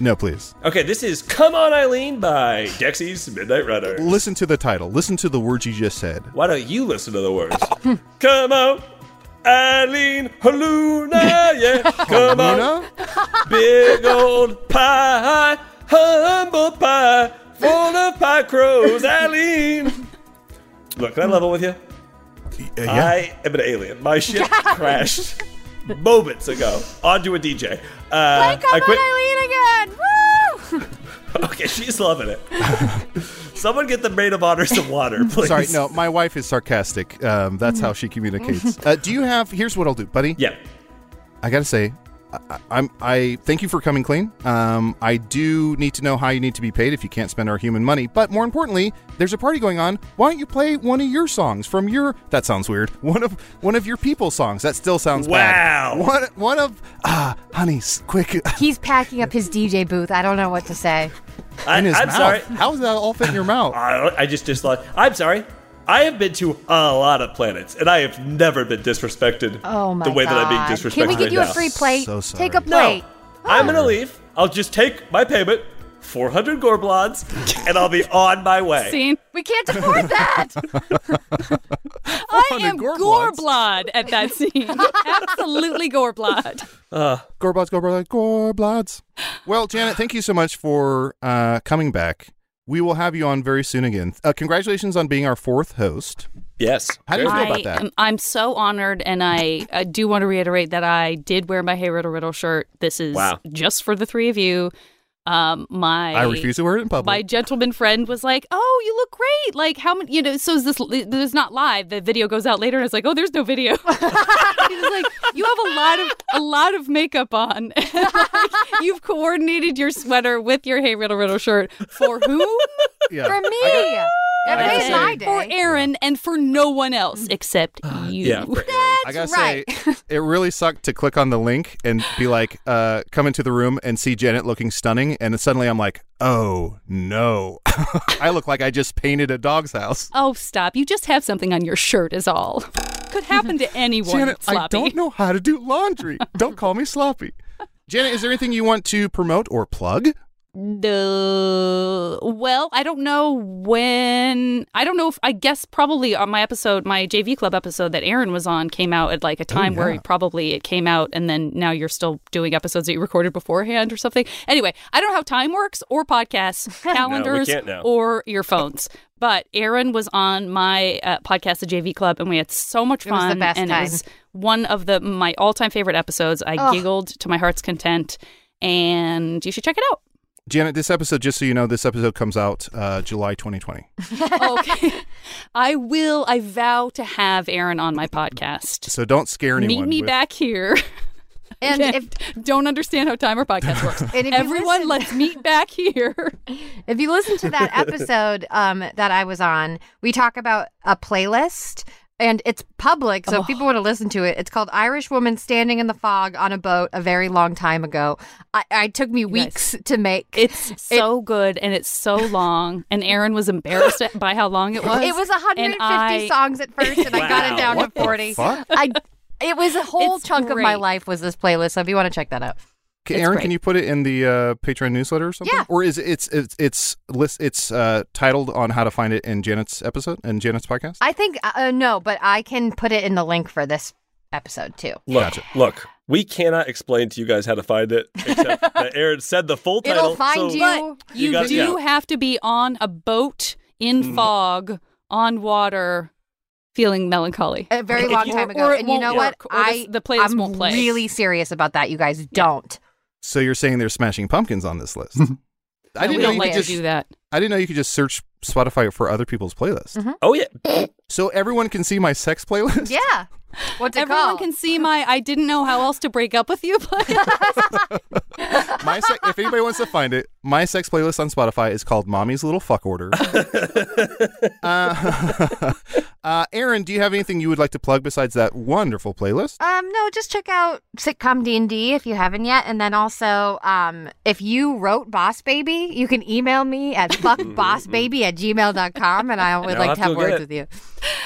Speaker 6: No, please.
Speaker 8: Okay, this is "Come On, Eileen" by Dexy's Midnight Runner.
Speaker 6: Listen to the title. Listen to the words you just said.
Speaker 8: Why don't you listen to
Speaker 6: <laughs>
Speaker 8: the words?
Speaker 6: Hmm.
Speaker 7: Come on, Eileen Haluna,
Speaker 6: <laughs>
Speaker 7: yeah. Come on,
Speaker 8: <laughs>
Speaker 7: big old pie, humble pie, full of pie crows, Eileen. Look, can I level with you?
Speaker 6: uh, yeah.
Speaker 8: I am an alien.
Speaker 6: <laughs>
Speaker 8: My ship crashed moments ago onto a DJ. Uh, I quit.
Speaker 5: Eileen again.
Speaker 8: <laughs> Okay, she's loving it. <laughs> Someone get the maid of honor some water,
Speaker 6: <laughs>
Speaker 8: please.
Speaker 6: Sorry, no, my wife is sarcastic. Um, that's how she communicates.
Speaker 8: <laughs>
Speaker 6: Uh, do you have? Here's what I'll do, buddy.
Speaker 8: Yeah.
Speaker 6: I gotta say, I, I- I'm. I thank you for coming clean. Um, I do need to know how you need to be paid if you can't spend our human money. But more importantly, there's a party going on. Why don't you play one of your songs from your? That sounds weird. One of one of your people's songs. That still sounds bad.
Speaker 8: Wow.
Speaker 6: One one of ah, honey, s- quick. <laughs>
Speaker 5: He's packing up his DJ booth. I don't know what to say.
Speaker 8: I,
Speaker 6: in his
Speaker 8: am
Speaker 6: mouth.
Speaker 8: sorry.
Speaker 6: How does that all fit in your mouth?
Speaker 8: I, don't- I just dislodged. I'm sorry. I have been to a lot of planets, and I have never been disrespected
Speaker 5: Oh my
Speaker 8: the way that I'm
Speaker 5: God.
Speaker 8: being disrespected
Speaker 5: Can we get
Speaker 8: right
Speaker 5: you
Speaker 8: now.
Speaker 5: a free plate?
Speaker 8: So
Speaker 5: Take a plate.
Speaker 8: I'm gonna leave. I'll just take my payment, 400
Speaker 5: <laughs>
Speaker 8: Gorblons, and I'll be on my way.
Speaker 9: Scene.
Speaker 5: We can't afford
Speaker 9: <laughs>
Speaker 5: that.
Speaker 9: I am Gorblood at that
Speaker 5: <laughs>
Speaker 9: scene. Absolutely Gorblood.
Speaker 8: Uh,
Speaker 6: Gorblods, Gorblods, Gorblods. Well, Janet, thank you so much for uh, coming back. We will have you on very soon again. Uh, congratulations on being our fourth host.
Speaker 8: Yes.
Speaker 6: How do you feel
Speaker 9: I
Speaker 6: about that?
Speaker 9: am- I'm so honored, and I, I do want to reiterate that I did wear my Hey Riddle Riddle shirt. This is
Speaker 6: Wow.
Speaker 9: just for the three of you. Um, my
Speaker 6: I refuse to wear it in public.
Speaker 9: My gentleman friend was like, "Oh, you look great! Like, how many? You know, so is this? This is not live. The video goes out later, and it's like, oh, there's no video. <laughs> He's like, you have a lot of a lot of makeup on. <laughs> Like, you've coordinated your sweater with your Hey Riddle Riddle shirt for who?
Speaker 6: Yeah.
Speaker 5: For me.
Speaker 6: That I gotta made my say- day.
Speaker 9: For Aaron and for no one
Speaker 6: <laughs>
Speaker 9: else except you.
Speaker 6: Uh, yeah, for I gotta say, it really sucked to click on the link and be like, uh, come into the room and see Janet looking stunning, and suddenly I'm like, oh no, <laughs> I look like I just painted a dog's house.
Speaker 9: Oh, stop. You just have something on your shirt, is all. Could happen to anyone,
Speaker 6: Janet, I
Speaker 9: Sloppy.
Speaker 6: don't know how to do laundry. don't call me sloppy. Janet, is there anything you want to promote or plug?
Speaker 9: The well, I don't know when. I don't know if I guess probably on my episode, my JV Club episode that Aaron was on came out at
Speaker 6: Oh,
Speaker 9: like a time where
Speaker 11: yeah.
Speaker 9: it probably it came out, and then now you're still doing episodes that you recorded beforehand or something. Anyway, I don't know how time works or podcasts, calendars,
Speaker 8: can't now.
Speaker 9: or your phones. But Aaron was on my uh, podcast, The JV Club, and we had so much
Speaker 5: It was the
Speaker 9: fun.
Speaker 5: best
Speaker 9: and
Speaker 5: time.
Speaker 9: It was one of the my all time favorite episodes. I
Speaker 5: Ugh.
Speaker 9: giggled to my heart's content, and you should check it out.
Speaker 6: Janet, this episode, just so you know, this episode comes out uh, July 2020.
Speaker 9: okay. I will. I vow to have Aaron on my podcast.
Speaker 6: So don't scare anyone.
Speaker 9: Meet me
Speaker 6: with-
Speaker 9: back here. <laughs>
Speaker 5: And
Speaker 9: if don't understand how timer podcast
Speaker 5: <laughs>
Speaker 9: works,
Speaker 5: And if you listen-
Speaker 9: everyone, let's meet back here.
Speaker 5: <laughs> If you listen to that episode um, that I was on, we talk about a playlist and it's public.
Speaker 9: Oh.
Speaker 5: So if people want to listen to it, it's called Irish Woman Standing in the Fog on a Boat a very long time ago. I, I took me weeks to make.
Speaker 9: It's so good and it's so long. And Aaron was embarrassed at- by how long it was.
Speaker 5: It was 150
Speaker 9: and I-
Speaker 5: songs at first and I got it
Speaker 9: Wow,
Speaker 5: down to
Speaker 9: what the
Speaker 5: 40.
Speaker 9: fuck?
Speaker 5: I it was a whole chunk of my
Speaker 9: great.
Speaker 5: life was this playlist. So if you want to check that out.
Speaker 6: Can,
Speaker 5: It's
Speaker 6: Aaron,
Speaker 5: great.
Speaker 6: can you put it in the uh, Patreon newsletter or something?
Speaker 5: Yeah.
Speaker 6: Or is it, it's it's it's list it's uh, titled on how to find it in Janet's episode and Janet's podcast?
Speaker 5: I think uh, no, but I can put it in the link for this episode too.
Speaker 8: Look, look, we cannot explain to you guys how to find it,
Speaker 5: <laughs>
Speaker 8: except that Aaron said the full title. so
Speaker 9: But you,
Speaker 8: got-
Speaker 9: do
Speaker 8: yeah.
Speaker 9: have to be on a boat in fog on water, feeling melancholy.
Speaker 5: A very
Speaker 9: If
Speaker 5: long
Speaker 9: you-
Speaker 5: time
Speaker 9: or-
Speaker 5: ago.
Speaker 9: or it
Speaker 5: and you
Speaker 9: won't
Speaker 5: know what?
Speaker 9: work, or the-
Speaker 5: I
Speaker 9: the playlist
Speaker 5: I'm
Speaker 9: won't play.
Speaker 5: really serious about that. You guys don't.
Speaker 6: So you're saying they're smashing pumpkins on this list? I
Speaker 9: No, we
Speaker 6: didn't know
Speaker 9: don't
Speaker 6: you
Speaker 9: like
Speaker 6: could just
Speaker 9: to do that.
Speaker 6: I didn't know you could just search Spotify for other people's playlists.
Speaker 8: Oh yeah.
Speaker 6: so everyone can see my sex playlist.
Speaker 9: Yeah.
Speaker 5: What's
Speaker 9: Everyone can see my I didn't know how else to break up with you playlist.
Speaker 6: My se- if anybody wants to find it, my sex playlist on Spotify is called "Mommy's Little Fuck
Speaker 9: <laughs>
Speaker 6: Order." uh, <laughs> uh, Aaron, do you have anything you would like to plug besides that wonderful playlist?
Speaker 5: Um, no, just check out sitcom D and D if you haven't yet, and then also, um, if you wrote Boss Baby, you can email
Speaker 6: <laughs>
Speaker 5: me at fuckbossbaby at gmail.com and I would
Speaker 8: Now
Speaker 5: like to
Speaker 8: I'll
Speaker 5: have
Speaker 8: go get
Speaker 5: words
Speaker 8: it.
Speaker 5: with you.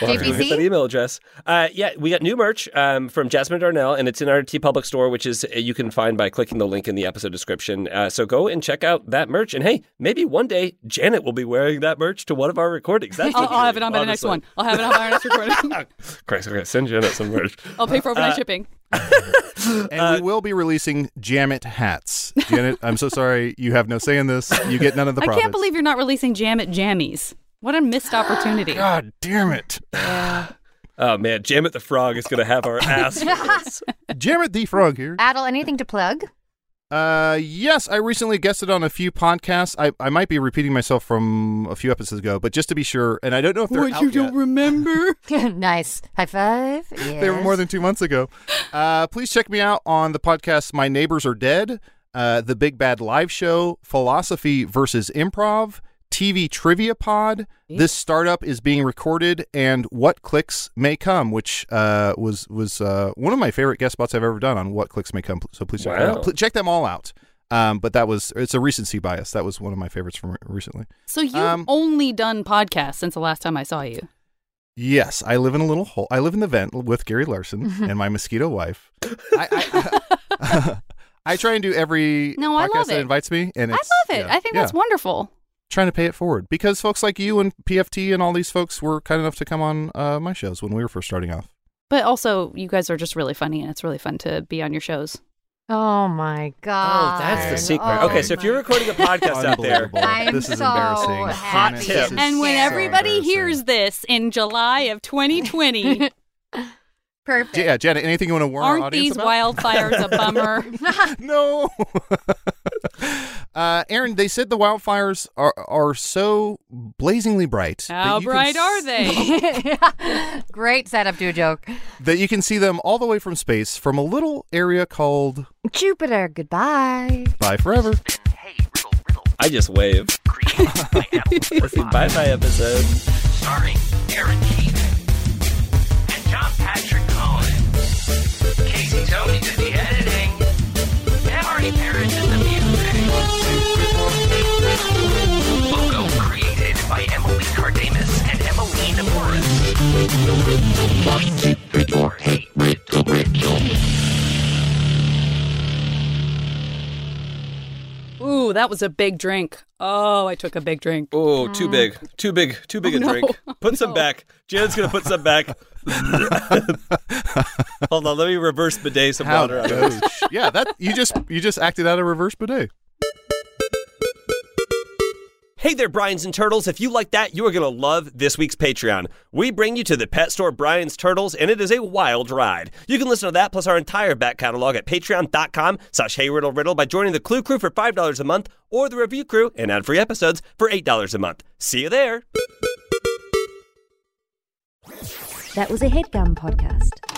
Speaker 8: We'll have to
Speaker 5: JPZ?
Speaker 8: hit that email address. Uh, yeah, we got new merch um, from Jasmine Darnell, and it's in our T Public store, which is uh, you can find by clicking the link in the episode description. Uh, so go and check out that merch. And hey, maybe one day Janet will be wearing that merch to one of our recordings. That's
Speaker 9: <laughs> I'll,
Speaker 8: the
Speaker 9: I'll have it
Speaker 8: dream,
Speaker 9: on by the next
Speaker 8: honestly.
Speaker 9: one. I'll have it on by our next recording.
Speaker 8: Christ, okay, send Janet some merch.
Speaker 9: <laughs> I'll pay for overnight
Speaker 8: Uh,
Speaker 9: shipping.
Speaker 6: And we will be releasing Jamit hats. Janet, I'm so sorry you have no say in this. You get none of the
Speaker 9: I
Speaker 6: profits.
Speaker 9: can't believe you're not releasing Jam at Jammies. What a missed opportunity.
Speaker 6: God damn it.
Speaker 8: Oh man, Janet the Frog is going to have our
Speaker 9: <laughs>
Speaker 8: ass.
Speaker 6: Jamet the Frog here.
Speaker 5: Adel, anything to plug?
Speaker 6: Uh, yes, I recently guested on a few podcasts. I, I might be repeating myself from a few episodes ago, but just to be sure, and I don't know if they're out yet.
Speaker 9: remember?
Speaker 5: <laughs> nice. High five.
Speaker 6: They were more than two months ago. Uh, please check me out on the podcast My Neighbors Are Dead, uh, The Big Bad Live Show, Philosophy versus Improv, TV Trivia Pod. This startup is being recorded, and What Clicks May Come, which uh, was was uh, one of my favorite guest spots I've ever done on What Clicks May Come. So please check that
Speaker 8: Wow.
Speaker 6: out. Pl- check them all out. Um, but that was it's a recency bias. That was one of my favorites from re- recently.
Speaker 9: So you've only done podcasts since the last time I saw you.
Speaker 6: Yes, I live in a little hole. I live in the vent with Gary Larson
Speaker 9: Mm-hmm.
Speaker 6: and my mosquito
Speaker 9: <laughs>
Speaker 6: wife. I, I, <laughs> I try and do every
Speaker 9: No, I
Speaker 6: podcast
Speaker 9: love
Speaker 6: that
Speaker 9: it.
Speaker 6: invites me, and
Speaker 9: I
Speaker 6: it's,
Speaker 9: love it.
Speaker 6: yeah,
Speaker 9: I think
Speaker 6: yeah.
Speaker 9: that's wonderful.
Speaker 6: Trying to pay it forward because folks like you and PFT and all these folks were kind enough to come on uh, my shows when we were first starting off.
Speaker 9: But also, you guys are just really funny, and it's really fun to be on your shows.
Speaker 5: Oh my god.
Speaker 8: Oh, that's the secret. okay, so if you're recording a podcast out there,
Speaker 5: <laughs>
Speaker 6: Unbelievable. I'm
Speaker 5: This is so embarrassing.
Speaker 8: Hot
Speaker 5: happy.
Speaker 8: tip.
Speaker 9: And when
Speaker 5: So
Speaker 9: everybody hears this in July of 2020,
Speaker 5: Perfect.
Speaker 6: J- yeah, Janet, anything you want to warn our
Speaker 9: aren't
Speaker 6: audience
Speaker 9: these
Speaker 6: about?
Speaker 9: wildfires a bummer?
Speaker 6: <laughs> no. <laughs> Uh, Aaron, they said the wildfires are are so blazingly bright. that
Speaker 5: How
Speaker 6: you can
Speaker 5: bright
Speaker 9: are
Speaker 5: <laughs> they? Great setup to a joke.
Speaker 6: <laughs> that you can see them all the way from space from a little area called
Speaker 5: Jupiter, goodbye.
Speaker 6: Bye Forever.
Speaker 8: I just wave.
Speaker 9: <laughs>
Speaker 5: <laughs>
Speaker 8: Bye bye episode.
Speaker 1: starring Aaron Keith and John Patrick Cohen. Casey Tony did the editing. And Marty Parrish did the music. Logo created by Emily Cardamus and Emily Naporis.
Speaker 9: Ooh, that was a big drink. Oh, I took a big drink.
Speaker 8: Oh, too big. Too big. Too
Speaker 9: <laughs>
Speaker 8: big a
Speaker 9: Mm. Oh, no.
Speaker 8: drink. Put some back. Janet's going to put some
Speaker 9: <laughs>
Speaker 8: back. Hold on. Let me reverse bidet some
Speaker 6: How
Speaker 8: water out of this.
Speaker 6: gauche. yeah, that you just you just acted out a reverse bidet.
Speaker 8: Hey there, Brian's and Turtles. If you like that, you are going to love this week's Patreon. We bring you to the pet store Brian's Turtles, and it is a wild ride. You can listen to that plus our entire back catalog at patreon.com slash heyriddleriddle by joining the Clue Crew for $5 a month or the Review Crew and ad-free episodes for $8 a month. See you there.
Speaker 12: That was a headgum podcast.